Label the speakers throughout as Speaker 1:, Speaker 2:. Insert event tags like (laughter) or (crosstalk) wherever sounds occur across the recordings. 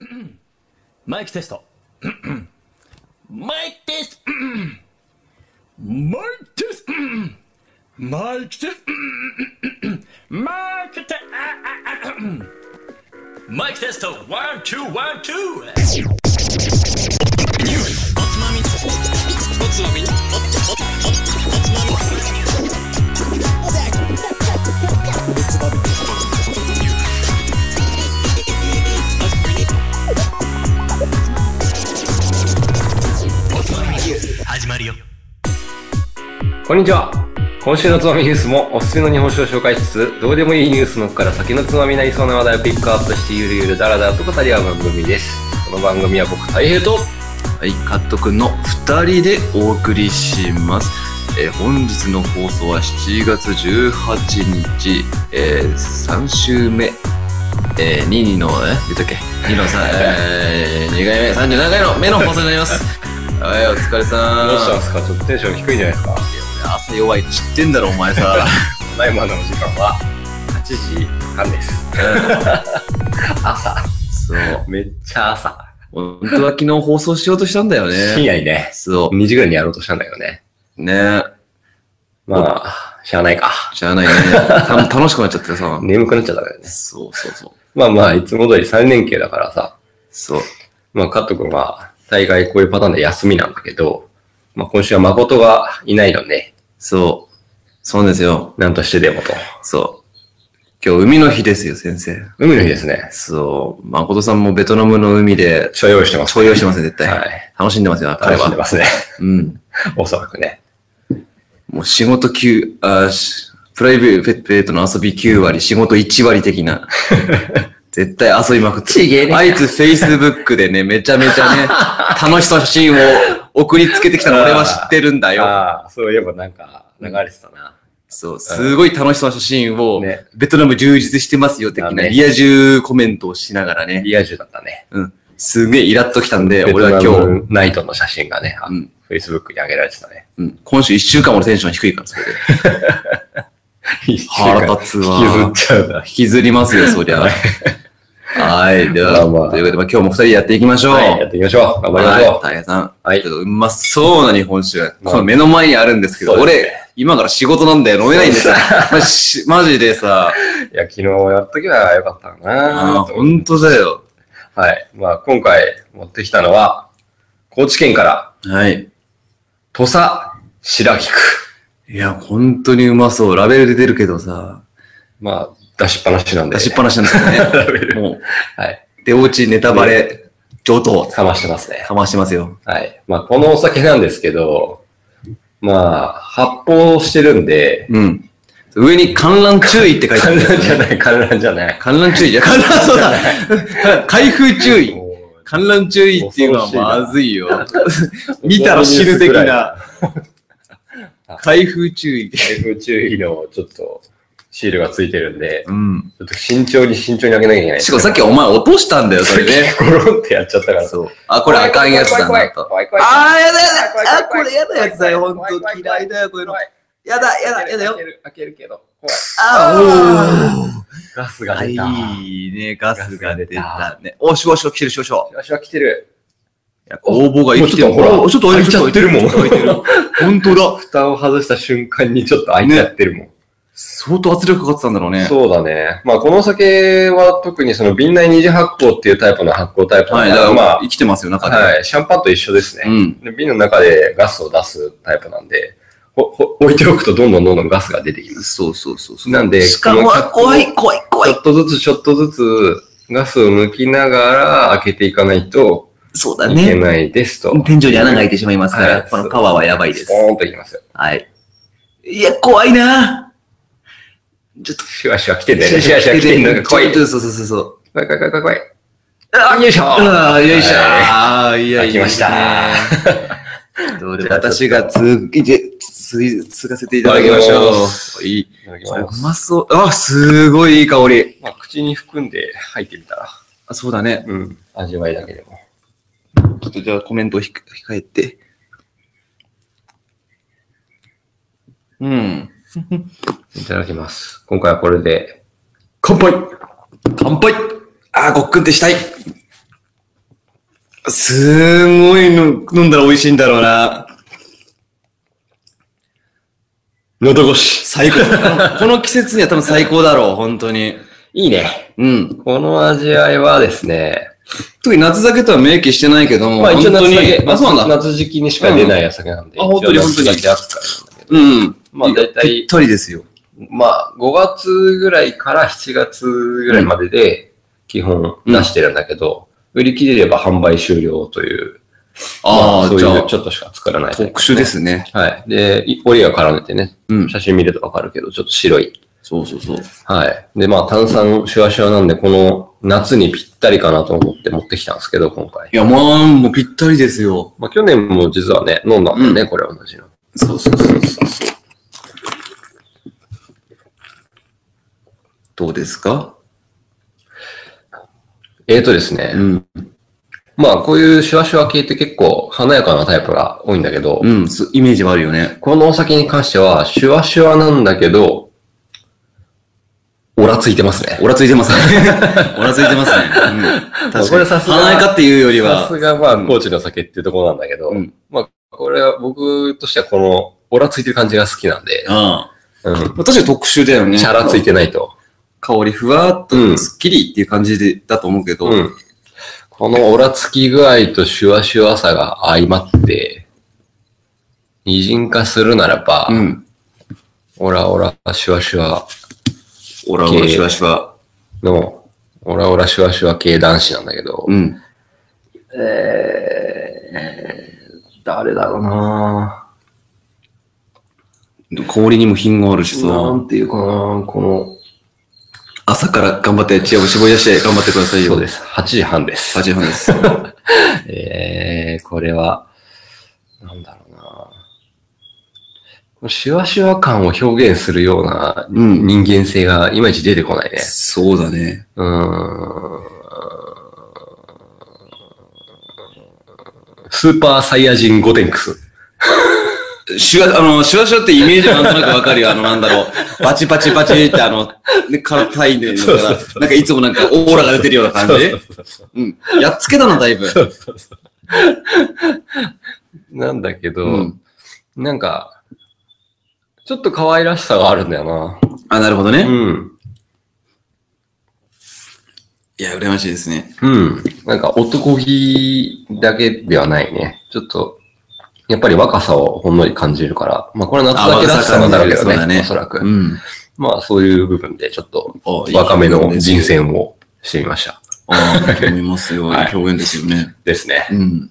Speaker 1: (clears throat) マイクテスト。マイクテスト。 (clears throat) マイクテスト。マイクテスト。マイクテスト。 (clears throat) マイクテスト。ワン、ツー、ワン、ツー。始まるよ。
Speaker 2: こんにちは。今週のつまみニュースもおすすめの日本酒を紹介しつつ、どうでもいいニュースの中から先のつまみになりそうな話題をピックアップしてゆるゆるだらだらと語り合う番組です。この番組は僕、大平と、
Speaker 3: はい、カットくんの2人でお送りします。えー本日の放送は7月18日、えー3週目、えー、22の、え言ったっけ ?2 のさ、えー、2回目、37回の目の放送になり (laughs) ます。はい、お疲れさん。
Speaker 2: どうしたんですかちょっとテンション低いんじゃないですか
Speaker 3: いや俺朝弱いって知ってんだろ、お前さ。
Speaker 2: ライマーのお時間は8時半です。朝。
Speaker 3: そう。
Speaker 2: めっちゃ朝。
Speaker 3: 本当は昨日放送しようとしたんだよ
Speaker 2: 深
Speaker 3: ね。
Speaker 2: 夜にね、
Speaker 3: そ
Speaker 2: 2時ぐらいにやろうとしたんだけどね。
Speaker 3: う。ね
Speaker 2: まあ、しゃあないか。
Speaker 3: じゃあないね。た楽しくなっちゃってさ。
Speaker 2: 眠くなっちゃったからね。
Speaker 3: そうそうそう。
Speaker 2: まあまあ、いつも通り3連休だからさ、
Speaker 3: そう。
Speaker 2: まあ、カット君は、大概こういうパターンで休みなんだけど、まあ、今週は誠がいないので、
Speaker 3: そう。そうなんですよ。
Speaker 2: なんとしてでもと。
Speaker 3: そう。今日海の日ですよ、先生。
Speaker 2: 海の日ですね。
Speaker 3: そう。誠さんもベトナムの海で、
Speaker 2: 所用意してます。
Speaker 3: 徴用してますね、絶対。
Speaker 2: はい。
Speaker 3: 楽しんでますよ、彼
Speaker 2: 楽しんで
Speaker 3: は。
Speaker 2: ますね。
Speaker 3: うん。
Speaker 2: おそらくね。
Speaker 3: もう仕事9、あーしプライベートの遊び9割、仕事1割
Speaker 2: (laughs)
Speaker 3: 的な。絶対遊びまくってる。
Speaker 2: ちげえね
Speaker 3: あいつ Facebook でね、めちゃめち
Speaker 2: (laughs)
Speaker 3: ゃね、楽しそうな写真を送りつけてきたの俺は知ってるんだよ。
Speaker 2: ああ、そういえばなんか、流れてたな。
Speaker 3: そう、すごい楽しそうな写真を、
Speaker 2: ね
Speaker 3: ベトナム充実してますよ、的
Speaker 2: あ
Speaker 3: な
Speaker 2: ね
Speaker 3: リア充コメントをしながらね。
Speaker 2: リア充だったね。
Speaker 3: うん。すげえイラっときたんで、
Speaker 2: ベト
Speaker 3: 俺
Speaker 2: ナ
Speaker 3: は
Speaker 2: ム
Speaker 3: 今日、
Speaker 2: ナイトの写真がね、あ
Speaker 3: うん
Speaker 2: Facebook に上げられてたね。
Speaker 3: うん、今週一週間俺テンション低いから、それで。腹立つわ
Speaker 2: 引きずっちゃうな
Speaker 3: 引。きずりま
Speaker 2: (laughs)
Speaker 3: すよ、そりゃ。はい、では、
Speaker 2: まあまあ
Speaker 3: ということで、まあ、今日も二人でやっていきましょう。
Speaker 2: はい、やっていきましょう。頑張りましょう。
Speaker 3: 大平さん。
Speaker 2: はい
Speaker 3: ちょっとうまそうな日本酒が、
Speaker 2: まあ
Speaker 3: この目の前にあるんですけど、
Speaker 2: そうですね
Speaker 3: 俺、今から仕事なんだよ、飲めない
Speaker 2: (laughs)
Speaker 3: んですよ。まあしマジでさ、
Speaker 2: いや、昨日やっときゃよかったな
Speaker 3: あーほんとだよ。
Speaker 2: はい。まあ、今回持ってきたのは、高知県から、
Speaker 3: はい。
Speaker 2: 土佐白菊。
Speaker 3: いや、本当にうまそう。ラベルで出るけどさ、
Speaker 2: まあ、出しっぱなしなんで。
Speaker 3: 出しっぱなしなんですよ
Speaker 2: (laughs) ラベル
Speaker 3: ね。も
Speaker 2: はい。
Speaker 3: う、出落ちネタバレ、上等。
Speaker 2: 冷ましてますね。
Speaker 3: かましてますよ。
Speaker 2: はい。まあ、このお酒なんですけど、まあ、発泡してるんで、
Speaker 3: うん。上に観覧注意って書いてあ
Speaker 2: 観
Speaker 3: るんで
Speaker 2: 覧
Speaker 3: すよ
Speaker 2: じゃない、観覧じゃない。
Speaker 3: 観覧注意じゃ、観覧、そうだ。 (laughs) 開封注意。
Speaker 2: もう
Speaker 3: 観覧注意っていうのはまずいよ。
Speaker 2: (laughs)
Speaker 3: 見たら知る的な。開封注意。
Speaker 2: 台風注意の、ちょっと、シールがついてるんで、
Speaker 3: うん。
Speaker 2: ちょっと慎重に慎重に開けなきゃいけない。
Speaker 3: しかもさっきお前落としたんだよ、そ
Speaker 2: (laughs)
Speaker 3: れね。
Speaker 2: ゴロンってやっちゃったから。
Speaker 3: そう。あ、これあかんやつだなと。
Speaker 2: 怖い怖い怖い怖い怖い怖い
Speaker 3: あー、やだ
Speaker 2: 怖い
Speaker 3: や
Speaker 2: 怖い
Speaker 3: だ。あ、これやだやつだよ、ほん
Speaker 2: 怖い
Speaker 3: と
Speaker 2: 怖。い怖
Speaker 3: 嫌
Speaker 2: い
Speaker 3: いだよ、こういうの
Speaker 2: 怖い。
Speaker 3: やだ、やだ、やだよ。
Speaker 2: 開ける、開けるけど。怖い。
Speaker 3: あーおー。
Speaker 2: ガス
Speaker 3: あ
Speaker 2: が出た。
Speaker 3: いいね、ガスが出てたね。おしおしお、来てる、しおしお。
Speaker 2: よしは来てる。
Speaker 3: いや応募が生きてる。
Speaker 2: もうちょっとほら
Speaker 3: ちょっと開いちゃってるもん。
Speaker 2: 開いてる
Speaker 3: 本当だ。
Speaker 2: 蓋を外した瞬間にちょっと開いちゃってるもん。
Speaker 3: 相当圧力かかってたんだろうね。
Speaker 2: そうだね。まあ、このお酒は特にその瓶内二次発酵っていうタイプの発酵タイプな
Speaker 3: は
Speaker 2: んで
Speaker 3: い、だから
Speaker 2: ま
Speaker 3: ま
Speaker 2: あ
Speaker 3: あ、、生きてますよ、中で。
Speaker 2: はい、シャンパンと一緒です
Speaker 3: う
Speaker 2: ね。
Speaker 3: ん。
Speaker 2: で瓶の中でガスを出すタイプなんで、ほほ置いておくとどんどんどんどんガスが出てきます。
Speaker 3: そうそうそうそう。
Speaker 2: なんで
Speaker 3: しかも
Speaker 2: この、
Speaker 3: 怖い、怖い、怖
Speaker 2: ち
Speaker 3: い
Speaker 2: ょ。っとずつちょっとずつガスを抜きながら開けていかないと
Speaker 3: そうだ
Speaker 2: いけ
Speaker 3: ね。
Speaker 2: ないですと。
Speaker 3: 天井に穴が開いてしまいますか
Speaker 2: は
Speaker 3: ら、
Speaker 2: い
Speaker 3: この川はやばいです
Speaker 2: ス。ポーンといきますよ。
Speaker 3: はい。いや、怖いなちょっと、
Speaker 2: シュワシュワ来てんだよね。シュワシュワ来てんのが怖い。
Speaker 3: ちょっとそうそうそうそう。
Speaker 2: 怖い怖い怖い怖い怖い。
Speaker 3: あ
Speaker 2: よいしょ
Speaker 3: あーよいし
Speaker 2: は
Speaker 3: ょ。
Speaker 2: い
Speaker 3: ああ、いや、いい
Speaker 2: 来ました
Speaker 3: ねどれ私がつ、いて、つい、つかせていただきましょう。いい。
Speaker 2: いただき
Speaker 3: これう
Speaker 2: ます。
Speaker 3: まそう。あ、すごいいい香り。
Speaker 2: まあ、口に含んで入ってみたら。
Speaker 3: あそうだね。
Speaker 2: うん。味わいだけでも。
Speaker 3: ちょっとじゃあコメントをひ控えて。うん。
Speaker 2: いただきます。今回はこれで。
Speaker 3: 乾杯乾杯あー、ごっくんってしたい。すごいの飲んだら美味しいんだろうな。
Speaker 2: 喉越し。
Speaker 3: 最高。 (laughs) この季節には多分最高だろう、本当に。
Speaker 2: いいね。
Speaker 3: うん。
Speaker 2: この味わいはですね、
Speaker 3: 特に夏酒とは明記してないけども、
Speaker 2: まあ一応
Speaker 3: 本当
Speaker 2: 夏
Speaker 3: に
Speaker 2: 酒、
Speaker 3: あ、そうなんだ。
Speaker 2: 夏時期にしか出ないお酒なんで。
Speaker 3: うんあ本当に
Speaker 2: 一応夏
Speaker 3: 本当に
Speaker 2: 酒扱いなんだけど
Speaker 3: うん。
Speaker 2: まあ大体
Speaker 3: ぴったりですよ。
Speaker 2: まあ5月ぐらいから7月ぐらいまでで、基本出してるんだけど、売り切れれば販売終了という、ま
Speaker 3: あ
Speaker 2: そ
Speaker 3: あ、
Speaker 2: う
Speaker 3: じゃ
Speaker 2: い
Speaker 3: あ
Speaker 2: う、ちょっとしか作らないタイプ、
Speaker 3: 特殊ですね。
Speaker 2: はい。で、い折りが絡めてね、
Speaker 3: うん
Speaker 2: 写真見るとわかるけど、ちょっと白い。
Speaker 3: そうそうそう。
Speaker 2: はい。で、まあ、炭酸シュワシュワなんで、この夏にぴったりかなと思って持ってきたんですけど、今回。
Speaker 3: いや、まあ、もうぴったりですよ。
Speaker 2: まあ、去年も実はね、飲んだんだよね、これ同じの。
Speaker 3: そうそうそうそうそう。どうですか
Speaker 2: えーとですね、
Speaker 3: うん。
Speaker 2: まあ、こういうシュワシュワ系って結構華やかなタイプが多いんだけど、
Speaker 3: うん、そうイメージはあるよね。
Speaker 2: このお酒に関しては、シュワシュワなんだけど、オラついてますね。
Speaker 3: オラついてます (laughs) ね。オラついてますね。うん。
Speaker 2: まあこ
Speaker 3: 確かに。
Speaker 2: れさすが
Speaker 3: 華やかっていうより
Speaker 2: さ
Speaker 3: は
Speaker 2: す、が、まあ、
Speaker 3: うん
Speaker 2: 高知の酒っていうところなんだけど、
Speaker 3: うん
Speaker 2: まあ、これは僕としてはこの、オラついてる感じが好きなんで、
Speaker 3: あ
Speaker 2: うん。
Speaker 3: あ。確かに特殊だよね。
Speaker 2: チャラついてないと。
Speaker 3: 香りふわっ
Speaker 2: うん
Speaker 3: と、すっきりっていう感じで、だと思うけど、
Speaker 2: うん。このオラつき具合とシュワシュワさが相まって、擬人化するならば、
Speaker 3: うん。
Speaker 2: オラオラシュワシュワ
Speaker 3: オラオラシュワシュワ。
Speaker 2: の、オラオラシュワシュワ系男子なんだけど、
Speaker 3: うん。
Speaker 2: 誰だろうな
Speaker 3: 香りにも品があるしさ。
Speaker 2: んていうかなこ
Speaker 3: 朝から頑張って知恵を絞り出して頑張ってください
Speaker 2: の、
Speaker 3: よ。
Speaker 2: そうです。8時半です。
Speaker 3: 8時半です。
Speaker 2: えー、これは、なんだろうなこのシュワシュワ感を表現するような
Speaker 3: うん
Speaker 2: 人間性がいまいち出てこないね。
Speaker 3: そうだね。
Speaker 2: うーん。スーパーサイヤ人ゴテンクス。
Speaker 3: シュワ、あの、シュワシュワってイメージはなんとなくわかるよ。あの、なんだろう。パチパチパチってあの、ね、硬いんだよね
Speaker 2: そうそうそ
Speaker 3: なんかいつもなんかオーラが出てるような感じ。
Speaker 2: そうそうそう
Speaker 3: うん。やっつけたな、だいぶ。
Speaker 2: そうそうそう。なんだけど、
Speaker 3: うん
Speaker 2: なんか、ちょっと可愛らしさがあるんだよ
Speaker 3: あ、なるほど
Speaker 2: な。う
Speaker 3: ね。
Speaker 2: ん。
Speaker 3: いや、羨ましいですね。
Speaker 2: うん。なんか男気だけではないね。ちょっと、やっぱり若さをほんのり感じるから、まあこれ夏だけらしさなんだろうけど
Speaker 3: あ若さ感じるそうだ
Speaker 2: ね、
Speaker 3: ね
Speaker 2: おそらく。
Speaker 3: ん。
Speaker 2: まあそういう部分でちょっと
Speaker 3: あいい
Speaker 2: 若めの人選をしてみました。
Speaker 3: ああ、思いますよ。
Speaker 2: はい
Speaker 3: 表現ですよね。
Speaker 2: ですね。
Speaker 3: うん。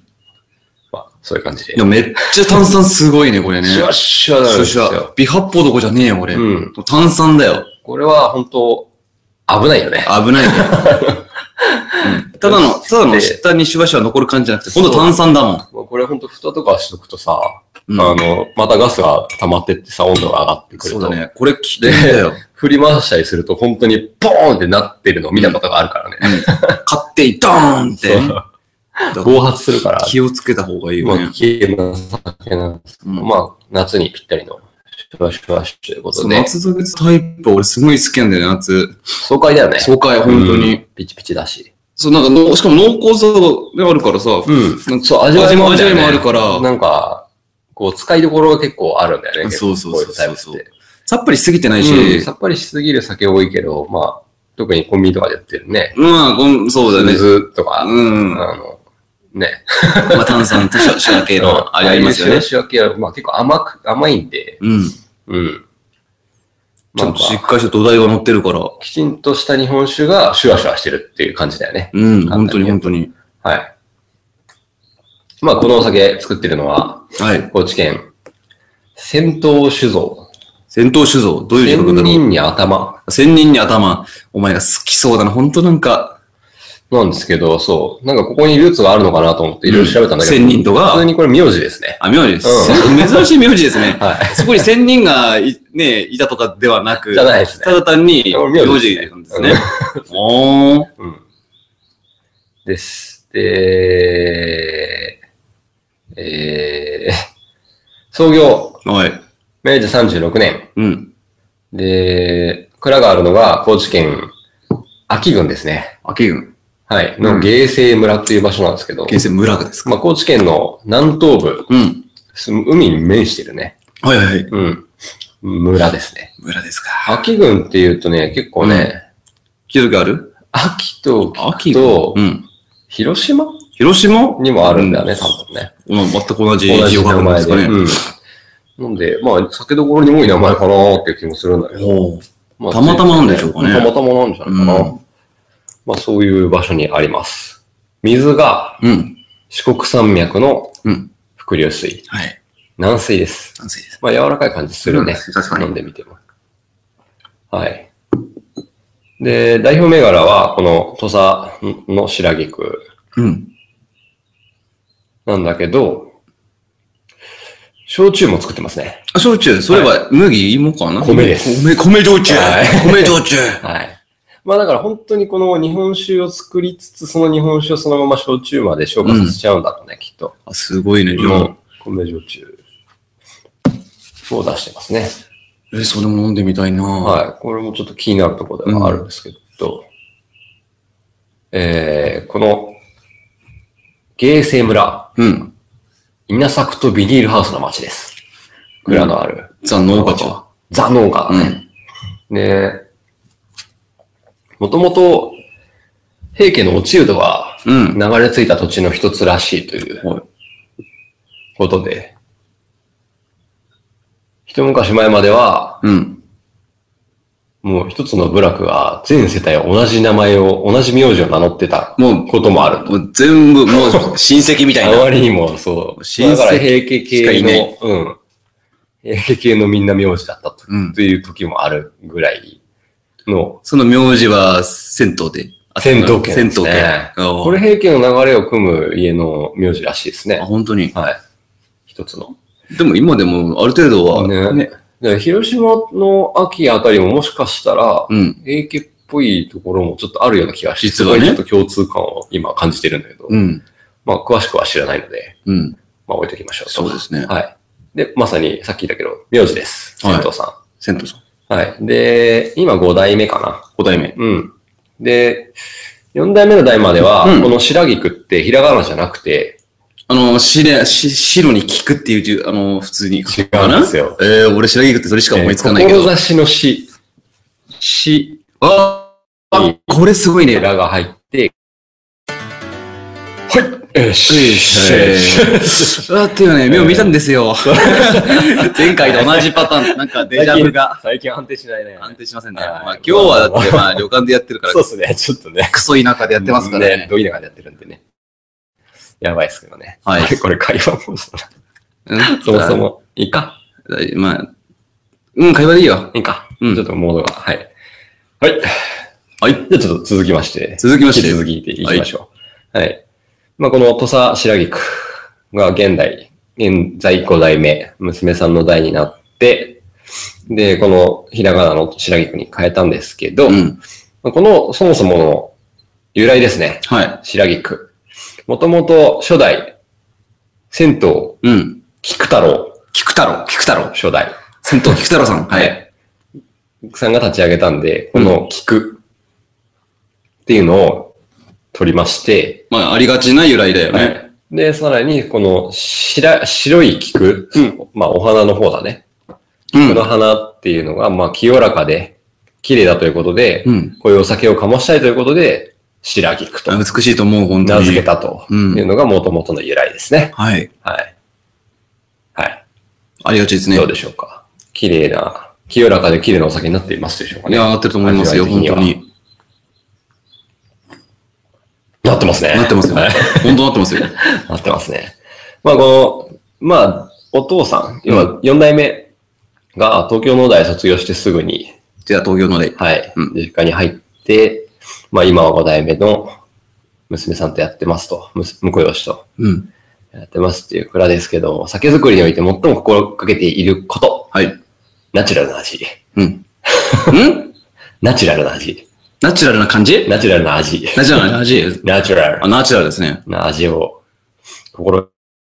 Speaker 2: まあそういう感じで
Speaker 3: いや、。めっちゃ炭酸すごいね、これね。
Speaker 2: シュワシュワなん
Speaker 3: そ
Speaker 2: で
Speaker 3: う
Speaker 2: す
Speaker 3: し
Speaker 2: よ
Speaker 3: ゃ。微発泡どこじゃねえよ、俺。
Speaker 2: うん
Speaker 3: 炭酸だよ。
Speaker 2: これは本当危ないよね。
Speaker 3: 危ないね。
Speaker 2: (laughs)
Speaker 3: うんただの、ただの
Speaker 2: で
Speaker 3: 下にしばしば残る感じじゃなくて、
Speaker 2: そう
Speaker 3: 今度炭酸だもん。
Speaker 2: もうこれほんと蓋とかしとくとさ、
Speaker 3: うん
Speaker 2: あの、またガスが溜まってってさ、温度が上がってくる
Speaker 3: そ
Speaker 2: と。
Speaker 3: うだね。これ危険
Speaker 2: で
Speaker 3: だよ。、
Speaker 2: 振り回したりすると本当にポーンってなってるのを見たことがあるからね。
Speaker 3: 買って、ドーンって。
Speaker 2: そう暴発するから、
Speaker 3: 気をつけた方がいい
Speaker 2: ま
Speaker 3: よ
Speaker 2: あ
Speaker 3: ね。
Speaker 2: 危険な酒なんですけど、
Speaker 3: うん
Speaker 2: まあ夏にぴったりのシュワシュワシということ
Speaker 3: そう
Speaker 2: で、
Speaker 3: 夏酒タイプは俺すごい好きなんだよね、夏。
Speaker 2: 爽快だよね。
Speaker 3: 爽快、本当
Speaker 2: うん
Speaker 3: に。
Speaker 2: ピチピチだし。
Speaker 3: そう、なんかの、しかも濃厚さであるからさ、
Speaker 2: う。
Speaker 3: なんんか
Speaker 2: そう、味わいもあるんだよね
Speaker 3: 味わいもあるから
Speaker 2: なんか、こう、使いどころが結構あるんだよね。結構
Speaker 3: そうそうそう
Speaker 2: こいタイプって
Speaker 3: さっぱりしすぎてないし、
Speaker 2: うんさっぱりしすぎる酒多いけど、まあ、特にコンビニとかでやってるね。
Speaker 3: まあ、こんそうだよね。
Speaker 2: 水とか、
Speaker 3: うん
Speaker 2: あの、ね。
Speaker 3: まあ、炭酸とシャー系の、あれありますよ
Speaker 2: ああい
Speaker 3: ね
Speaker 2: う。仕分けは、 (laughs) まあ結構甘く、甘いんで、
Speaker 3: うん。
Speaker 2: うん。
Speaker 3: ち
Speaker 2: な
Speaker 3: ゃん
Speaker 2: ん
Speaker 3: と
Speaker 2: か、
Speaker 3: しっかりした土台が乗ってるから。
Speaker 2: きちんとした日本酒がシュワシュワしてるっていう感じだよね。
Speaker 3: うん、本当に本当に。
Speaker 2: はい。まあこのお酒作ってるのは、
Speaker 3: はい。
Speaker 2: 高知県、戦闘酒造。
Speaker 3: 戦闘酒造、どういう字
Speaker 2: 千
Speaker 3: 書くんだろう。
Speaker 2: 人に頭。
Speaker 3: 千人に頭。お前が好きそうだな。本当なんか、
Speaker 2: なんですけど、そう。なんかここにルーツがあるのかなと思っていろいろ調べたんだけど。
Speaker 3: うん仙人とか
Speaker 2: 普通にこれ名字ですね。
Speaker 3: あ、名字です。
Speaker 2: う
Speaker 3: 珍しい名字ですね。
Speaker 2: (laughs) は
Speaker 3: そこに千人がい、ね、いたとかではなく、
Speaker 2: じゃないですね
Speaker 3: ただ単に、
Speaker 2: これ
Speaker 3: 名
Speaker 2: 名
Speaker 3: 字
Speaker 2: 字
Speaker 3: なん
Speaker 2: で
Speaker 3: ですす
Speaker 2: ね
Speaker 3: ね。おー。
Speaker 2: うん。です。で、えー、創業、
Speaker 3: はい。
Speaker 2: 明治36年。
Speaker 3: うん。
Speaker 2: で、蔵があるのが高知県、秋郡ですね。
Speaker 3: 秋軍。
Speaker 2: はい、の芸西村っていう場所なんですけど、
Speaker 3: 形成村がですか
Speaker 2: まあ、高知県の南東部、
Speaker 3: うん。
Speaker 2: す海に面してるね。
Speaker 3: はいはいはい。
Speaker 2: うん。村ですね。
Speaker 3: 村ですか。
Speaker 2: 秋郡っていうとね、結構ね、
Speaker 3: 聞いた時ある
Speaker 2: 秋と聞くと
Speaker 3: と、うん。
Speaker 2: 広島
Speaker 3: 広島
Speaker 2: にもあるんだよね、多分ね。
Speaker 3: まあ全く同じ
Speaker 2: 同
Speaker 3: 字
Speaker 2: じ
Speaker 3: を書
Speaker 2: 名
Speaker 3: くんで
Speaker 2: 前
Speaker 3: すか
Speaker 2: で。
Speaker 3: ね。
Speaker 2: うん。なんで、まあ、酒どころに多い名前かなーっていう気もするんだけど。
Speaker 3: おー
Speaker 2: まあ
Speaker 3: たまたまなんでしょうかね
Speaker 2: たまたまなんじゃないかな。
Speaker 3: うん
Speaker 2: まあ、そういう場所にあります。水が
Speaker 3: うん。
Speaker 2: 四国山脈の
Speaker 3: うん。
Speaker 2: 伏流水。
Speaker 3: はい。
Speaker 2: 軟水です。
Speaker 3: 男性です。
Speaker 2: まあ、柔らかい感じするね。
Speaker 3: うん確かに
Speaker 2: 飲んでみても。はい。で、代表銘柄は、この土佐の白菊
Speaker 3: うん。
Speaker 2: なんだけど、焼酎も作ってますね。
Speaker 3: あ、焼酎。そういえば、麦芋かな
Speaker 2: 米です
Speaker 3: 米、米焼酎。
Speaker 2: はい
Speaker 3: 米焼酎。
Speaker 2: はい。まあだから本当にこの日本酒を作りつつ、その日本酒をそのまま焼酎まで消化させちゃうんだろうね、きっと。
Speaker 3: あ、すごいね。じゃ
Speaker 2: うん
Speaker 3: あ、。
Speaker 2: 米焼酎を出してますね。
Speaker 3: え、それも飲んでみたいなは
Speaker 2: はい。これもちょっと気になるところではあるんですけど、えー、この、芸西村、
Speaker 3: い。うん。
Speaker 2: 稲作とビニールハウスの町です。蔵のある、
Speaker 3: ザ・農家か。
Speaker 2: ザ農家だ
Speaker 3: う
Speaker 2: ね。
Speaker 3: ん。
Speaker 2: で、もともと、平家の落人が
Speaker 3: うん。
Speaker 2: 流れ着いた土地の一つらしいという
Speaker 3: はい
Speaker 2: ことで、一昔前までは、
Speaker 3: うん。
Speaker 2: もう一つの部落が全世帯同じ名前を、同じ名字を名乗ってた
Speaker 3: もう
Speaker 2: こともあると。
Speaker 3: もう全部、もう親戚みた
Speaker 2: あ
Speaker 3: いな。
Speaker 2: まりにもそう、
Speaker 3: 親戚
Speaker 2: だから平家
Speaker 3: しか
Speaker 2: 系
Speaker 3: い
Speaker 2: の、
Speaker 3: ない
Speaker 2: うん。平家系のみんな名字だったと,、
Speaker 3: うん
Speaker 2: いう時もあるぐらいの
Speaker 3: その名字は、銭湯で。あ
Speaker 2: 戦闘
Speaker 3: 銭
Speaker 2: 圏
Speaker 3: 湯
Speaker 2: です
Speaker 3: 系
Speaker 2: ね。
Speaker 3: あー
Speaker 2: これ平家の流れを組む家の名字らしいです
Speaker 3: あ、
Speaker 2: ね。
Speaker 3: 本当に。
Speaker 2: はい。一つの。
Speaker 3: でも今でも、ある程度は、
Speaker 2: ね。だから広島の秋あたりももしかしたら、
Speaker 3: うん。
Speaker 2: 平家っぽいところもちょっとあるような気がして、
Speaker 3: 実はね
Speaker 2: そこにちょっと共通感を今感じてるんだけど、
Speaker 3: うん。
Speaker 2: まあ詳しくは知らないので、
Speaker 3: うん。
Speaker 2: まあ置いときましょうと。
Speaker 3: そうですね。
Speaker 2: はい。で、まさにさっき言ったけど、名字です。
Speaker 3: はい
Speaker 2: 銭湯さ
Speaker 3: 銭湯さん。
Speaker 2: ん。はい。で、今5代目かな。
Speaker 3: 五代目。
Speaker 2: うん。で、4代目の代までは、
Speaker 3: うん
Speaker 2: この白菊ってひらがなじゃなくて、
Speaker 3: あの、しれ、し、白に聞くっていう字、あの、普通に書くかな。
Speaker 2: 違うんですよ
Speaker 3: えー、俺白菊ってそれしか思いつかないけ
Speaker 2: えー
Speaker 3: ど。
Speaker 2: 志の死。死
Speaker 3: ああ、これすごい
Speaker 2: で
Speaker 3: ね。
Speaker 2: らが入って、はいえーし
Speaker 3: えー、だっていうね、目を見たんです
Speaker 2: (laughs)
Speaker 3: よ。前回と同じパターン、なんかデジャブが
Speaker 2: 最近安定しないね。
Speaker 3: 安定しませんね。
Speaker 2: はい
Speaker 3: まあ今日はだって、まあ旅館でやってるか
Speaker 2: (laughs)
Speaker 3: ら
Speaker 2: そう、ですね、ちょっとね。
Speaker 3: クソ田舎でやってますからね。
Speaker 2: どういうのがやってるんでね。やばいっすけどね。
Speaker 3: はい
Speaker 2: あ (laughs) れこれ会話もそうだ
Speaker 3: うん
Speaker 2: そもそ。も。いいか
Speaker 3: だまあ、うん、会話でいいよ。
Speaker 2: いいか、
Speaker 3: うん
Speaker 2: ちょっとモードが。はい。はい。
Speaker 3: はい。
Speaker 2: じゃあちょっと続きまして。
Speaker 3: 続きまして
Speaker 2: 引き続きいていきましょう。はい。まあ、この土佐白菊が現代、現在5代目、娘さんの代になって、で、このひらがなの白菊に変えたんですけど、
Speaker 3: うん。
Speaker 2: まあこのそもそもの由来ですね。
Speaker 3: はい。
Speaker 2: 白菊。もともと初代、銭湯、
Speaker 3: うん。
Speaker 2: 菊太郎、
Speaker 3: 菊太郎、菊太郎。
Speaker 2: 初代。
Speaker 3: 戦闘菊太郎さん。はい。
Speaker 2: さんが立ち上げたんで、この菊っていうのを取りまして、
Speaker 3: まあ、ありがちな由来だよね。
Speaker 2: はいで、さらに、この白白い菊、
Speaker 3: うん
Speaker 2: まあ、お花の方だね。
Speaker 3: うん
Speaker 2: この花っていうのが、まあ、清らかで、綺麗だということで、
Speaker 3: うん
Speaker 2: こういうお酒を醸したいということで、白菊と
Speaker 3: あ美しいと思う、本当に。
Speaker 2: 名付けたというのが元々の由来ですね。
Speaker 3: はい。
Speaker 2: はい。はい。
Speaker 3: ありがちですね。
Speaker 2: どうでしょうか。綺麗な、清らかで綺麗なお酒になっていますでしょうか
Speaker 3: い
Speaker 2: ね。
Speaker 3: や、なってると思いますよ、
Speaker 2: 味わ
Speaker 3: 本
Speaker 2: い的
Speaker 3: 当
Speaker 2: は
Speaker 3: に。
Speaker 2: なってますね。
Speaker 3: なってますよ
Speaker 2: はい。
Speaker 3: 本当なってますよ。
Speaker 2: なってますね。まあ、この、まあ、お父さん、今、4代目が東京農大卒業してすぐに、
Speaker 3: じゃあ、東京ので。
Speaker 2: はい、
Speaker 3: うん
Speaker 2: 実家に入って、まあ、今は5代目の娘さんとやってますと、むす婿養子と
Speaker 3: うん。
Speaker 2: やってますっていう蔵ですけど、酒造りにおいて最も心がけていること、
Speaker 3: はい。
Speaker 2: ナチュラルな味。
Speaker 3: うん。ん
Speaker 2: ナチュラルな味。
Speaker 3: ナチュラルな感じ
Speaker 2: ナチュラルな味。
Speaker 3: ナチュラルな味
Speaker 2: ナチュラ
Speaker 3: あ、
Speaker 2: ル
Speaker 3: ナチュラルですね。
Speaker 2: な味を心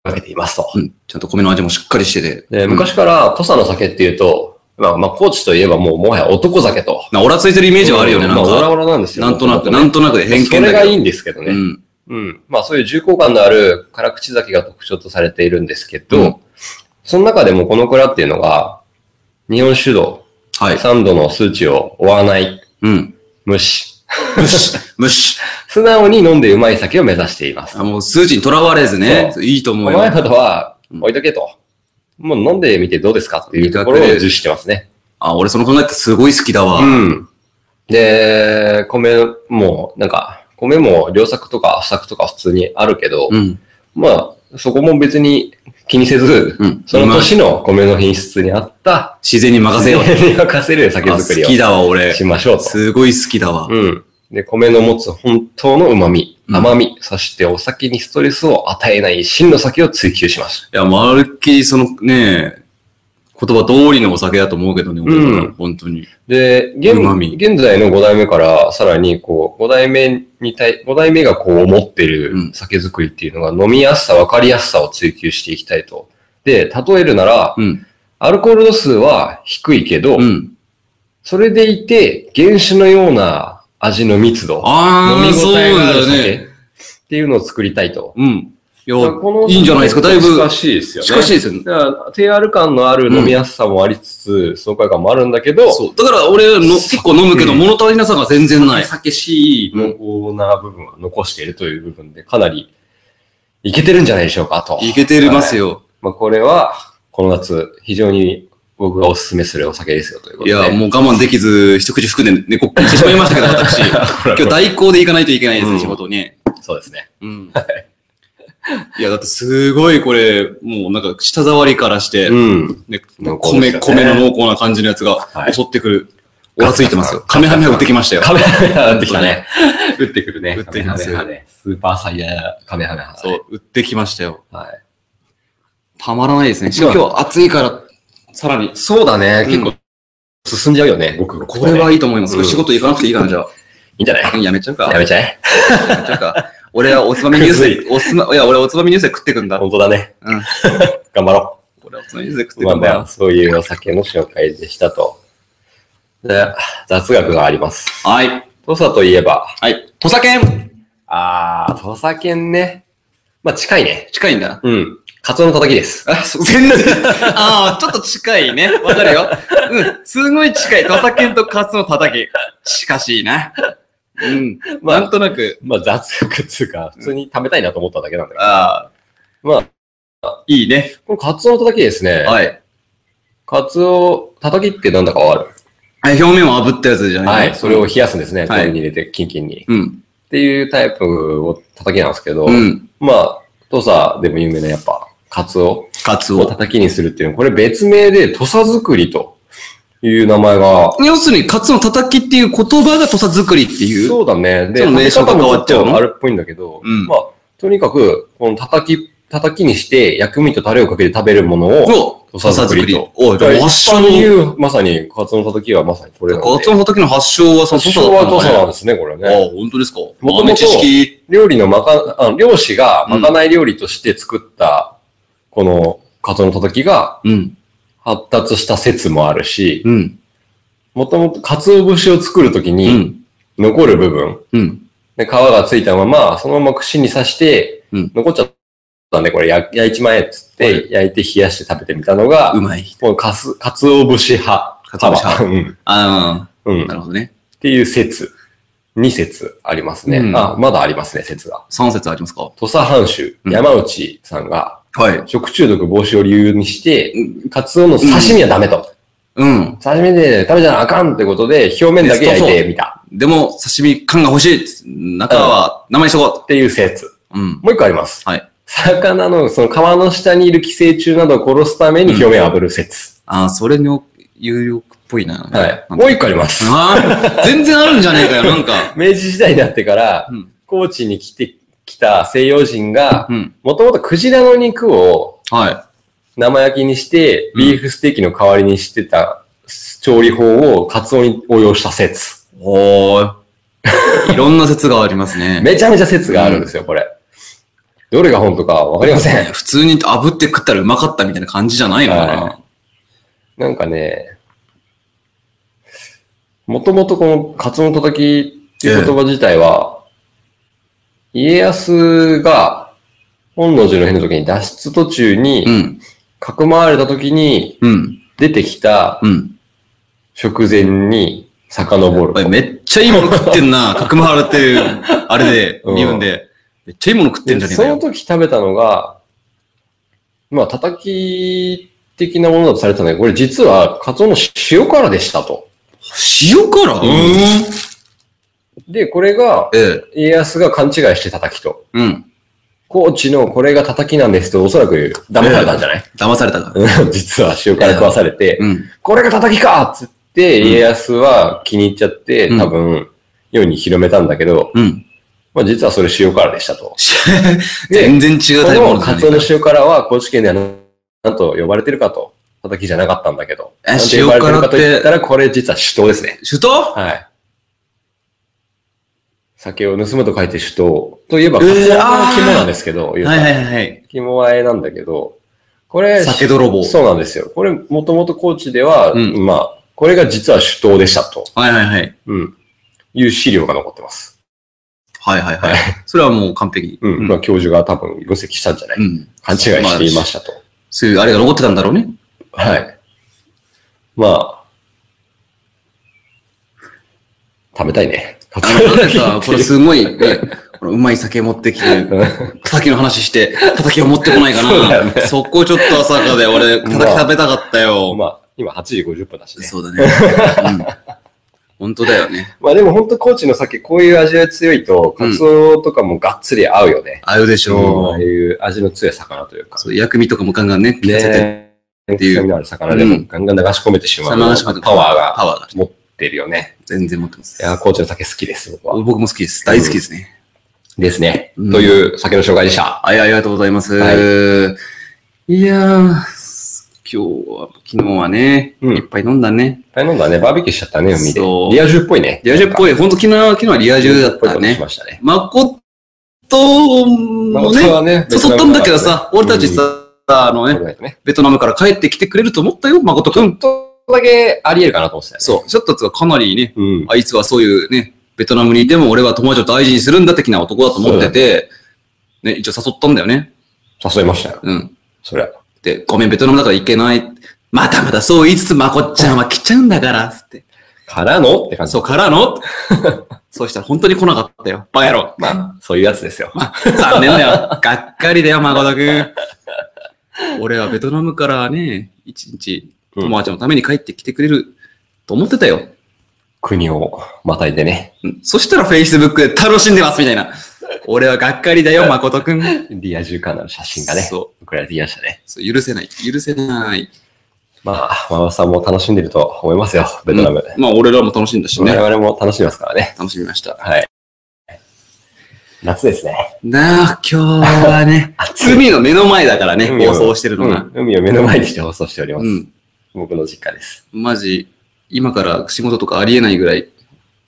Speaker 2: がけていますと。
Speaker 3: うん。ちゃんと米の味もしっかりしてて。
Speaker 2: で昔から土佐の酒っていうと、まあ、まあ、高知といえばもう、もはや男酒と。
Speaker 3: なオラついてるイメージはあるよね、
Speaker 2: ま
Speaker 3: な
Speaker 2: あ、
Speaker 3: ん
Speaker 2: オラオ
Speaker 3: か。
Speaker 2: ラなんですよ。
Speaker 3: なんとなく、
Speaker 2: ね
Speaker 3: なんとなくで偏見だけ
Speaker 2: そ
Speaker 3: ど。
Speaker 2: れがいいんですけどね。
Speaker 3: うん。
Speaker 2: うん。まあそういう重厚感のある辛口酒が特徴とされているんですけど、
Speaker 3: うん
Speaker 2: その中でもこの蔵っていうのが、日本酒度、
Speaker 3: はい。
Speaker 2: 3度の数値を追わない、
Speaker 3: うん。
Speaker 2: 無視。
Speaker 3: 無視。無視。
Speaker 2: 素直に飲んでうまい酒を目指しています。
Speaker 3: あもう数値にとらわれずね
Speaker 2: そ、
Speaker 3: いいと
Speaker 2: お
Speaker 3: 思う
Speaker 2: 前
Speaker 3: よ。
Speaker 2: ほどは置いとけと。もう飲んでみてどうですかっていうところを重視してますね。
Speaker 3: あ、俺その考えってすごい好きだわ。
Speaker 2: うん。で、米も、なんか、米も良作とか不作とか普通にあるけど、
Speaker 3: うん。
Speaker 2: まあ、そこも別に気にせず、
Speaker 3: うん
Speaker 2: その年の米の品質に合った、
Speaker 3: 自然に任せよう。
Speaker 2: 自然に (laughs) 任せる酒
Speaker 3: あ
Speaker 2: 造り
Speaker 3: 好き
Speaker 2: を
Speaker 3: だわ、俺。
Speaker 2: しましょうと。
Speaker 3: すごい好きだわ。
Speaker 2: うん。で、米の持つ本当の旨味、
Speaker 3: うん
Speaker 2: 甘み、そしてお酒にストレスを与えない真の酒を追求します。
Speaker 3: いや、まるっきりそのね、言葉通りのお酒だと思うけどね、俺
Speaker 2: うん
Speaker 3: は本当に。
Speaker 2: で、現
Speaker 3: 旨味
Speaker 2: 現在の5代目からさらにこう、5代目に対、5代目がこう持って
Speaker 3: う
Speaker 2: る
Speaker 3: ん
Speaker 2: 酒造りっていうのが飲みやすさ、わかりやすさを追求していきたいと。で、例えるなら、
Speaker 3: うん。
Speaker 2: アルコール度数は低いけど、
Speaker 3: うん。
Speaker 2: それでいて、原酒のような味の密度、飲
Speaker 3: あ
Speaker 2: み
Speaker 3: あ、そう
Speaker 2: 応えがあ
Speaker 3: だ
Speaker 2: る
Speaker 3: よ
Speaker 2: 酒
Speaker 3: ね。
Speaker 2: っていうのを作りたいと。
Speaker 3: うん。いや
Speaker 2: まあこの、
Speaker 3: いいんじゃないですか、だいぶ。
Speaker 2: 近しいですよね。
Speaker 3: 近しいですよね。
Speaker 2: だから、低アル感のある飲みやすさもありつつ、爽快感もあるんだけど、
Speaker 3: そう。だから俺の結構飲むけど、
Speaker 2: うん
Speaker 3: 物足りなさが全然ない。
Speaker 2: 酒しい濃厚な部分は残しているという部分で、かなり、いけてるんじゃないでしょうか、と。
Speaker 3: いけてます
Speaker 2: よ。
Speaker 3: よ。
Speaker 2: まあ、これは、この夏、非常に僕がお勧めするお酒ですよ、ということ
Speaker 3: い
Speaker 2: で。
Speaker 3: や、もう我慢できず、一口含んで猫っきりしてしまいましたけ
Speaker 2: (laughs)
Speaker 3: ど、私。今日代行で行かないといけないです
Speaker 2: う
Speaker 3: ね、
Speaker 2: ん
Speaker 3: 仕事に。
Speaker 2: そうですね。
Speaker 3: うん。いや、だってすごいこれ、もうなんか舌触りからして、
Speaker 2: うん。
Speaker 3: ね、
Speaker 2: 濃厚で
Speaker 3: 米、
Speaker 2: すよね
Speaker 3: 米の濃厚な感じのやつが
Speaker 2: はい
Speaker 3: 襲ってくる。おらついてますよ。カメハメは打ってきましたよ。
Speaker 2: カメハメハ打ってきたね。打ってくるね。
Speaker 3: 打ってきます
Speaker 2: カメハメハねスーパーサイヤーカメハメハ。
Speaker 3: そう、打ってきましたよ。
Speaker 2: はい。
Speaker 3: たまらないですね。しかも今日暑いから、さらに。
Speaker 2: そうだね。
Speaker 3: 結
Speaker 2: 結
Speaker 3: 構
Speaker 2: 構、進んじゃうよね。ごくごく
Speaker 3: これはいいいと思います。
Speaker 2: うん
Speaker 3: 仕事行かなくていいかな、じゃあ。
Speaker 2: いんじゃない
Speaker 3: うんやめちゃうか。
Speaker 2: やめちゃえ
Speaker 3: やめちゃうか。俺はおつまみニュースで、おつま、いや、俺はおつまみニュースで食ってくんだ。
Speaker 2: 本当だね。
Speaker 3: うん。
Speaker 2: (laughs) 頑張ろ
Speaker 3: 俺はおつまみニュースで食っ
Speaker 2: う。
Speaker 3: て
Speaker 2: ま
Speaker 3: く
Speaker 2: あ
Speaker 3: ん
Speaker 2: まあ、
Speaker 3: だ。
Speaker 2: そういうお酒の紹介でしたと。で、雑学があります。
Speaker 3: はい。
Speaker 2: 土佐といえば、
Speaker 3: はい。土佐犬
Speaker 2: あー、土佐犬ね。まあ、近いね。
Speaker 3: 近いんだ。
Speaker 2: うん。カツオのたたきです。
Speaker 3: あ、そう、全然。
Speaker 2: (laughs)
Speaker 3: ああ、ちょっと近いね。わかるよ。うん。すごい近い。土佐犬とカツの叩き。近しいな。うん。
Speaker 2: まあ
Speaker 3: なんとなく、
Speaker 2: まあ、雑学っつうか、普通に食べたいなと思っただけなんだけど。
Speaker 3: あ
Speaker 2: ま
Speaker 3: あ、いいね。
Speaker 2: あ、このカツオのたたきですね。
Speaker 3: はい。
Speaker 2: カツオ、たたきってなんだかわかる
Speaker 3: あ表面を炙ったやつじゃな
Speaker 2: はいい。それを。冷やすんですね。
Speaker 3: はい
Speaker 2: 氷に入れて、キンキンに。っ
Speaker 3: うん。
Speaker 2: ていうタイプを叩きなんですけど、
Speaker 3: うん。
Speaker 2: まあ、土佐でも有名なやっぱ、カツオ
Speaker 3: カツ
Speaker 2: を
Speaker 3: オ。
Speaker 2: 叩きにするっていうのは、これ別名で土佐作りという名前が、
Speaker 3: 要するに、カツの叩きっていう言葉が土佐作りっていう。
Speaker 2: そうだね。で、
Speaker 3: その名称が変わっちゃ
Speaker 2: 食べ方もちょっ
Speaker 3: うの
Speaker 2: とあるっぽいんだけど、
Speaker 3: うん
Speaker 2: まあ、とにかく、この叩き、叩きにして薬味とタレをかけて食べるものを、
Speaker 3: を、
Speaker 2: 土佐作りと。
Speaker 3: おい、
Speaker 2: だから一
Speaker 3: 発祥
Speaker 2: 般に言う、まさに、カツオの叩きはまさにこれなの
Speaker 3: カ
Speaker 2: で。
Speaker 3: ツオの時の発祥はその
Speaker 2: 発
Speaker 3: 土
Speaker 2: 祥は土佐なん
Speaker 3: だ
Speaker 2: ですね、これ
Speaker 3: ね。あ
Speaker 2: ね。
Speaker 3: あ、本当ですか。
Speaker 2: 々
Speaker 3: 豆知識。
Speaker 2: 料理のまか、あの漁師がまかない料理として作った、このカツオの叩きが
Speaker 3: うん。
Speaker 2: 発達した説もあるし、
Speaker 3: うん。
Speaker 2: もともとカツオ節を作るとき
Speaker 3: う
Speaker 2: に、
Speaker 3: ん。
Speaker 2: 残る部分、
Speaker 3: うん。
Speaker 2: で、皮がついたまま、そのまま串に刺して、
Speaker 3: うん
Speaker 2: 残っちゃったんで、これ焼焼いちまえっつっ
Speaker 3: は
Speaker 2: て、焼いて冷やして食べてみたのが、
Speaker 3: うまい。
Speaker 2: このかす、かつお節派。
Speaker 3: 鰹節派
Speaker 2: 派。
Speaker 3: あ
Speaker 2: うん。うん。
Speaker 3: あ、
Speaker 2: っ
Speaker 3: なるほどね。
Speaker 2: ていう説。二説ありますね、
Speaker 3: うん
Speaker 2: あ、まだありますね、説が。
Speaker 3: 3節ありますか
Speaker 2: 土佐藩主、
Speaker 3: うん
Speaker 2: 山内さんが、
Speaker 3: はい。
Speaker 2: 食中毒防止を理由にして、カツオの刺身はダメと。
Speaker 3: うん。
Speaker 2: 刺身で食べちゃあかんってことで、表面だけ焼いてみた。
Speaker 3: でも、刺身感が欲しい。中は生にしとこ
Speaker 2: っていう説。
Speaker 3: う。うん。
Speaker 2: もう一個あります。
Speaker 3: はい。
Speaker 2: 魚の、その皮の下にいる寄生虫などを殺すために表面を炙る説。
Speaker 3: ああ、それの有力っぽいな。
Speaker 2: はい。
Speaker 3: な
Speaker 2: も
Speaker 3: んか
Speaker 2: う一個あります。
Speaker 3: ああ、全然あるんじゃねえかよ、なんか。
Speaker 2: 明治時代になってから、
Speaker 3: うん
Speaker 2: 高知に来てきた西洋人が、
Speaker 3: うん。
Speaker 2: もともとクジラの肉を
Speaker 3: は
Speaker 2: 生焼きにして、
Speaker 3: うん
Speaker 2: ビーフステーキの代わりにしてた調理法をカツオに応用した説。
Speaker 3: い。おーい。いろんな説があります
Speaker 2: (laughs)
Speaker 3: ね。
Speaker 2: めちゃめちゃ説があるんですよ、これ。どれが本当かわかりません。
Speaker 3: 普通に炙って食ったらうまかったみたいな感じじゃないのかな、
Speaker 2: はなんかね、もともとこのカツのたたきっていう言葉自体は、家康が本能寺の変の時に脱出途中に、
Speaker 3: うん。
Speaker 2: かくまわれた時に
Speaker 3: うん。
Speaker 2: 出てきた
Speaker 3: うん。
Speaker 2: 食前に遡る
Speaker 3: おい、。めっちゃいいもの食ってん
Speaker 2: (laughs)
Speaker 3: な。かくまわれてる、あれで、
Speaker 2: うん
Speaker 3: 身分で。めっちゃいいもの食ってんじゃねえ
Speaker 2: そ
Speaker 3: か
Speaker 2: の
Speaker 3: よ。
Speaker 2: 時食べたのが、まあ、叩き的なものだとされてたんだけど、これ実はカツオの塩辛でしたと。
Speaker 3: 塩辛
Speaker 2: うんで、これが、
Speaker 3: ええ。
Speaker 2: 家康が勘違いして叩きと。
Speaker 3: うん。
Speaker 2: 高知のこれが叩きなんですと、おそらく騙されたんじゃない、
Speaker 3: 騙されたか。
Speaker 2: (laughs) 実は塩辛食わされて、
Speaker 3: うん。
Speaker 2: これが叩きかっつって、
Speaker 3: うん
Speaker 2: 家康は気に入っちゃって、
Speaker 3: うん
Speaker 2: 多分、世に広めたんだけど、
Speaker 3: うん。
Speaker 2: まあ実はそれ塩辛でしたと。で、
Speaker 3: (laughs) 全然違う食べ
Speaker 2: こ
Speaker 3: 物
Speaker 2: のカツ
Speaker 3: じゃないか
Speaker 2: オの
Speaker 3: ら。
Speaker 2: 塩辛は高知県ではななんと呼ばれてるかと。叩きじゃなかったんだけど。
Speaker 3: え
Speaker 2: なんて呼ばれてるかと
Speaker 3: 塩辛って
Speaker 2: 言ったら、これ実は酒盗ですね。
Speaker 3: 首都
Speaker 2: はい。酒を盗むと書いて酒盗といえば、
Speaker 3: え
Speaker 2: カ
Speaker 3: ー
Speaker 2: ツオの肝
Speaker 3: あー
Speaker 2: なんですけど、言うた
Speaker 3: はい
Speaker 2: ら
Speaker 3: はいはいはい。
Speaker 2: 肝和えなんだけど、これ、
Speaker 3: 酒泥棒。
Speaker 2: そうなんですよ。これ、もともと高知では、
Speaker 3: うん
Speaker 2: まあ、これが実は酒盗でしたと、
Speaker 3: はいはいはい。
Speaker 2: うん、いう資料が残ってます。
Speaker 3: はいはいはい。それはもう完璧。
Speaker 2: うん。
Speaker 3: うん
Speaker 2: まあ、教授が多分分析したんじゃない、
Speaker 3: うん。
Speaker 2: 勘違いしていましたと。
Speaker 3: そういうあれが残ってたんだろうね。
Speaker 2: はい。まあ、食べたいね。
Speaker 3: あの、
Speaker 2: (laughs)
Speaker 3: だってさ、これすごい、ね、このうまい酒持ってきて、叩きの話して、叩きを持ってこないか
Speaker 2: そうだよ
Speaker 3: な。
Speaker 2: ね
Speaker 3: そこちょっと朝からで俺、
Speaker 2: まあ
Speaker 3: 叩き食べたかったよ。
Speaker 2: まあ、今8時50分だしね。
Speaker 3: そうだね。うん。本当だよね。
Speaker 2: まあでも本当高知の酒、こういう味が強いと、カツオとかもがっつり合うよね。
Speaker 3: 合うでし
Speaker 2: うん
Speaker 3: ょ
Speaker 2: ああ
Speaker 3: う。
Speaker 2: いう味の強い魚というか。
Speaker 3: そう薬味とかもガンガンね、効かせて。
Speaker 2: ねえ。
Speaker 3: っていう
Speaker 2: 臭みのある魚でもガンガン流し込めてしまう。パワー
Speaker 3: パ
Speaker 2: が
Speaker 3: ワーが。
Speaker 2: 持ってるよね。
Speaker 3: 全然持ってます。
Speaker 2: いやー、高知の酒好きです、僕は。
Speaker 3: 僕も好きです。大好きですね。
Speaker 2: ですね。
Speaker 3: うん
Speaker 2: という酒の紹介でした。
Speaker 3: はい、ありがとうございます。、
Speaker 2: はい
Speaker 3: やー、今日は、昨日はね、
Speaker 2: うん
Speaker 3: いっぱい飲んだね。
Speaker 2: 大変なんだね。バーベキューしちゃったね、海で。
Speaker 3: そう
Speaker 2: リア充っぽいね。
Speaker 3: リア充っぽ
Speaker 2: い。
Speaker 3: い。ほんと昨日は、昨日はリア充だっ
Speaker 2: ぽい
Speaker 3: た
Speaker 2: ことし
Speaker 3: ね。
Speaker 2: ましたね。
Speaker 3: まことも
Speaker 2: まあ
Speaker 3: ね、
Speaker 2: はね
Speaker 3: 誘ったんだけどさ、俺たちさ、、あの
Speaker 2: ベトナム
Speaker 3: ね、
Speaker 2: だったね
Speaker 3: ベトナムから帰ってきてくれると思ったよ、まことくん。
Speaker 2: ちょっとだけあり得るかなと思ってたよね
Speaker 3: そう、ちょっとつうかかなりね、
Speaker 2: うん。
Speaker 3: あいつはそういうね、ベトナムにいても俺は友達を大事にするんだ的な男だと思ってて、ね、一応誘ったんだよね。
Speaker 2: 誘いましたよ。
Speaker 3: うん。
Speaker 2: そりゃ。
Speaker 3: で、ごめん、ベトナムだから行けない。またまたそう言いつつ、まこっちゃんは来ちゃうんだから、つって。
Speaker 2: からのって感じ。
Speaker 3: そう、からのそうしたら本当に来なかったよ。バカ野郎。
Speaker 2: まあ、そういうやつですよ。
Speaker 3: 残念だよ。がっかりだよ、まことくん。俺はベトナムからね、一日、
Speaker 2: うん
Speaker 3: 友達のために帰ってきてくれると思ってたよ。
Speaker 2: 国をまたいでね。
Speaker 3: うんそしたら Facebook で楽しんでます、みたいな。俺はがっかりだ
Speaker 2: (laughs)
Speaker 3: よ、まことくん。
Speaker 2: リア充感の写真がね、
Speaker 3: そう
Speaker 2: 送られてきましたね。
Speaker 3: そう、許せない、許せない。
Speaker 2: まあ、ママさんも楽しんでると思いますよ、ベトナム。
Speaker 3: うんまあ、俺らも楽しんだし
Speaker 2: 我
Speaker 3: ね。
Speaker 2: 々も楽しんでますからね。
Speaker 3: 楽しみました。
Speaker 2: はい。夏ですね。
Speaker 3: なあ、今日
Speaker 2: (laughs)
Speaker 3: はね、海の目の前だからね、
Speaker 2: 海を
Speaker 3: 放送してるのが。
Speaker 2: うん海を目の前にして放送しております。
Speaker 3: うん。
Speaker 2: 僕の実家です。
Speaker 3: マジ、今から仕事とかありえないぐらい、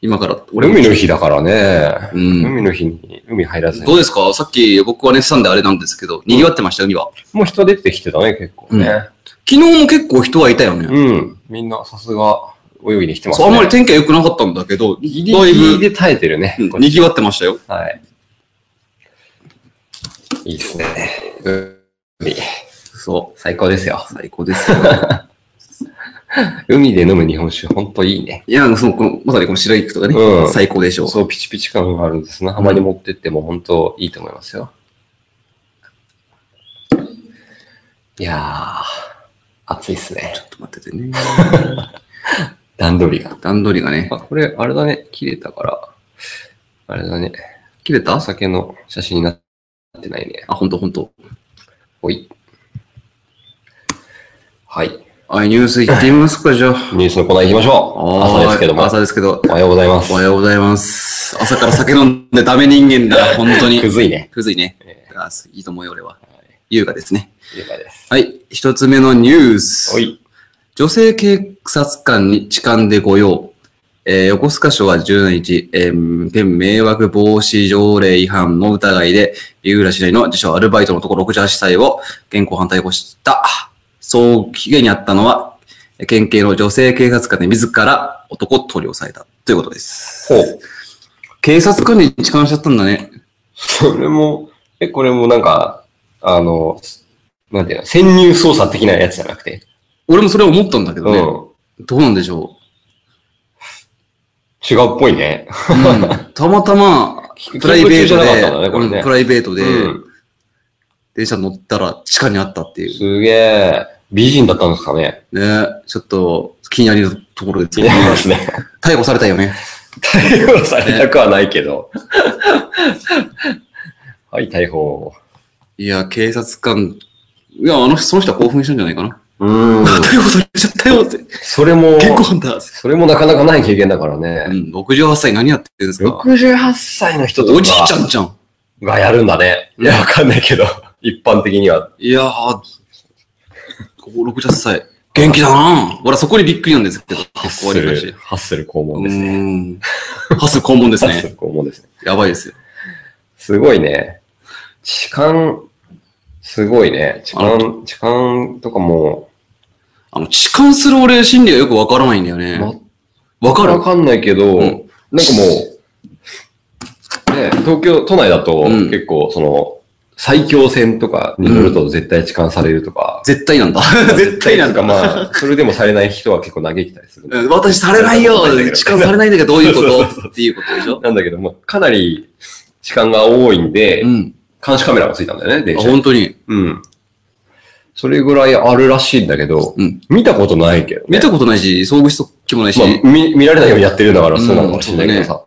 Speaker 3: 今から、俺も
Speaker 2: 海の日だからね。
Speaker 3: うん
Speaker 2: 海の日に海入らずに
Speaker 3: ど。うですかさっき僕は寝てたんであれなんですけど、賑わってました、海は。
Speaker 2: もう人出てきてたね、結構ね。
Speaker 3: 昨日も結構人はいたよね。
Speaker 2: うん。みんなさすが泳ぎに来てます
Speaker 3: そう、
Speaker 2: ね。
Speaker 3: あんまり天気は良くなかったんだけど、だ
Speaker 2: ギ
Speaker 3: い
Speaker 2: リギリ
Speaker 3: ぶ、
Speaker 2: で耐えてるね。
Speaker 3: うん賑わってましたよ。
Speaker 2: はい。いいですね。海。
Speaker 3: そう。
Speaker 2: 最高ですよ。
Speaker 3: 最高ですよ。
Speaker 2: 海で飲む日本酒、ほんといいね。
Speaker 3: (laughs) いや、その、このまさにこの白い服とかね、
Speaker 2: うん
Speaker 3: 最高でしょう。
Speaker 2: そう、ピチピチ感があるんで砂浜に持ってっても本当いいと思いますよ。いやー、暑いっすね。
Speaker 3: ちょっと待っててね。
Speaker 2: 段取りが。
Speaker 3: 段取りがね、
Speaker 2: あ、これ、あれだね。切れたから。あれだね。
Speaker 3: 切れた
Speaker 2: お酒の写真になってないね。
Speaker 3: あ、ほんとほんと。
Speaker 2: ほい。はい。
Speaker 3: はい、ニュース行ってみますか、じゃあ。
Speaker 2: ニュースのコーナー行きましょう。
Speaker 3: あー
Speaker 2: 朝ですけども。
Speaker 3: 朝ですけど
Speaker 2: お。はようございます
Speaker 3: おは。ようございます。朝から酒飲んでダメ人間だ、本 (laughs) 当に。
Speaker 2: くずいね。
Speaker 3: くずいね。あいいと思うよ、俺は。優雅ですね。
Speaker 2: 了解です。
Speaker 3: はい。一つ目のニュース
Speaker 2: お。い。
Speaker 3: 女性警察官に痴漢で御用。えー横須賀署は17日、えー県迷惑防止条例違反の疑いで、三浦市内の自称アルバイトの男68歳を現行犯逮捕した。そう、被害にあったのは、県警の女性警察官で自ら男を取り押さえたということです。
Speaker 2: ほう。
Speaker 3: 警察官に痴漢しちゃったんだね。
Speaker 2: それも、え、これもなんか、あの、なんていうの、潜入捜査的なやつじゃなくて。
Speaker 3: 俺もそれは思ったんだけど
Speaker 2: うん。
Speaker 3: ね。
Speaker 2: 違
Speaker 3: どうなんでしょ
Speaker 2: うっぽいね。
Speaker 3: う。うん、たまたま、プライベー
Speaker 2: 勤務中じ
Speaker 3: ト
Speaker 2: ゃなかっ
Speaker 3: で
Speaker 2: たんだねこれね
Speaker 3: うんプライベートで、
Speaker 2: うん。
Speaker 3: 電車乗ったら地下にあったっていう。
Speaker 2: すげえ。美人だったんですかね。
Speaker 3: ね、ちょっと気になるところです
Speaker 2: 気に
Speaker 3: け
Speaker 2: な
Speaker 3: どね
Speaker 2: ります (laughs) ね。
Speaker 3: 逮捕されたよね。
Speaker 2: 逮捕されたくはないけど。 (laughs) はい、逮捕。
Speaker 3: いや、警察官、いや、あの、その人は興奮したんじゃないかな。
Speaker 2: うん。
Speaker 3: 逮捕されちゃったよって。
Speaker 2: それも、
Speaker 3: 結構犯だ。
Speaker 2: それもなかなかない経験だから
Speaker 3: う
Speaker 2: ね。
Speaker 3: ん、68歳何やってるんですか
Speaker 2: 68歳の人とか
Speaker 3: おじいちゃんじゃん。
Speaker 2: がやるんだね。いや、わかんないけど。 (laughs) 一般的には。
Speaker 3: いやー、68歳。元気だな俺はそこにびっくりなんですけど、結構あ
Speaker 2: ハッ
Speaker 3: りま
Speaker 2: ス
Speaker 3: し
Speaker 2: ル
Speaker 3: い。
Speaker 2: ハッスル肛門
Speaker 3: う
Speaker 2: ですね。
Speaker 3: ーん。 (laughs) ハス肛門です
Speaker 2: ハッス
Speaker 3: ね。
Speaker 2: ル肛門ですね。
Speaker 3: やばいですよ。
Speaker 2: すごいね。痴漢、すごいね。痴漢、痴漢とかも、
Speaker 3: あの、痴漢する俺、心理がよくわからないんだよね。
Speaker 2: ま
Speaker 3: わ、か
Speaker 2: わ
Speaker 3: る
Speaker 2: かんないけど、
Speaker 3: うん
Speaker 2: なんかもう、ね、東京、都内だと、
Speaker 3: うん
Speaker 2: 結構、その、最強線とかに乗ると絶対痴漢されるとか、
Speaker 3: 絶対 (laughs) なんだ。絶対なん
Speaker 2: か
Speaker 3: だ。
Speaker 2: まあ、それでもされない人は結構嘆きたりする。
Speaker 3: うん私されないよ痴漢されないんだけど、どういうことっていうことでしょ
Speaker 2: なんだけども、かなり痴漢が多いんで、
Speaker 3: うん。
Speaker 2: 監視カメラがついたんだよね、
Speaker 3: あ
Speaker 2: 電車に。
Speaker 3: 本当に。
Speaker 2: うん。それぐらいあるらしいんだけど、
Speaker 3: うん
Speaker 2: 見たことないけど、ね。
Speaker 3: 見たことないし、遭遇した気もないし、
Speaker 2: まあ、見見られないようにやってるんだからそうなのかもしれないけどさ。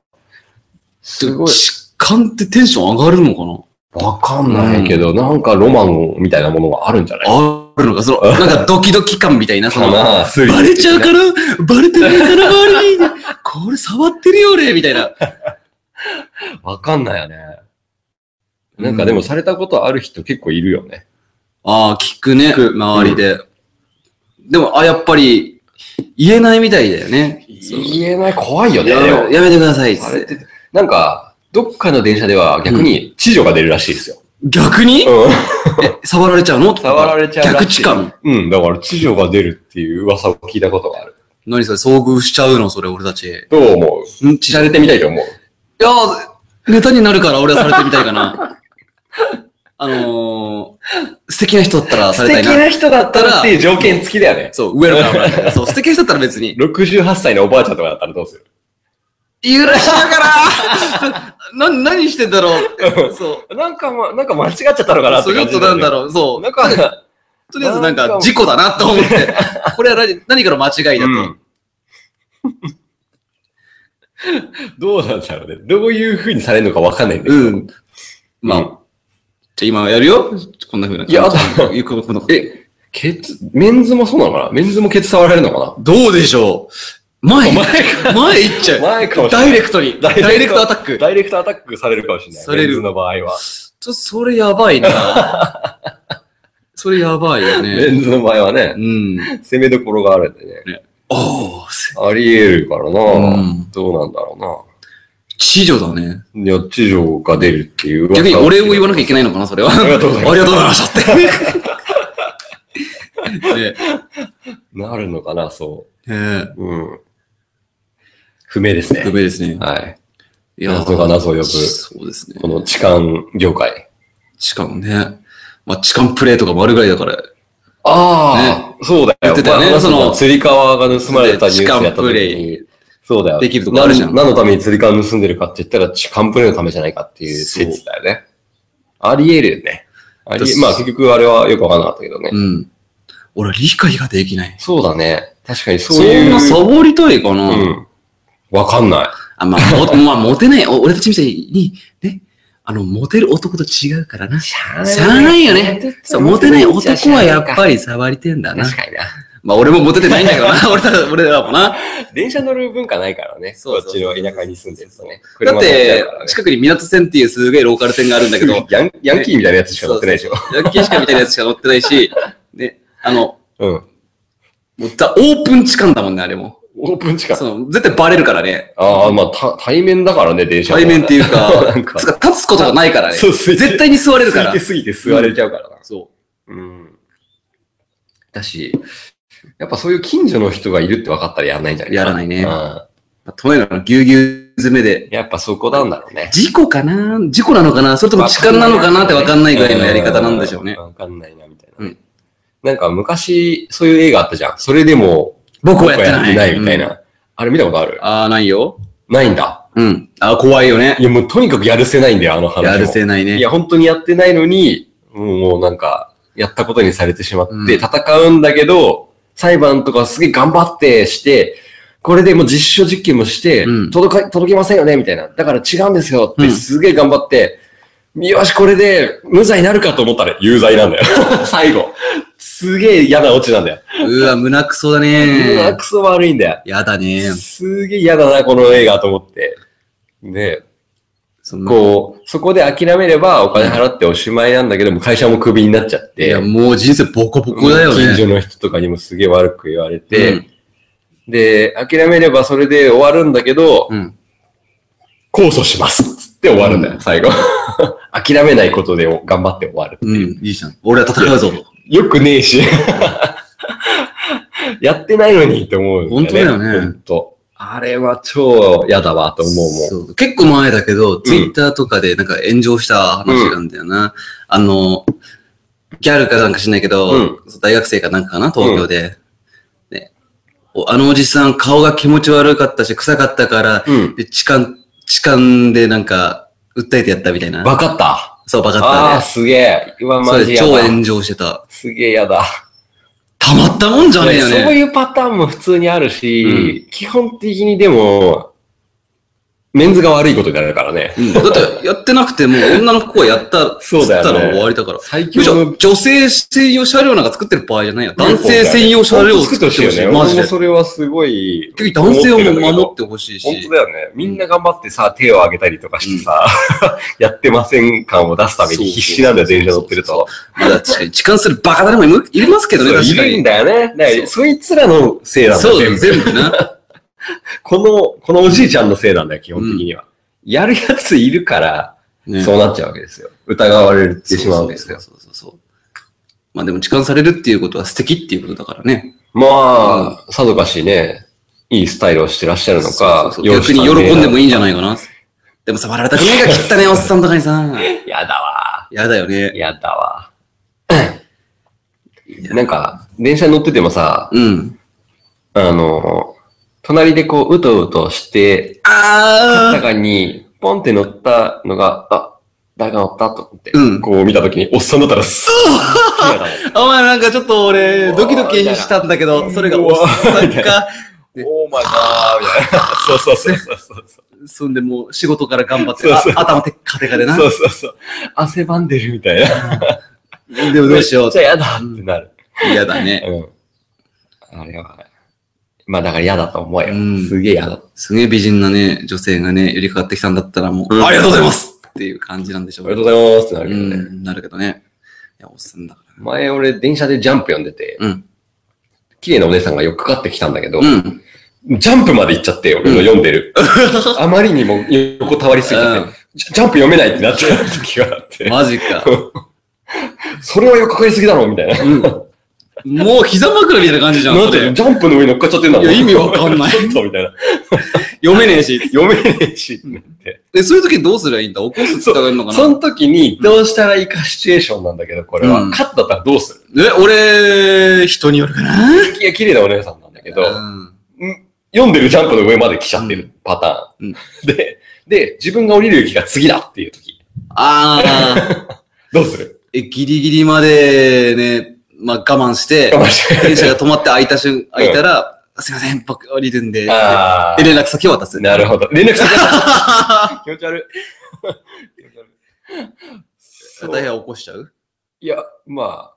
Speaker 2: すごい。
Speaker 3: 痴漢ってテンション上がるのか
Speaker 2: わかんないけど、なんかロマンみたいなものがあるんじゃない
Speaker 3: なあるのか、その、なんかドキドキ感みたいな、そ
Speaker 2: か
Speaker 3: の、
Speaker 2: なスリル
Speaker 3: バレちゃうから、バレてないから周りに、これ触ってるよ俺、みたいな。
Speaker 2: わかんないよね。なんかでもされたことある人結構いるよね。
Speaker 3: ああ、聞くね、周りで。でも、あ、やっぱり、言えないみたいだよね。
Speaker 2: 言えない、怖いよね。
Speaker 3: やめやめてくださいっつ
Speaker 2: あ
Speaker 3: っ。
Speaker 2: れってて、なんか、どっかの電車では逆に、地女が出るらしいですよ。(laughs)
Speaker 3: 逆に
Speaker 2: う
Speaker 3: え触られちゃうの
Speaker 2: 触られちゃうらしい
Speaker 3: 逆痴漢。
Speaker 2: ん。うん、だから地女が出るっていう噂を聞いたことがある。
Speaker 3: 何それ、遭遇しちゃうのそれ、俺たち。
Speaker 2: どう思う
Speaker 3: うん、
Speaker 2: 知られてみたいと思う。
Speaker 3: いやー、ネタになるから俺はされてみたい
Speaker 2: (laughs)
Speaker 3: かな。あのー、素敵な人だったらされたいな。
Speaker 2: 人だった
Speaker 3: ら
Speaker 2: っていう条件付きだよね。
Speaker 3: そう、上のから俺はそう、素敵な人だったら別に。
Speaker 2: 68歳のおばあちゃんとかだったらどうする
Speaker 3: 言うらしいだ (laughs) からな、何してんだろう。そ
Speaker 2: なんか、ま、なんか間違っちゃったのか
Speaker 3: う。そう、ちょっとなんだ
Speaker 2: ろ
Speaker 3: ろう。そう。
Speaker 2: なんか、
Speaker 3: とりあえずなんか事故だなと思って。 (laughs) これは何何かの間違いだと。
Speaker 2: うん (laughs) どうなんだろうね。どういう風にされるのかわかんないんだけど。
Speaker 3: うん。まあ、
Speaker 2: うん
Speaker 3: じゃあ今やるよこんな風な。
Speaker 2: いやあと
Speaker 3: ゆっくりこの
Speaker 2: え、ケツ、メンズもそうなのかなメンズもケツ触られるのか
Speaker 3: どうでしょう前、前行っちゃ
Speaker 2: な
Speaker 3: う。
Speaker 2: 前かもしれ
Speaker 3: ダ
Speaker 2: ない。
Speaker 3: イレクトに。ダ
Speaker 2: ダイレクト
Speaker 3: イレクトアタック。ちょっ
Speaker 2: ダイレクトアタックされるかもしれない。
Speaker 3: される
Speaker 2: メンズの場合は。
Speaker 3: と、それやばいな
Speaker 2: (laughs)
Speaker 3: それやばいよ
Speaker 2: メ
Speaker 3: ね。
Speaker 2: ンズの場合は
Speaker 3: う
Speaker 2: ね、
Speaker 3: ん。
Speaker 2: 攻めどころがあるんでね。
Speaker 3: おー、
Speaker 2: あり得るから
Speaker 3: う。
Speaker 2: なんどうなんだろ
Speaker 3: 地女だね。
Speaker 2: うな。いや、地上が出るっていう。
Speaker 3: 逆にお礼を言わなきゃ
Speaker 2: ゃ。
Speaker 3: いけないのかな、それは。
Speaker 2: ありがとうございます
Speaker 3: ありがとうございました
Speaker 2: (laughs)
Speaker 3: って。で
Speaker 2: なるのかな、そ
Speaker 3: えー、
Speaker 2: う。うん。不明ですね
Speaker 3: 不。明ですね。
Speaker 2: はい。
Speaker 3: い
Speaker 2: 謎が謎を呼ぶ
Speaker 3: そうですね
Speaker 2: こ。の痴漢業界。
Speaker 3: しかもね、まあ、痴漢プレイとかもあるぐらいだから、
Speaker 2: ああ、そうだよ。
Speaker 3: 言ってたよね
Speaker 2: まあ
Speaker 3: その
Speaker 2: 釣り革が盗まれたニュースやった
Speaker 3: 痴漢
Speaker 2: 時
Speaker 3: プレ
Speaker 2: に。そうだよ。
Speaker 3: できるとこあるじゃん
Speaker 2: な何のために釣り革盗んでるかって言ったら、痴漢プレイのためじゃないかっていう説だよね。あり得るよね。あり
Speaker 3: だし
Speaker 2: まあ結局あれはよくわかんなかったけどね。
Speaker 3: うん。俺は理解ができない。
Speaker 2: そうだね。確かに
Speaker 3: そ
Speaker 2: そうい
Speaker 3: んな
Speaker 2: う。
Speaker 3: 触りたいかな、
Speaker 2: うん。わかんない。
Speaker 3: あまあ、も (laughs) まあ、モテない。お俺たちみたいに、ね、あの、モテる男と違うからな。し
Speaker 2: ゃ
Speaker 3: ゃあないよね。そう、モテない男はやっぱり触りてんだな。
Speaker 2: かにな。
Speaker 3: まあ、俺もモテてないんだけどな。 (laughs) 俺ら俺らもな。
Speaker 2: 電車乗る文化ないからね。
Speaker 3: そう
Speaker 2: こ
Speaker 3: そ
Speaker 2: っ
Speaker 3: う
Speaker 2: ち
Speaker 3: そう
Speaker 2: の田舎に住んでるとね。車
Speaker 3: だっ
Speaker 2: 乗ちゃ
Speaker 3: て
Speaker 2: うから、ね
Speaker 3: 近くに港線っていうすげえローカル線があるんだ
Speaker 2: (laughs)
Speaker 3: けど、
Speaker 2: ヤンヤンキーみたいなやつしか乗ってないでしょ。
Speaker 3: ヤッキーしかみたいなやつしか乗ってないし、ね、あの、
Speaker 2: うん。
Speaker 3: もうザ・オープン痴漢だもんね、あれも。
Speaker 2: オープン近く。
Speaker 3: そう、絶対バレるからね。
Speaker 2: ああ、まあた対面だからね、電車も
Speaker 3: 対面っていうか、
Speaker 2: (laughs) なんか
Speaker 3: つか立つことがないからね。
Speaker 2: そうそう
Speaker 3: 絶対に座れるか
Speaker 2: 空
Speaker 3: ら
Speaker 2: いて。すぎて吸われちゃうからな。
Speaker 3: そ
Speaker 2: うん。だし、やっぱそういう近所の人がいるって分かったらやらないんじゃない
Speaker 3: やらないね
Speaker 2: うん
Speaker 3: まあトイレのぎゅうぎゅう詰めで、
Speaker 2: やっぱそこなんだろうね。
Speaker 3: 事故かな事故なのかなそれとも痴漢なのかなってわかんないぐらいのやり方なんでしょうね。
Speaker 2: わかんないな、みたいな。
Speaker 3: うん
Speaker 2: なんか昔、そういう映画あったじゃん。それでも、
Speaker 3: 僕はやって
Speaker 2: 僕
Speaker 3: ない。
Speaker 2: みたいな。あれ見たことある
Speaker 3: ああ、ないよ。
Speaker 2: ないんだ。
Speaker 3: うん。ああ、怖いよね
Speaker 2: い。や、もうとにかくやるせないんだよ、あの話も。
Speaker 3: やるせないね。
Speaker 2: いや、本当にやってないのに、もうもうなんか、やったことにされてしまって、
Speaker 3: うん
Speaker 2: 戦うんだけど、裁判とかすげえ頑張ってして、これでもう実証実験もして、
Speaker 3: うん
Speaker 2: 届か、届きませんよね、みたいな。だから違うんですよっ
Speaker 3: う
Speaker 2: て
Speaker 3: ん
Speaker 2: すげえ頑張って、よし、これで無罪になるかと思ったら有罪
Speaker 3: (laughs)
Speaker 2: なんだよ。最後。すげえ嫌なオチなんだよ。
Speaker 3: うわ、胸くそだ
Speaker 2: うわ、
Speaker 3: ね。
Speaker 2: クソ悪いんだよ。
Speaker 3: やだね。
Speaker 2: すげえ嫌だな、この映画と思って。で、
Speaker 3: そんな
Speaker 2: こう、そこで諦めればお金払っておしまいなんだけども、会社もクビになっちゃっ
Speaker 3: い
Speaker 2: て
Speaker 3: や、、もう人生ボコボコだよ
Speaker 2: 近
Speaker 3: ね。
Speaker 2: 所の人とかにもすげえ悪く言われ
Speaker 3: う
Speaker 2: て
Speaker 3: ん、
Speaker 2: で、諦めればそれで終わるんだけど
Speaker 3: う、ん。
Speaker 2: 控訴しますっつって終わるんだ
Speaker 3: う
Speaker 2: よ、最後。 (laughs) 諦めないことで頑張って終わる。
Speaker 3: うん、いいじゃん。俺は戦うぞ。
Speaker 2: よくねえし。 (laughs) やってないのにって思うんだよ
Speaker 3: 本当だよね
Speaker 2: 本当あれは超嫌だわと思うもん。
Speaker 3: そう結構前だけど、ツイッターとかでなんか炎上した話なんだよな。あの、ギャルかなんか知んないけど、
Speaker 2: うん
Speaker 3: 大学生かなんかかな、東京で。ねおあのおじさん顔が気持ち悪かったし、臭かったから、
Speaker 2: うん
Speaker 3: で痴漢、痴漢でなんか、訴えてやったみたいな。
Speaker 2: バカった。
Speaker 3: そう、バカ
Speaker 2: あ
Speaker 3: だ
Speaker 2: あ、
Speaker 3: ね。
Speaker 2: すげえ。うわ、
Speaker 3: そ
Speaker 2: マジ
Speaker 3: れ
Speaker 2: や
Speaker 3: 超
Speaker 2: だ。
Speaker 3: 炎上してた。
Speaker 2: すげえやだ。
Speaker 3: たまったもんじゃねえよ
Speaker 2: そう
Speaker 3: ね。
Speaker 2: いうパターンも普通にあるし、
Speaker 3: う
Speaker 2: 基本的にでも、メンズが悪いことになるからね。
Speaker 3: うんだって、やってなくても、女の子がやった、
Speaker 2: そうだよね
Speaker 3: つったら終わりだから。
Speaker 2: 最
Speaker 3: む
Speaker 2: 強
Speaker 3: しろ
Speaker 2: の
Speaker 3: 女性専用車両なんか作ってる場合じゃないよ。男性専用車両を作ってほしいよね。マ
Speaker 2: マ
Speaker 3: ジ
Speaker 2: ジ
Speaker 3: で
Speaker 2: で。。それはすごい。
Speaker 3: 結局男性を守っててほしい
Speaker 2: 本
Speaker 3: し
Speaker 2: 当。だよね。みんな頑張ってさ、手を上げたりとかしてさ、 (laughs) やってません感を出すために必死なんだよ、
Speaker 3: そうそう
Speaker 2: 電車乗ってると。
Speaker 3: まだ確かに痴漢するバカ誰もいるいますけどね、
Speaker 2: そう
Speaker 3: 確か
Speaker 2: いるん
Speaker 3: に。
Speaker 2: だよね。だからそいつらのせいなんだよ
Speaker 3: そうだよ、
Speaker 2: 全部
Speaker 3: 全部な。
Speaker 2: この、このおじいちゃんのせいなんだよ、基本的には。やるやついるから、
Speaker 3: ね
Speaker 2: そうなっちゃうわけですよ。疑われてしまうわけです
Speaker 3: そう
Speaker 2: よ。
Speaker 3: そうそうそう。まあでも痴漢されるっていうことは素敵っていうことだからね。
Speaker 2: まあ、さぞかしね、いいスタイルをしてらっしゃるのか、
Speaker 3: そうそうそう逆に喜んでもいいんじゃないいかな。でもさ、笑われたくないが切ったね、おっさんとかにさ。
Speaker 2: やだわ。
Speaker 3: やだよね。
Speaker 2: やだわ。 (clears throat) なんか、電車に乗っててもさ、
Speaker 3: うん。
Speaker 2: あの、隣でこう、うとうとして、
Speaker 3: あ
Speaker 2: 中に、ポンって乗ったのが、あ、誰が乗ったと思って、
Speaker 3: うん
Speaker 2: こう見たときに、おっさんだ
Speaker 3: (laughs)
Speaker 2: ったら、すーっ
Speaker 3: ーお前なんかちょっと俺、
Speaker 2: うわー
Speaker 3: ドキドキしたんだけど、それがおっさん
Speaker 2: う
Speaker 3: か。
Speaker 2: オーマイガーみたいな。そうそうそうそうそう。
Speaker 3: そんでもう仕事から頑張って、
Speaker 2: そうそう
Speaker 3: あ頭テッカテカでな。
Speaker 2: そうそうそう。汗ばんでるみたいな。
Speaker 3: でもどうしよう
Speaker 2: めっちゃ嫌だってなる。
Speaker 3: 嫌だね。
Speaker 2: うん。あれは、まあだから嫌だと思うよ。
Speaker 3: うん
Speaker 2: すげえ嫌だ。
Speaker 3: すげえ美人なね、女性がね、寄りかかってきたんだったらもう、
Speaker 2: うん
Speaker 3: ありがとうございますっていう感じなんでしょ
Speaker 2: お
Speaker 3: う
Speaker 2: めで
Speaker 3: ね。
Speaker 2: とうございますってなる
Speaker 3: う
Speaker 2: けどね。
Speaker 3: ん、なるけどね。いや、おっさんだか
Speaker 2: 前俺電車でジャンプ読んでて、
Speaker 3: ら。うん。
Speaker 2: 綺麗なお姉さんがよくかかってきたんだけど、
Speaker 3: うん。
Speaker 2: ジャンプまで行っちゃって、俺の読んで (laughs) る。あまりにも横たわりすぎて、
Speaker 3: うん
Speaker 2: ジャジャンプ読めないってなっちゃう時があって。
Speaker 3: マジか。
Speaker 2: それは横かかりすぎだろみたいな。
Speaker 3: うん。もう膝枕みたいな感じじゃん。
Speaker 2: なん
Speaker 3: それ
Speaker 2: でジャンプの上に乗っかっちゃってんだ
Speaker 3: いや意味わか
Speaker 2: (laughs)
Speaker 3: んない
Speaker 2: ちょっとみたいな。
Speaker 3: 読めねえし。
Speaker 2: 読めねえしってなって。
Speaker 3: え、そういう時どうすりゃいいんだ起こすって言った方がいいのか
Speaker 2: そ
Speaker 3: な
Speaker 2: の時にどうしたらいいかシチュエーションなんだけど、これは。
Speaker 3: うん
Speaker 2: 勝ったったらどう
Speaker 3: (laughs)
Speaker 2: する
Speaker 3: え、俺、人によるかない
Speaker 2: や、綺麗なお姉さんなんだけど、
Speaker 3: うん。
Speaker 2: 読んでるジャンプの上まで来ちゃってるパターン。
Speaker 3: うん
Speaker 2: で、で、自分が降りる雪が次だっていう時。
Speaker 3: あ
Speaker 2: (laughs)
Speaker 3: ー。
Speaker 2: どうする
Speaker 3: え、ギリギリまでね、まあ我慢して、
Speaker 2: 我慢して
Speaker 3: 電車が止まって開いた瞬、開いたら、すいません、僕降りるんで、
Speaker 2: あ
Speaker 3: で連絡先を渡す。
Speaker 2: なるほ
Speaker 3: (laughs)
Speaker 2: ど。連絡先だ気持ち (laughs) 悪い。気持ち悪いそう
Speaker 3: 大変起こしちゃう
Speaker 2: いや、まあ。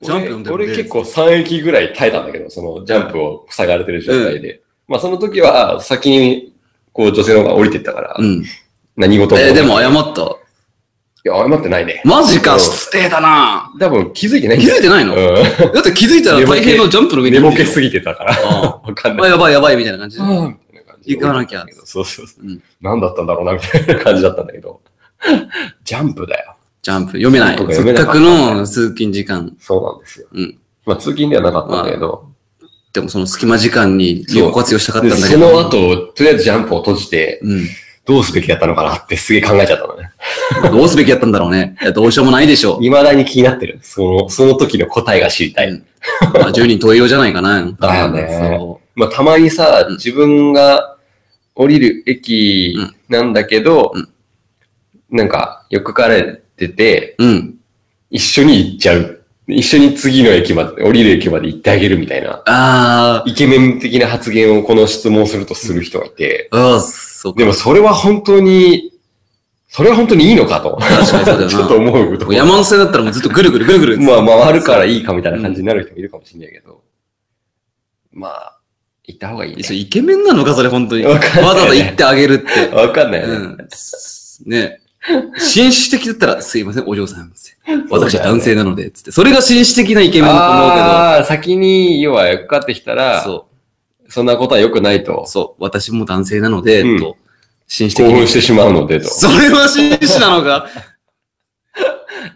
Speaker 3: ジャンプ読んでる
Speaker 2: 俺
Speaker 3: ね
Speaker 2: 俺結構3駅ぐらい耐えたんだけど、そのジャンプを塞がれてる状態で。まあその時は先にこう女性の方が降りてったから、
Speaker 3: うん。
Speaker 2: 何事も。
Speaker 3: え、でも
Speaker 2: い
Speaker 3: 謝った。
Speaker 2: や、謝ってないね。
Speaker 3: マジ
Speaker 2: う
Speaker 3: か、
Speaker 2: ん
Speaker 3: 失礼だな
Speaker 2: 多分気づいてないん
Speaker 3: 気
Speaker 2: だよ
Speaker 3: づいてないのだ
Speaker 2: う
Speaker 3: って気づいたら大変のジャンプの上
Speaker 2: ん。
Speaker 3: に
Speaker 2: 寝ぼ
Speaker 3: いるんだ
Speaker 2: け
Speaker 3: よ。
Speaker 2: すぎてたから。
Speaker 3: あ
Speaker 2: わかん
Speaker 3: あ
Speaker 2: ない。
Speaker 3: やばいやばいみたいな感じで。
Speaker 2: うんみたいな感じで
Speaker 3: 行かなきゃ
Speaker 2: そうそうそう
Speaker 3: うん。
Speaker 2: 何だったんだろうな、みたいな感じだったんだけど。 (laughs) ジャンプだよ。
Speaker 3: ジャンプ読めない。
Speaker 2: ジャンプが
Speaker 3: せ
Speaker 2: 読め
Speaker 3: っ
Speaker 2: な
Speaker 3: か
Speaker 2: かっ
Speaker 3: く
Speaker 2: た
Speaker 3: の通勤時間。
Speaker 2: そうなんですよ。
Speaker 3: うん。
Speaker 2: まあ通勤ではなかったんだけど、
Speaker 3: でもその隙間時間に利用活用したかったんだけ
Speaker 2: そ
Speaker 3: ど。
Speaker 2: の。後、とりあえずジャンプを閉じて、
Speaker 3: うん。
Speaker 2: どうすべきだったのかなってすげえ考えちゃったのね。
Speaker 3: どうすべきだったんだろうね。いやどうしようもないでしょう。
Speaker 2: 未だに気になってる。その、その時の答えが知りたい。
Speaker 3: うんまあ、10人十色じゃないかな。
Speaker 2: だよね
Speaker 3: そ
Speaker 2: まあ、たまにさ、
Speaker 3: うん
Speaker 2: 自分が降りる駅
Speaker 3: うん
Speaker 2: なんだけど、
Speaker 3: うん
Speaker 2: なんか、よくかられてて、
Speaker 3: う。うん。
Speaker 2: 一緒に行っちゃう。一緒に次の駅まで、降りる駅まで行ってあげるみたいな、
Speaker 3: あー
Speaker 2: イケメン的な発言をこの質問するとする人がいて、
Speaker 3: あー、そうか。
Speaker 2: でもそれは本当に、それは本当にいいのかと、
Speaker 3: 確かにそう
Speaker 2: (laughs)
Speaker 3: だ
Speaker 2: ちょっと
Speaker 3: よ
Speaker 2: 思うと
Speaker 3: な。山手線だったらもうずっとぐるぐるぐるぐる。
Speaker 2: まあ、回るからいいかみたいな感じになる人もいるかもしれないけど、まあ、行った方がいいね
Speaker 3: そ。れイケメンなのか、それ本当に。
Speaker 2: わ
Speaker 3: わ
Speaker 2: かんない
Speaker 3: ざわざ行ってあげるって。
Speaker 2: わかんないよね。
Speaker 3: うん。ね。紳士的だったら、すいません、お嬢さん。私は男性なので、つって。それが紳士的なイケメンだと思うけど。
Speaker 2: ああ、先に、要は、かかってきたら、そ
Speaker 3: そ
Speaker 2: んなことは良くないと
Speaker 3: う。、そう。私も男性なので、
Speaker 2: うん
Speaker 3: と。紳士的
Speaker 2: 興奮
Speaker 3: に。
Speaker 2: してしまうのでと、
Speaker 3: それは紳士なのか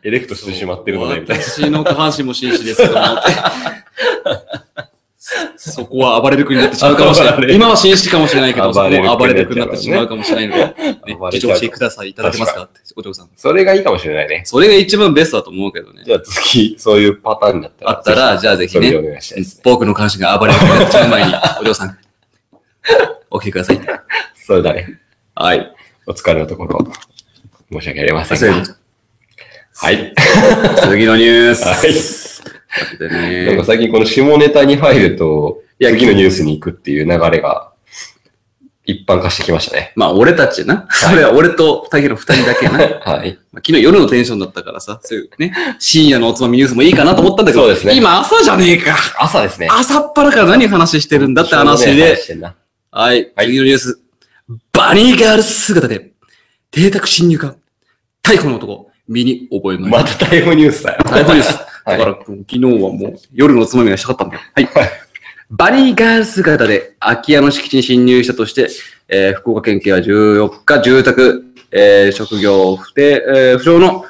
Speaker 2: エレクトしてしまってるので、みたいな。
Speaker 3: 私の下半身も紳士ですけ (laughs) ども。そこは暴れる君になってしまうかもしれ
Speaker 2: 暴れ
Speaker 3: (laughs) ない。
Speaker 2: る
Speaker 3: 今は紳士かもしれないけど、そ
Speaker 2: 暴
Speaker 3: こ
Speaker 2: れる君
Speaker 3: は暴れる君になってしまうかもしれ (laughs) ないので、ね
Speaker 2: 暴、れ
Speaker 3: 自
Speaker 2: ちゃう
Speaker 3: 重してください。いただけますかって、お嬢さん。
Speaker 2: それがいいかもしれないね。
Speaker 3: それが一番ベストだと思うけどね。
Speaker 2: じゃあ次、そういうパターンだったら。
Speaker 3: あったら、じゃあぜひ
Speaker 2: それでお
Speaker 3: ね、
Speaker 2: 願いしたいですね。
Speaker 3: 僕の関心が暴れる君になっちゃう前に、お嬢さ (laughs) ん、起きてください。
Speaker 2: それだね。
Speaker 3: はい。
Speaker 2: お疲れのところ、申し訳ありませんが。はい。
Speaker 3: 次のニュース。
Speaker 2: はい
Speaker 3: で
Speaker 2: なんか
Speaker 3: ね
Speaker 2: 最近この下ネタに入ると、
Speaker 3: いや
Speaker 2: 次のニュースに行くっていう流れが、一般化してきましたね。
Speaker 3: まあ、俺たちな。それは俺と竹の二人だけな。
Speaker 2: はい。
Speaker 3: まあ昨日夜のテンションだったからさ、そういうね、深夜のおつまみニュースもいいかなと思ったんだけど、
Speaker 2: そうですね
Speaker 3: 今朝じゃねえか。
Speaker 2: 朝ですね。
Speaker 3: 朝っぱらから何話してるんだって話
Speaker 2: しょうもねえ
Speaker 3: で
Speaker 2: 話、してんな
Speaker 3: はい、
Speaker 2: はい
Speaker 3: 次のニュース。バニーガールズ姿で、邸宅侵入か、逮捕の男、身に覚えない。
Speaker 2: また逮捕ニュースだよ。
Speaker 3: 逮捕ニュース。
Speaker 2: (laughs) はい
Speaker 3: だから、昨日はもう夜のおつまみがしたかったんだよ。はい。
Speaker 2: はい
Speaker 3: バニーガールズ姿で空き家の敷地に侵入したとして、えー福岡県警は14日、住宅、えー職業不定、えー不詳の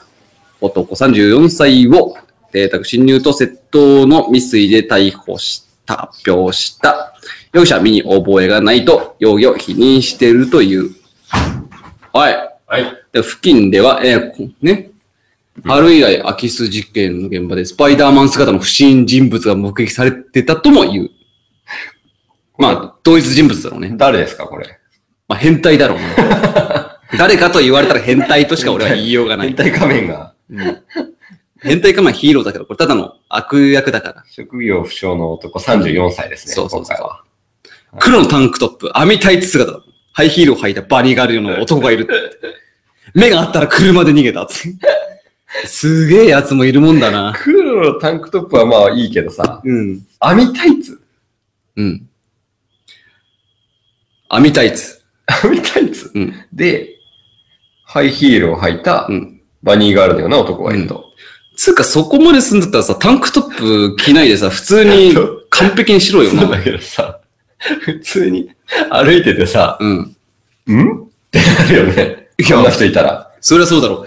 Speaker 3: 男34歳を、邸宅侵入と窃盗の未遂で逮捕した、発表した。容疑者は身に覚えがないと、容疑を否認しているという。はい。
Speaker 2: はい。
Speaker 3: で付近では、えーこね、春以来空き巣事件の現場でスパイダーマン姿の不審人物が目撃されてたとも言う。まあ、同一人物だろうね。
Speaker 2: (laughs) 誰ですか、これ。
Speaker 3: まあ、変態だろうね。
Speaker 2: (laughs)
Speaker 3: 誰かと言われたら変態としか俺は言いようがな
Speaker 2: 変
Speaker 3: い。
Speaker 2: 態仮面が、
Speaker 3: うん変態かまあヒーローだけど、これただの悪役だから。
Speaker 2: 職業不詳の男34歳ですね。
Speaker 3: そうそうそ
Speaker 2: 今
Speaker 3: う
Speaker 2: 回は。
Speaker 3: 黒のタンクトップ、網タイツ姿だ。ハイヒールを履いたバニーガールような男がいるって。目があったら車で逃げたっつって。すげえ奴もいるもんだな。
Speaker 2: 黒のタンクトップはまあいいけどさ、
Speaker 3: うん。
Speaker 2: 網タイツ
Speaker 3: うん。網タイツ。
Speaker 2: 網タイツ
Speaker 3: うん。
Speaker 2: で、ハイヒールを履いた
Speaker 3: うん。
Speaker 2: バニーガールのような男がいると。
Speaker 3: つうか、そこまで住んだったらさ、タンクトップ着ないでさ、普通に完璧にしろよ
Speaker 2: そう
Speaker 3: な。
Speaker 2: だけどさ、普通に歩いててさ、
Speaker 3: うん。
Speaker 2: んってなるよね。こんな人いたら。
Speaker 3: それはそうだろう。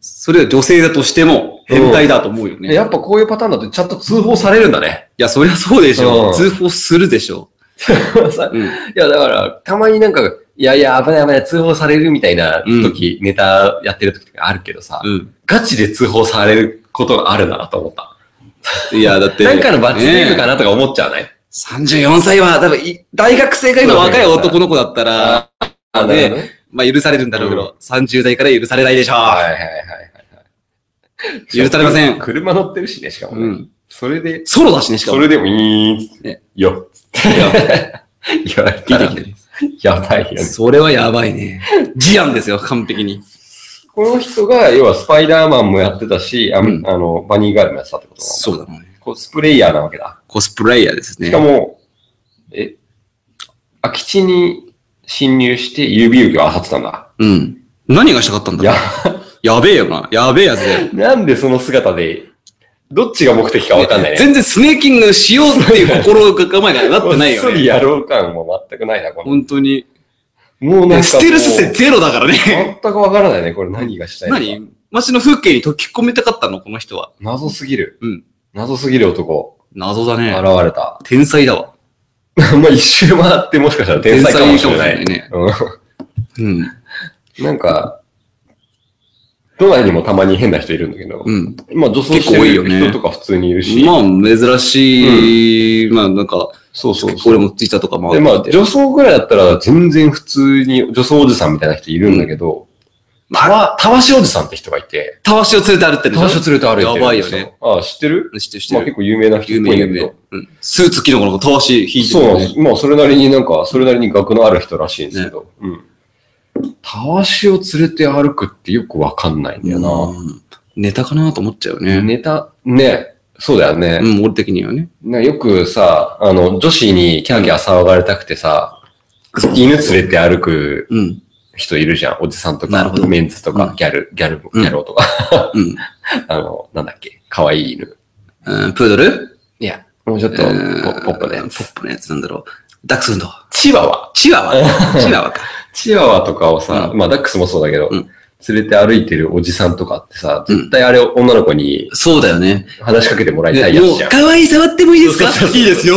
Speaker 3: それは女性だとしても、変態だと思うよね。い
Speaker 2: やっぱこういうパターンだとちゃんと通報されるんだね。
Speaker 3: や、そりゃそうでし
Speaker 2: う
Speaker 3: ょ。
Speaker 2: ん
Speaker 3: 通報するでしょ。
Speaker 2: さ
Speaker 3: うん。
Speaker 2: いや、だから、たまになんか、いやいや、危ない危ない、通報されるみたいな時、ネタやってる時とかあるけどさ、
Speaker 3: うん。
Speaker 2: ガチで通報されることがあるなと思った。
Speaker 3: いや、だって。
Speaker 2: なんかの罰ゲームか
Speaker 3: ね
Speaker 2: なとか思っちゃわない、
Speaker 3: え34歳は、多分い、大学生が今若い男の子だったら、
Speaker 2: あ
Speaker 3: ね
Speaker 2: なるほどね
Speaker 3: まあ許されるんだろうけど、30代から許されないでしょ。
Speaker 2: はいはいはいはい。
Speaker 3: 許されません
Speaker 2: 車乗ってるしね、しかもね。
Speaker 3: うん。
Speaker 2: それで、
Speaker 3: ソロだしね、しか
Speaker 2: そ
Speaker 3: も。
Speaker 2: れでもいいっつって
Speaker 3: ね
Speaker 2: よっつって。 (laughs) 言われたら
Speaker 3: 出てきて
Speaker 2: (laughs) やばいよね。
Speaker 3: それはやばいね。事案ですよ、完璧に。
Speaker 2: この人が、要はスパイダーマンもやってたし、あ,、
Speaker 3: うん
Speaker 2: あの、バニーガールもやってたってこと
Speaker 3: そうだもんね。
Speaker 2: こうスプレイヤーなわけだ。
Speaker 3: コスプレイヤーですね
Speaker 2: しか。も、え、空き地に侵入して指受けを漁ってたんだ。
Speaker 3: うん。何がしたかったん
Speaker 2: い
Speaker 3: だ
Speaker 2: や
Speaker 3: ろ、うやべえよな。やべえやつだよ。
Speaker 2: なんでその姿で、どっちが目的かわかんないね。
Speaker 3: 全然スネーキングしようっていう心構えがなってない
Speaker 2: こ
Speaker 3: よ
Speaker 2: っそり
Speaker 3: ね。
Speaker 2: 野郎感も全くないな、この。
Speaker 3: 本当に。
Speaker 2: もうなんか。
Speaker 3: ステルス性ゼロだからね。
Speaker 2: 全くわからないね、これ何がしたいのか。
Speaker 3: 何街の風景に溶き込めたかったのこの人は。
Speaker 2: 謎すぎる。
Speaker 3: うん
Speaker 2: 謎すぎる男。
Speaker 3: 謎だね
Speaker 2: 現。れた。 (laughs)
Speaker 3: 天才だわ。
Speaker 2: まあ一周回ってもしかしたら天才かもしれない。
Speaker 3: 天才かうん。
Speaker 2: うんなんか、都内にもたまに変な人いるんだけど、
Speaker 3: うん。
Speaker 2: まあ女装して
Speaker 3: 結構多
Speaker 2: る
Speaker 3: いよね
Speaker 2: 人とか普通にいるし、
Speaker 3: まあ、珍しい、まあ、なんか、
Speaker 2: そうそうそう。
Speaker 3: 俺もツイッターとか回
Speaker 2: で、ま
Speaker 3: っ
Speaker 2: あ
Speaker 3: てきて。
Speaker 2: 女装ぐらいだったら全然普通に女装おじさんみたいな人いるんだけど、たわ、たわしおじさんって人がいて、
Speaker 3: たわしを連れて歩いてる
Speaker 2: た
Speaker 3: でしょ
Speaker 2: わしを連れて歩いてるんです。
Speaker 3: やばいよね。
Speaker 2: あ知ってる
Speaker 3: 知ってる知
Speaker 2: まあ
Speaker 3: っ
Speaker 2: 結
Speaker 3: てる。
Speaker 2: 構有名な人
Speaker 3: 有
Speaker 2: っぽ
Speaker 3: 名、
Speaker 2: いん
Speaker 3: 有
Speaker 2: だけど
Speaker 3: 名。。うんスーツ着の子の子たわし引いて
Speaker 2: そう
Speaker 3: る
Speaker 2: なんで
Speaker 3: よね。
Speaker 2: す。まあ、それなりになんか、それなりに学のある人らしいんですけど。うん。たわしを連れて歩くってよくわかんないんだよな。
Speaker 3: うんネタかなと思っちゃうよね。
Speaker 2: ネタ、ね、そうだよ
Speaker 3: う
Speaker 2: ね。
Speaker 3: ん、俺的にはね。
Speaker 2: ねよくさ、あの、女子にキャーキャー騒がれたくてさ、犬連れて歩く
Speaker 3: うん。
Speaker 2: 人いるじゃん。おじさんと
Speaker 3: なる
Speaker 2: か
Speaker 3: ほど、
Speaker 2: メンズと
Speaker 3: う
Speaker 2: か
Speaker 3: ん、
Speaker 2: ギャル、ギャル、ギ
Speaker 3: うん
Speaker 2: ャロとか。
Speaker 3: うん。
Speaker 2: あの、なんだっけ、可愛い犬。
Speaker 3: うんプードル
Speaker 2: いや、もうちょっとポ、ポップなや
Speaker 3: ポ
Speaker 2: つ。
Speaker 3: ップなやつなんだろう。ダックスフンド。
Speaker 2: チワワ。
Speaker 3: チワワ。
Speaker 2: (laughs)
Speaker 3: チワワか。
Speaker 2: チワワとかをさ、
Speaker 3: う
Speaker 2: まあダックスもそうだけど、
Speaker 3: うん
Speaker 2: 連れて歩いてるおじさんとかってさ、
Speaker 3: うん
Speaker 2: 絶対あれを女の子に
Speaker 3: そうだよね。
Speaker 2: 話しかけてもらいたい
Speaker 3: ね
Speaker 2: や
Speaker 3: も
Speaker 2: つ
Speaker 3: う
Speaker 2: じゃ、ん。
Speaker 3: 可愛い触ってもいいですか
Speaker 2: そうそうそう
Speaker 3: いいですよ。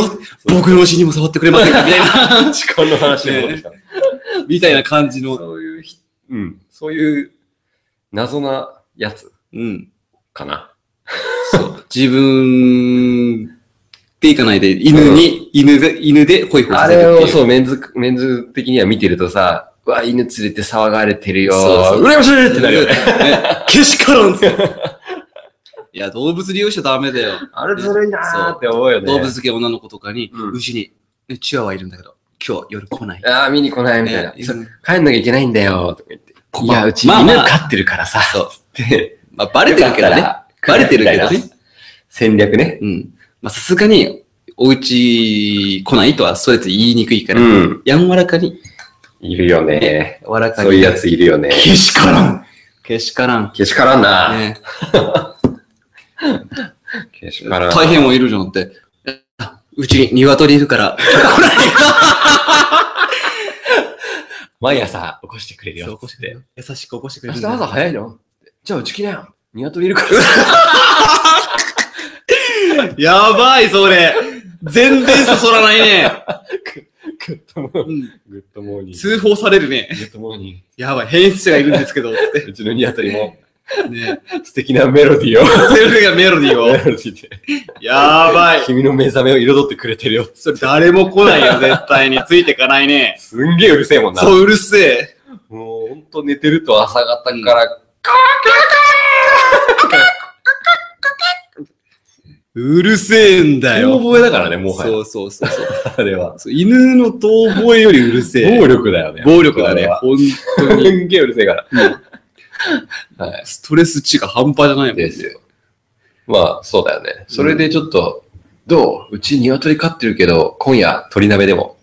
Speaker 3: 僕のお尻にも触ってくれません (laughs) かみたいな。
Speaker 2: 痴漢の話に戻ってきた。
Speaker 3: みたいな感じの。
Speaker 2: (laughs) そういうひ、うん、そういう謎なやつ
Speaker 3: うん。
Speaker 2: かな。
Speaker 3: そう。自分で行かないで、犬に、犬が、犬でホイホイ
Speaker 2: あ
Speaker 3: させる
Speaker 2: れ
Speaker 3: って
Speaker 2: を
Speaker 3: いう。
Speaker 2: そう、メンズ、メンズ的には見てるとさ、うわ、犬連れて騒がれてるよ。
Speaker 3: そうそう
Speaker 2: 羨ましいってなるよね。
Speaker 3: (laughs) ねけしからんっすよいや、動物利用しちゃダメだよ。
Speaker 2: あれずるいなーって思うよね。
Speaker 3: 動物系女の子とかに、
Speaker 2: うん
Speaker 3: うちに、ねチワワいるんだけど、今日夜来ない。
Speaker 2: ああ、見に来ないみたいな。
Speaker 3: ね
Speaker 2: そう帰んなきゃいけないんだよ、とか言って。いや、うち、
Speaker 3: まあ
Speaker 2: 犬
Speaker 3: まあ、
Speaker 2: 飼ってるからさ。
Speaker 3: そう。
Speaker 2: って
Speaker 3: まあ、バレてるけど
Speaker 2: よ
Speaker 3: ね。
Speaker 2: かったら
Speaker 3: バレてるけど
Speaker 2: みたい
Speaker 3: ね。
Speaker 2: な戦略ね。
Speaker 3: うん。まあ、さすがに、お家来ないとは、そうやって言いにくいから、
Speaker 2: うん。
Speaker 3: やんわらかに、
Speaker 2: いるよね。
Speaker 3: わらかに。
Speaker 2: そういうや。ついるよ
Speaker 3: (laughs)
Speaker 2: ね。
Speaker 3: けしからんけしからん。
Speaker 2: けしからんな。
Speaker 3: ね、
Speaker 2: けしからん。
Speaker 3: 大変もいるじゃんって。あうちに鶏いるから、来ない
Speaker 2: 毎朝起こしてくれる
Speaker 3: そう
Speaker 2: よ。
Speaker 3: 起こして優しく起こしてくれ
Speaker 2: 明
Speaker 3: る
Speaker 2: 日
Speaker 3: んだよ。
Speaker 2: 朝早いのじゃあうち来なよ。鶏いるから。
Speaker 3: (laughs) やばい、それ。全然そそらないね。
Speaker 2: グッドモーニング。
Speaker 3: うん
Speaker 2: グッドモーニング。
Speaker 3: 通報されるね。
Speaker 2: グッドモーニン
Speaker 3: やばい、変質者がいるんですけど、つって。
Speaker 2: グ。うちの鶏も
Speaker 3: ね。
Speaker 2: 素敵なメロディーを。
Speaker 3: セルフがメロディ
Speaker 2: メ
Speaker 3: ーを。
Speaker 2: ロディーで
Speaker 3: やばい。
Speaker 2: 君の目覚めを彩ってくれてるよ。
Speaker 3: それ誰も来ないよ、絶対に。ついてかないね。
Speaker 2: すんげえうるせえもんな。
Speaker 3: そう、うるせえ。
Speaker 2: もうほんと寝てると朝方から、
Speaker 3: うるせえんだ
Speaker 2: 遠
Speaker 3: よ。
Speaker 2: 吠えだからね、もは
Speaker 3: そ
Speaker 2: や。
Speaker 3: うそうそうそう。
Speaker 2: あれは。
Speaker 3: そう犬の遠吠えよりうるせ
Speaker 2: (laughs)
Speaker 3: え。
Speaker 2: 暴力だよね。
Speaker 3: 暴力だ
Speaker 2: あれ
Speaker 3: ね。
Speaker 2: は
Speaker 3: ほん
Speaker 2: すんげえうるせえから。はい。
Speaker 3: ストレス値が半端じゃないもんね
Speaker 2: で。すよ。まあ、そうだよね。それでちょっと、どううち鶏飼ってるけど、今夜鶏鍋でも。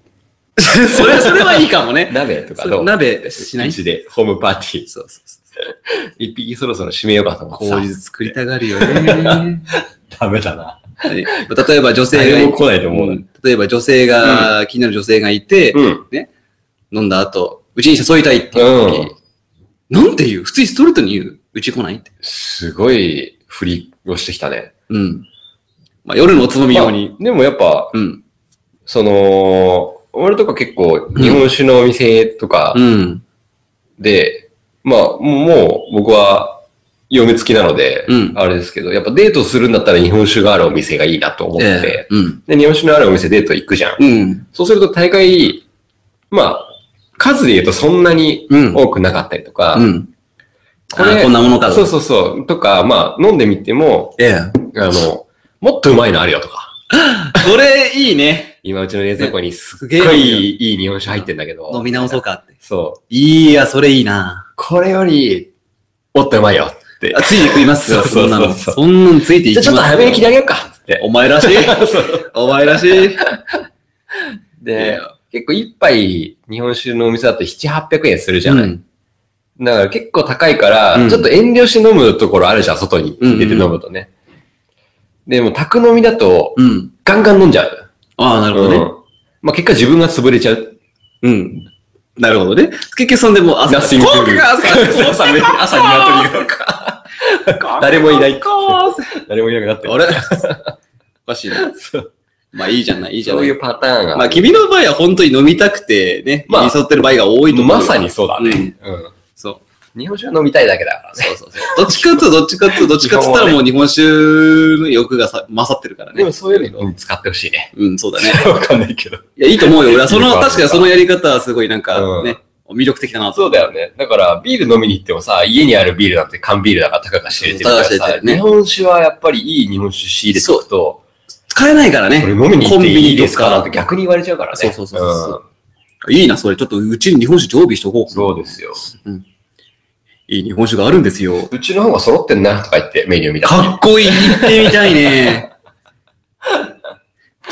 Speaker 3: それ、それはいいかもね。
Speaker 2: 鍋とか
Speaker 3: そ
Speaker 2: ど
Speaker 3: う
Speaker 2: う
Speaker 3: 鍋しないう
Speaker 2: ちでホームパーティー。
Speaker 3: そうそうそう。
Speaker 2: 一匹そろそろ締めようかと思ってさ。
Speaker 3: 麹作りたがるよね。
Speaker 2: ダメだな。
Speaker 3: はい例えば女性が
Speaker 2: 誰
Speaker 3: い
Speaker 2: も来ないと思う
Speaker 3: う
Speaker 2: なん
Speaker 3: 例えば女性が、気になる女性がいて、
Speaker 2: うん。
Speaker 3: 飲んだ後、うちに誘いたいっていう時、
Speaker 2: うん。
Speaker 3: なんて言う普通にストレートに言う。うち来ないって。
Speaker 2: すごい振りをしてきたね。
Speaker 3: うん。まあ、夜のおつまみ用に。
Speaker 2: まあでもやっぱ、
Speaker 3: うん。
Speaker 2: その、俺とか結構日本酒のお店とか
Speaker 3: うん。
Speaker 2: で、まあ、もう僕は嫁付きなので、
Speaker 3: うん
Speaker 2: あれですけど、やっぱデートするんだったら日本酒があるお店がいいなと思って、
Speaker 3: ええうん。
Speaker 2: で、日本酒のあるお店デート行くじゃん。
Speaker 3: うん。
Speaker 2: そうすると大概、まあ、数で言うとそんなに
Speaker 3: うん
Speaker 2: 多くなかったりとか、
Speaker 3: うん。
Speaker 2: これ
Speaker 3: あこんなものかと
Speaker 2: そうそうそう、とか、まあ、飲んでみても、
Speaker 3: ええ。
Speaker 2: あの、もっとうまいのあるよとか。
Speaker 3: それ、いいね。
Speaker 2: 今うちの冷蔵庫にすっご
Speaker 3: すげえ
Speaker 2: いいい日本酒入ってんだけど。
Speaker 3: 飲み直そうかって。
Speaker 2: そう。
Speaker 3: いいや、それいいな。
Speaker 2: これより、もっとうまいよって
Speaker 3: あ。ついて食いますよ、
Speaker 2: そ
Speaker 3: そ
Speaker 2: うん
Speaker 3: な
Speaker 2: そうそう
Speaker 3: の。そんなのついていき
Speaker 2: じゃ
Speaker 3: ま
Speaker 2: あ
Speaker 3: す
Speaker 2: ちょっと早めに切り
Speaker 3: い。
Speaker 2: 上げようかっつって。
Speaker 3: お前らしい。
Speaker 2: そう
Speaker 3: お前らしい。
Speaker 2: で、結構一杯日本酒のお店だと7、800円するじゃ
Speaker 3: う
Speaker 2: ない。
Speaker 3: ん。
Speaker 2: だから結構高いから、
Speaker 3: うん
Speaker 2: ちょっと遠慮して飲むところあるじゃん、外に
Speaker 3: うんうん
Speaker 2: 出て飲むとね。でも、宅飲みだと、
Speaker 3: うん。
Speaker 2: ガンガン飲んじゃう。
Speaker 3: ああ、なるほどね。
Speaker 2: うんまあ、結果自分が潰れちゃう。
Speaker 3: うん。なるほどね。結局そんでもう朝、
Speaker 2: ナッシング
Speaker 3: 効果が朝、
Speaker 2: 朝、朝鶏とか。誰もいないっつって。誰もいなくなってる。
Speaker 3: あれおかしいな。
Speaker 2: そう
Speaker 3: まあいいじゃない、いいじゃ
Speaker 2: そ
Speaker 3: な
Speaker 2: う
Speaker 3: い。
Speaker 2: いうパターンが。
Speaker 3: まあ君の場合は本当に飲みたくてね、
Speaker 2: まあ
Speaker 3: 寄り添ってる場合が多いと思うよ。
Speaker 2: まさにそうだね。うん。
Speaker 3: そう。
Speaker 2: 日本酒は飲みたいだけだからね。
Speaker 3: そうそうそう。どっちかっつうとどっちかっつうとどっちかっつったらもう日本酒の欲がさ勝ってるから
Speaker 2: で
Speaker 3: ね
Speaker 2: も。そういうのに使ってほしいね。 (laughs)
Speaker 3: うん、そうだね。
Speaker 2: わかんないけど。
Speaker 3: いや、いいと思うよ。俺はその、
Speaker 2: いいか
Speaker 3: 確かにそのやり方はすごいなん
Speaker 2: う
Speaker 3: か
Speaker 2: ん
Speaker 3: ね、魅力的だなと。
Speaker 2: そうだよね。だから、ビール飲みに行ってもさ、家にあるビールなんて缶ビールだからたかが知れてるから
Speaker 3: たかが知れて
Speaker 2: さ、
Speaker 3: るね
Speaker 2: 日本酒はやっぱりいい日本酒仕入れておくと、
Speaker 3: 使えないから
Speaker 2: これ
Speaker 3: ね。
Speaker 2: 飲みに行っていいです
Speaker 3: コ
Speaker 2: か
Speaker 3: ンビ
Speaker 2: な
Speaker 3: ニとか
Speaker 2: んて逆に言われちゃうからね。
Speaker 3: そうそうそうそうんいいな、それ。ちょっとうちに日本酒常備しとこう。
Speaker 2: そうですよ。
Speaker 3: いい日本酒があるんですよ。
Speaker 2: うちの方が揃ってんなとか言ってメニュー見たら
Speaker 3: かっこいい。行ってみたいね。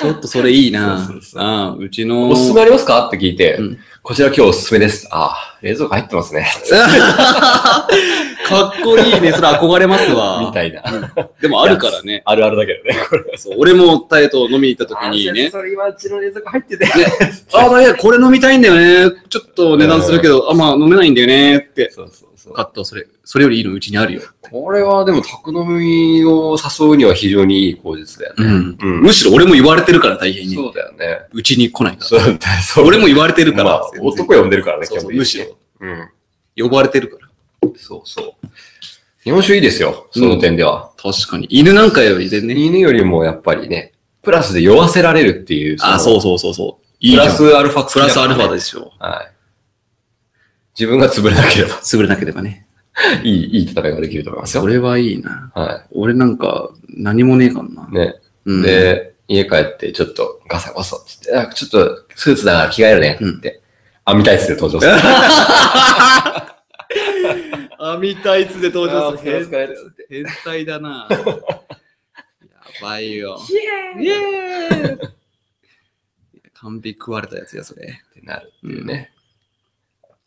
Speaker 3: ちょっとそれいいな。
Speaker 2: そうそうそう
Speaker 3: ああうちの。
Speaker 2: おすすめありますかって聞いて、
Speaker 3: うん
Speaker 2: こちら今日おすすめです。あー冷蔵庫入ってますね。
Speaker 3: (laughs) かっこいいね。それ憧れますわ。
Speaker 2: みたいな。
Speaker 3: でもあるからね。
Speaker 2: あるあるだけどね、これ。
Speaker 3: そう俺もタエと飲みに行った時にね。
Speaker 2: それ今うちの冷蔵庫入ってて。
Speaker 3: あ、いや、これ飲みたいんだよね。ちょっと値段するけど、あ、まあ飲めないんだよねって。
Speaker 2: そうそうそう。
Speaker 3: カット、それ、それよりいいのうちにあるよ。
Speaker 2: これはでも、宅飲みを誘うには非常にいい口実だよね。
Speaker 3: うん。
Speaker 2: うん
Speaker 3: むしろ俺も言われてるから、大変に。
Speaker 2: そうだよね。
Speaker 3: うちに来ないか
Speaker 2: そうだね。
Speaker 3: ら。俺も言われてる
Speaker 2: ま
Speaker 3: か
Speaker 2: あ
Speaker 3: ら。、
Speaker 2: 男呼んでるからね、
Speaker 3: そうそ
Speaker 2: 基本
Speaker 3: う
Speaker 2: 的に
Speaker 3: むし
Speaker 2: う
Speaker 3: 呼ばれてるから。
Speaker 2: ん。そうそう。日本酒いいですよ、その点では。
Speaker 3: 確かに。犬なんかより全然。
Speaker 2: 犬よりもやっぱりね、プラスで酔わせられるっていう。
Speaker 3: あ、
Speaker 2: う。
Speaker 3: そうそうそうそう。い
Speaker 2: プ
Speaker 3: いじゃ
Speaker 2: ラ
Speaker 3: ん。
Speaker 2: スアルファ
Speaker 3: プラスアルファ
Speaker 2: で。
Speaker 3: ですよ。
Speaker 2: はい。自分が潰れなければ、 (laughs)
Speaker 3: 潰れなければね。
Speaker 2: いい、いい戦いができると思います
Speaker 3: そ
Speaker 2: よ。
Speaker 3: れはいいな。
Speaker 2: は
Speaker 3: 俺なんか、何もねえからな。
Speaker 2: い。ね。
Speaker 3: うん、
Speaker 2: で、家帰って、ちょっとガサゴソっつって、あちょっとスーツだから着替えるね
Speaker 3: うん
Speaker 2: って。あ、見たいっすよ、登場する。
Speaker 3: 網タイツで登
Speaker 2: 場する
Speaker 3: 変態だな。やばいよ。イエーイ完璧食われたやつや、それ。
Speaker 2: ってなるっていうね。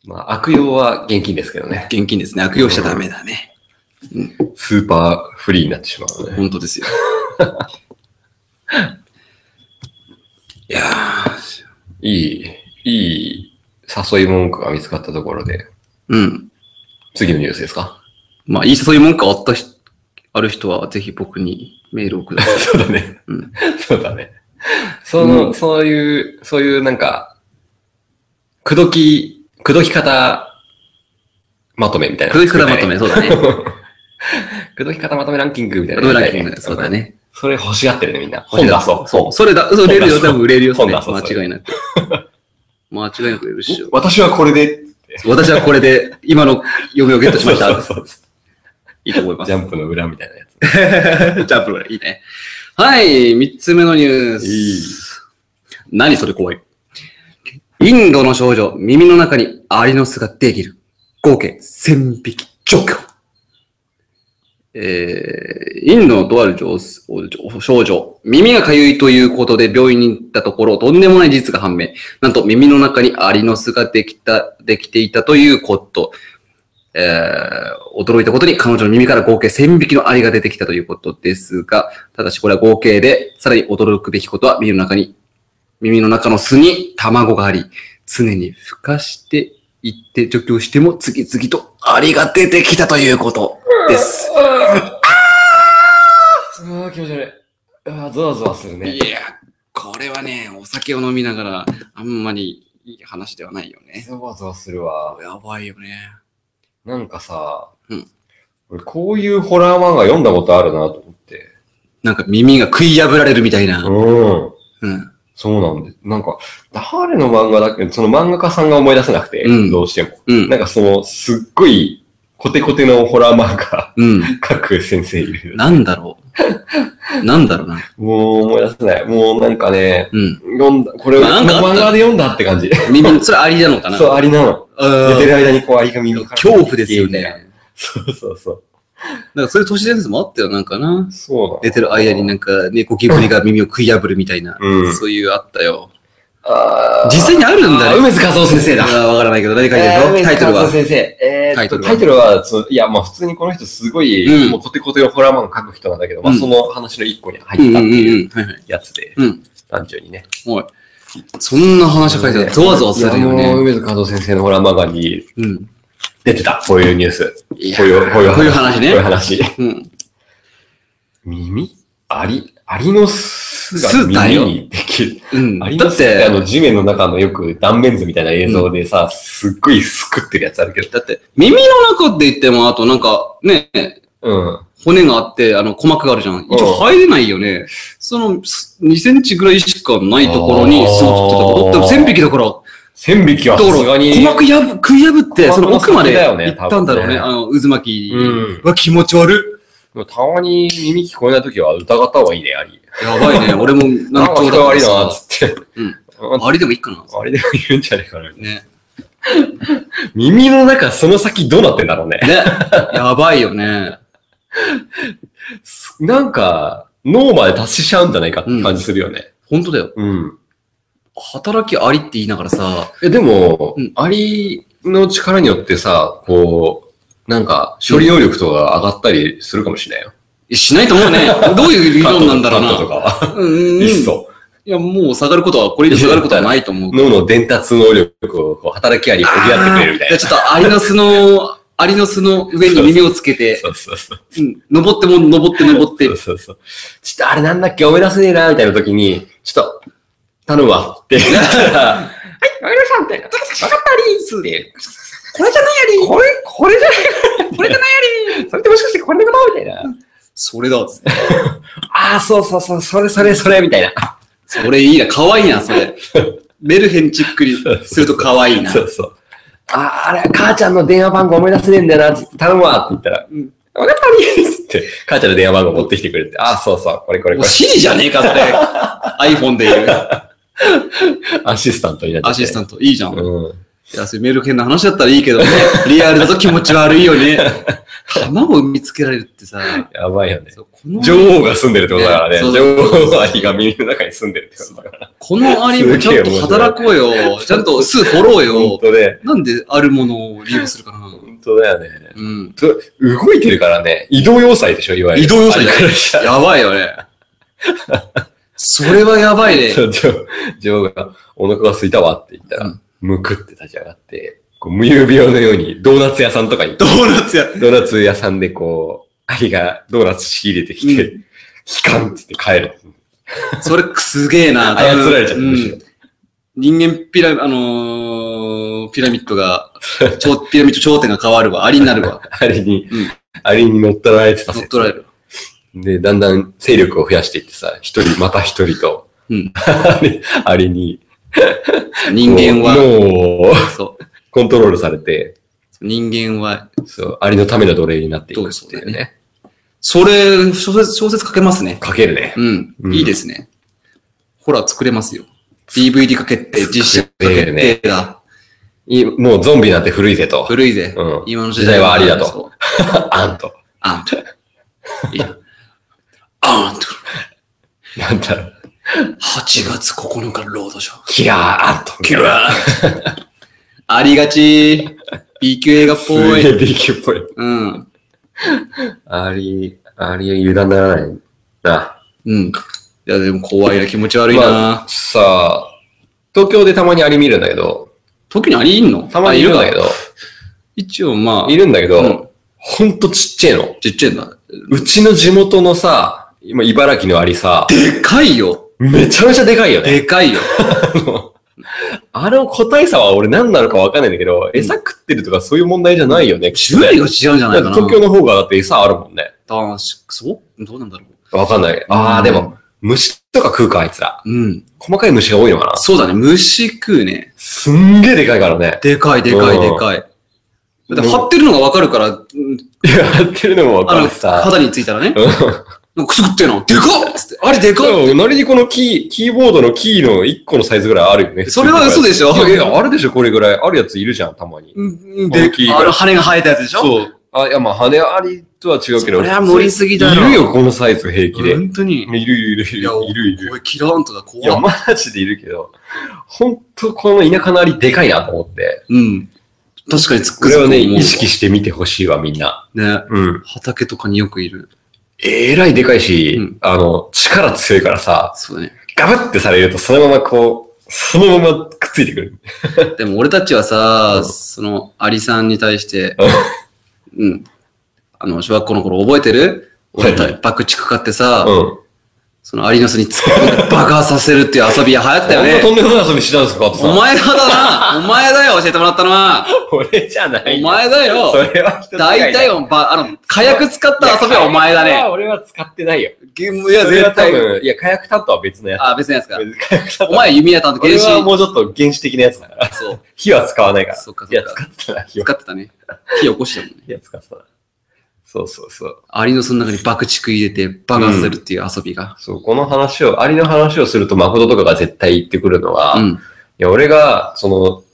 Speaker 2: まあ、悪用は現金ですけどね。
Speaker 3: 現金ですね。悪用しちゃダメだね。
Speaker 2: スーパーフリーになってしまうので。
Speaker 3: 本当ですよ。いやー、
Speaker 2: いい、いい誘い文句が見つかったところで、
Speaker 3: うん。
Speaker 2: 次のニュースですか (laughs)
Speaker 3: まあ、いい誘い文句あった人、ある人は、ぜひ僕にメールをください。
Speaker 2: そうだね。
Speaker 3: うん
Speaker 2: そうだね。その、
Speaker 3: う
Speaker 2: そういう、そういうなんか、くどき、くどき方まとめみたいな。
Speaker 3: 黒い方まとめ、そうだね。
Speaker 2: くどき方まとめランキングみたいな。
Speaker 3: 黒いランキング、そうだ。ね。
Speaker 2: それ欲しがってるね、みんな。本出そう。
Speaker 3: そう。
Speaker 2: そ
Speaker 3: それだ、そう、売れる
Speaker 2: 本出
Speaker 3: よ、
Speaker 2: そう
Speaker 3: 多分売れるよ、それ
Speaker 2: 本出そうそれ
Speaker 3: 間違い
Speaker 2: (laughs)
Speaker 3: なく。間違いなく売れるっし
Speaker 2: う
Speaker 3: ょ。。
Speaker 2: 私はこれで。
Speaker 3: 私はこれで、今の読みをゲットしました。
Speaker 2: そうそうそう
Speaker 3: いいと思います。
Speaker 2: ジャンプの裏みたいなやつ。
Speaker 3: (laughs) ジャンプロレイいいね。はい、三つ目のニュース。
Speaker 2: いい
Speaker 3: 何それ怖い。インドの少女、耳の中にアリの巣ができる。合計1000匹除去。えー、インドのとある女少女、耳がかゆいということで病院に行ったところ、とんでもない事実が判明。なんと耳の中にアリの巣ができた、できていたということ。えー驚いたことに彼女の耳から合計1000匹のアリが出てきたということですが、ただしこれは合計で、さらに驚くべきことは耳の中に、耳の中の巣に卵があり、常に孵化していって除去しても次々とアリが出てきたということです。
Speaker 2: ああ、気持ち悪い。ああ、ゾワゾワする
Speaker 3: い。や、これはね、お酒を飲みながらあんまりいい話ではないよね。
Speaker 2: ゾワゾワするわ。
Speaker 3: やばいよね。
Speaker 2: なんかさ、
Speaker 3: うん
Speaker 2: 俺こういうホラー漫画読んだことあるなと思って。
Speaker 3: なんか耳が食い破られるみたいな。
Speaker 2: うん。
Speaker 3: うん。
Speaker 2: そうなんです。なんか、誰の漫画だっけその漫画家さんが思い出せなくて、
Speaker 3: うん
Speaker 2: どうしても。
Speaker 3: うん
Speaker 2: な。んかその、すっごい、コテコテのホラー漫画 (laughs)
Speaker 3: うん。
Speaker 2: 書く先生いる。
Speaker 3: (laughs) なんだろう。なんだろうな。
Speaker 2: もう思い出せない。もうなんかね、
Speaker 3: うん。
Speaker 2: 読んだ、これ、こ
Speaker 3: まあなん
Speaker 2: の
Speaker 3: かあった
Speaker 2: 漫画で読んだって感じ。
Speaker 3: 耳、それありなのかな
Speaker 2: そう、ありなの。寝て
Speaker 3: る。
Speaker 2: る間にこう、ありがみに。
Speaker 3: 恐怖ですよね。。
Speaker 2: そうそうそう。
Speaker 3: なんかそういう都市伝説もあったよ、なんかな。
Speaker 2: そうだ。
Speaker 3: 寝てる間になんかね、ゴキブリが耳を食い破るみたいな。
Speaker 2: うん
Speaker 3: そういうあったよ。
Speaker 2: あー
Speaker 3: 実際にあるんだ
Speaker 2: あ
Speaker 3: ね。
Speaker 2: 梅津和夫先生だ
Speaker 3: あーわからないけど、何書いて
Speaker 2: えー
Speaker 3: る
Speaker 2: 梅
Speaker 3: の
Speaker 2: 津
Speaker 3: タイトル
Speaker 2: 和夫
Speaker 3: は。
Speaker 2: 先生。えー
Speaker 3: タ
Speaker 2: タ
Speaker 3: イ
Speaker 2: イ
Speaker 3: ト
Speaker 2: トル
Speaker 3: ルは
Speaker 2: は、タイトルはそういや、まあ普通にこの人すごい、
Speaker 3: うん
Speaker 2: もうコテコテのホラーマン書く人なんだけど、まあ
Speaker 3: うん
Speaker 2: その話の一個に入
Speaker 3: うん
Speaker 2: った
Speaker 3: うんう。
Speaker 2: っていうん
Speaker 3: はいはい。
Speaker 2: やつで、
Speaker 3: うん。
Speaker 2: 単純にね。
Speaker 3: おい。そんな話書いてたらゾワゾワするよ
Speaker 2: いやもう
Speaker 3: ね。
Speaker 2: 梅津和夫先生のホラー漫画に
Speaker 3: うん。
Speaker 2: 出てた、こういうニュース。こう
Speaker 3: いや
Speaker 2: いう、こういう
Speaker 3: こういう話ね
Speaker 2: こういう話。
Speaker 3: うん。
Speaker 2: 耳ありアリの巣が
Speaker 3: 巣だよ
Speaker 2: 耳にできる。
Speaker 3: うん。
Speaker 2: アリの
Speaker 3: だ
Speaker 2: 巣
Speaker 3: っ
Speaker 2: ってあ
Speaker 3: て、
Speaker 2: の地面の中のよく断面図みたいな映像でさ、すっごいすくってるやつあるけど。
Speaker 3: だって、耳の中って言っても、あとなんか、ね、
Speaker 2: うん。
Speaker 3: 骨があって、あの、鼓膜があるじゃん。一応入れないよね。その、す2センチぐらいしかないところに
Speaker 2: あー
Speaker 3: 巣を取ってた。だって1000匹だから、
Speaker 2: 千匹は
Speaker 3: だ
Speaker 2: さ
Speaker 3: か
Speaker 2: すが
Speaker 3: ら、
Speaker 2: に。
Speaker 3: 鼓膜やぶ食い破って、そ
Speaker 2: 鼓膜
Speaker 3: の
Speaker 2: の
Speaker 3: 奥まで
Speaker 2: 先だよね
Speaker 3: 行ったんだろ
Speaker 2: 多
Speaker 3: うね。
Speaker 2: 分ね
Speaker 3: あの、渦巻き。
Speaker 2: うん
Speaker 3: わ、気持ち悪
Speaker 2: たまに耳聞こえないときは疑った方がいいね、アリ。
Speaker 3: い。やば
Speaker 2: (laughs)
Speaker 3: いね。俺も、な
Speaker 2: なんん
Speaker 3: か
Speaker 2: か聞
Speaker 3: 今日
Speaker 2: こえ
Speaker 3: だ
Speaker 2: 悪い
Speaker 3: か
Speaker 2: な、
Speaker 3: らさ
Speaker 2: つって。
Speaker 3: うん
Speaker 2: あ
Speaker 3: あれでもいいかな。
Speaker 2: あれでも言うんじゃないかな。
Speaker 3: ね。
Speaker 2: 耳の中、その先どうなってんだろうね。
Speaker 3: ね。やばいよね。
Speaker 2: なんか、脳まで達しちゃうんじゃないかって感じするよね。
Speaker 3: ほんとだよ。
Speaker 2: うん。
Speaker 3: 働きありって言いながらさ、
Speaker 2: え、でも
Speaker 3: うん、
Speaker 2: アリの力によってさ、こう、なんか、処理能力とか上がったりするかもしれないよ。
Speaker 3: しないと思うね。どういう理論なんだろ
Speaker 2: (laughs)
Speaker 3: う
Speaker 2: カットとか
Speaker 3: な。
Speaker 2: は。
Speaker 3: うん。
Speaker 2: いっそ。
Speaker 3: いや、もう下がることは、これ以上下がることはないと思う。
Speaker 2: 脳の伝達能力をこう働きあり補ってくれるみたい
Speaker 3: じゃあ
Speaker 2: な。
Speaker 3: ちょっとアリの巣の、アリの巣の上に耳をつけて、
Speaker 2: そうそうそう。
Speaker 3: うん、登っても登って登って
Speaker 2: そう、そうそう。ちょっとあれなんだっけ思い出せねえな、みたいな時に、ちょっと、頼むわって言ったら、
Speaker 4: わかりましたみたいな。わかったりーすって。これじゃないやりこれ、これじゃないこれじゃないやりそれってもしかしてこれのことみたいな。
Speaker 3: それだっつって。
Speaker 2: ああ、そうそうそう、それそれそれ、みたいな。
Speaker 3: それいいな、可愛いな、それ。メルヘンチックにすると可愛い (laughs) な。
Speaker 2: そうそう。あーあれ、母ちゃんの電話番号思い出せねえんだよな、つって頼むわって言ったら、うん。わかったりっつって、母ちゃんの電話番号持ってきてくれて、ああ、そうそう、これこれ
Speaker 3: も
Speaker 2: こ
Speaker 3: う
Speaker 2: れ。
Speaker 3: シリじゃねえか、それ。iPhone で言う。
Speaker 2: アシスタントになっちゃ
Speaker 3: ア
Speaker 2: って。
Speaker 3: シスタント。いいじゃん。い
Speaker 2: うん。
Speaker 3: や、そういうメルヘンの話だったらいいけどね。リアルだと気持ち悪いよね。卵産みつけられるってさ、
Speaker 2: やばいよね。
Speaker 3: そうこの
Speaker 2: 女王が住んでるってことだからね。
Speaker 3: そう
Speaker 2: 女王の兄が耳の中に住んでるってことだから。
Speaker 3: このアリもちゃんと働こうよ。ちゃんと巣掘ろう
Speaker 2: 本
Speaker 3: よ。
Speaker 2: 当で、
Speaker 3: なんであるものを利用するかな。
Speaker 2: 本当だよね。
Speaker 3: うん。
Speaker 2: と動いてるからね、移動要塞でしょ、いわゆる。
Speaker 3: 移動要塞
Speaker 2: あれ
Speaker 3: だよ
Speaker 2: からしたら
Speaker 3: (laughs) やばいよね。それはやばいね
Speaker 2: ち。ょちょ女王が、お腹が空いたわって言った
Speaker 3: う
Speaker 2: ら、むくって立ち上がって、こう無遊病のようにドーナツ屋さんとかに、
Speaker 3: ドーナツや。
Speaker 2: ドーナツ屋さんでこう、アリがドーナツ仕入れてきて、期間って言って帰る。
Speaker 3: それすげえな。
Speaker 2: 操られちゃっ
Speaker 3: う
Speaker 2: てむしろ
Speaker 3: ん。人間ピラ、あのー、ピラミッドが、頂 (laughs) ピラミッド頂点が変わるわ。アリになる
Speaker 2: (laughs)
Speaker 3: わ。
Speaker 2: アリに
Speaker 3: うん、
Speaker 2: アリに乗っ取られてた
Speaker 3: 乗
Speaker 2: せ
Speaker 3: っ取られる。
Speaker 2: で、だんだん勢力を増やしていってさ、一人、また一人と、 (laughs)
Speaker 3: うん
Speaker 2: アリアリに、
Speaker 3: 人間は、
Speaker 2: 脳を
Speaker 3: そう。
Speaker 2: コントロールされて、
Speaker 3: 人間は、
Speaker 2: そう、アリのための奴隷になっていくってい
Speaker 3: そう
Speaker 2: う
Speaker 3: だ
Speaker 2: ね。
Speaker 3: それ、小説、小説書けますね。
Speaker 2: かけるね。
Speaker 3: うん。
Speaker 2: うん
Speaker 3: いいですね。ホラー作れますよ。DVD かけて、実写かけ
Speaker 2: 作れるね
Speaker 3: てだ。
Speaker 2: いもうゾンビなんて古いぜと。
Speaker 3: 古いぜ。
Speaker 2: うん
Speaker 3: 今の
Speaker 2: 時代はありだと
Speaker 3: そう。
Speaker 2: (laughs) あんと。
Speaker 3: あんと。いや。あんと。
Speaker 2: なんだろう。
Speaker 3: 8月9日ロードショー。
Speaker 2: キラーあんと。キラー
Speaker 3: ありがち。B 級映画っぽ
Speaker 2: すげ
Speaker 3: い。
Speaker 2: え B 級っぽい。
Speaker 3: うん。
Speaker 2: アリ、アリ油断ならないな。
Speaker 3: うん。いや、でも怖いな。気持ち悪い
Speaker 2: ま
Speaker 3: な
Speaker 2: あ。さあ、東京でたまにアリ見るんだけど、
Speaker 3: 特にありいんの
Speaker 2: たまにいるん
Speaker 3: あ
Speaker 2: だけど、
Speaker 3: 一応まあ。
Speaker 2: いるんだけど、
Speaker 3: うん
Speaker 2: ほんとちっちゃいの。
Speaker 3: ちっちゃいんだ。
Speaker 2: うちの地元のさ、今茨城のアリさ、
Speaker 3: でかいよ。
Speaker 2: めちゃめちゃでかいよね。
Speaker 3: でかいよ。
Speaker 2: あの個体差は俺何なのかわかんないんだけど、餌食ってるとかそういう問題じゃないよね。
Speaker 3: 種類が違うんじゃないかな。
Speaker 2: 東京の方がだって餌あるもんね。
Speaker 3: 男子そうどうなんだろ
Speaker 2: わかんない。ああ、でも、虫とか食うか、あいつら。
Speaker 3: う。うん。
Speaker 2: 細かい虫が多いのかな。
Speaker 3: そうだね。虫食うね。
Speaker 2: すんげえでかいからね。
Speaker 3: でかい、でか
Speaker 2: う
Speaker 3: い、
Speaker 2: ん
Speaker 3: でかい。だって張ってるのがわかるから、うん
Speaker 2: いや、やってるのもわ
Speaker 3: あ
Speaker 2: か
Speaker 3: の、
Speaker 2: るしさ。
Speaker 3: 肌についたらね。
Speaker 2: うん
Speaker 3: なんかくすぐってんの。でかっつって。あれでかっ
Speaker 2: そう、なりにこのキー、キーボードのキーの1個のサイズぐらいあるよね。
Speaker 3: それは嘘でしょ
Speaker 2: いやいや、あるでしょ、これぐらい。あるやついるじゃん、たまに。
Speaker 3: うん
Speaker 2: 大
Speaker 3: で
Speaker 2: きい、から
Speaker 3: あの羽が生えたやつでしょ
Speaker 2: そう。あ、いや、まあ、羽ありとは違うけど。
Speaker 3: それは盛りすぎだ
Speaker 2: い
Speaker 3: ろ
Speaker 2: るよ、このサイズ平気で。
Speaker 3: 本当に。
Speaker 2: いるいるいるい
Speaker 3: いや
Speaker 2: る。いるいる
Speaker 3: こ。れキラーンとだ、
Speaker 2: いや、
Speaker 3: 怖い。
Speaker 2: マジでいるけど、ほんとこの田舎のアリでかいなと思って、
Speaker 3: うん。確かにつっ
Speaker 2: こ
Speaker 3: く
Speaker 2: れ
Speaker 3: づく
Speaker 2: をね、
Speaker 3: 思うわ
Speaker 2: 意識して見てほしいわ、みんな。
Speaker 3: ね。
Speaker 2: うん。
Speaker 3: 畑とかによくいる。
Speaker 2: えらいでかいし、
Speaker 3: うん
Speaker 2: あの、力強いからさ、
Speaker 3: そうだね。
Speaker 2: ガブってされるとそのままこう、そのままくっついてくる。
Speaker 3: でも俺たちはさ
Speaker 2: う、ん
Speaker 3: その、アリさんに対して
Speaker 2: うん、
Speaker 3: うん。あの、小学校の頃覚えてる
Speaker 2: はい
Speaker 3: 俺
Speaker 2: はい
Speaker 3: た爆竹買ってさ、
Speaker 2: うん。
Speaker 3: そのアリノスに突っ込んで爆破させるっていう遊び流行ったよ
Speaker 2: そんなとん
Speaker 3: ね。
Speaker 2: でもない遊びしてたんですか
Speaker 3: お前派だな。お前だよ、教えてもらったのは。
Speaker 2: 俺じゃない
Speaker 3: お
Speaker 2: よ。
Speaker 3: 前だよ
Speaker 2: そ。れは人違いだ
Speaker 3: 大体、ばあの、火薬使った遊びはお前だ
Speaker 2: いや
Speaker 3: ね。
Speaker 2: 俺は使ってないよ。
Speaker 3: ゲーム、いや、
Speaker 2: それは
Speaker 3: 絶
Speaker 2: 多
Speaker 3: 対。
Speaker 2: 分、いや、火薬担当は別のやつ。
Speaker 3: あ、別にやつか。
Speaker 2: 火薬担
Speaker 3: お前弓矢担
Speaker 2: 当。
Speaker 3: 当、
Speaker 2: 俺
Speaker 3: 原
Speaker 2: は
Speaker 3: 神。
Speaker 2: もうちょっと原始的なやつだから。
Speaker 3: そう。
Speaker 2: 火は使わないから。
Speaker 3: そっかそっ
Speaker 2: い
Speaker 3: か
Speaker 2: や、使ってたな、火は。
Speaker 3: 使ってたね。火起こしてたもんね。
Speaker 2: いや、使ってたな。そうそうそう。
Speaker 3: アリノスの中に爆竹入れて爆発するっていう遊びが。
Speaker 2: そう、この話を、アリの話をすると、誠とかが絶対言ってくるのは、
Speaker 3: う
Speaker 2: い
Speaker 3: ん。
Speaker 2: や、俺が、その、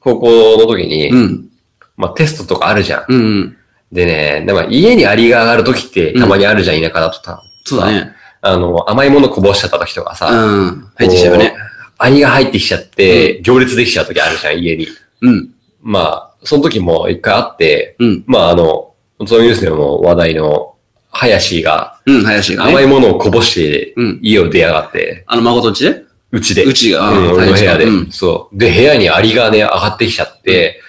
Speaker 2: 高校の時に、
Speaker 3: うん。
Speaker 2: まあ、テストとかあるじゃん。
Speaker 3: うんうん。
Speaker 2: でね、でも家にアリが上がる時って、たまにあるじゃん、田舎だとた。
Speaker 3: そうだね。
Speaker 2: あの、甘いものこぼしちゃった時とかさ、
Speaker 3: うん。入ってきちゃうよね
Speaker 2: こ。う。アリが入ってきちゃって、行列できちゃう時あるじゃん、家に。
Speaker 3: うん。
Speaker 2: まあ、その時も一回あって、
Speaker 3: うん。
Speaker 2: まあ、あの、そのニュースでも話題の、林が
Speaker 3: うん、林が
Speaker 2: 甘
Speaker 3: ね。
Speaker 2: いものをこぼして
Speaker 3: うん、
Speaker 2: 家を出やがって、
Speaker 3: あの、誠んちで
Speaker 2: うちで。
Speaker 3: うちが、あ
Speaker 2: うん、俺の部屋で、
Speaker 3: うん。
Speaker 2: そう。で、部屋にアリがね、上がってきちゃって、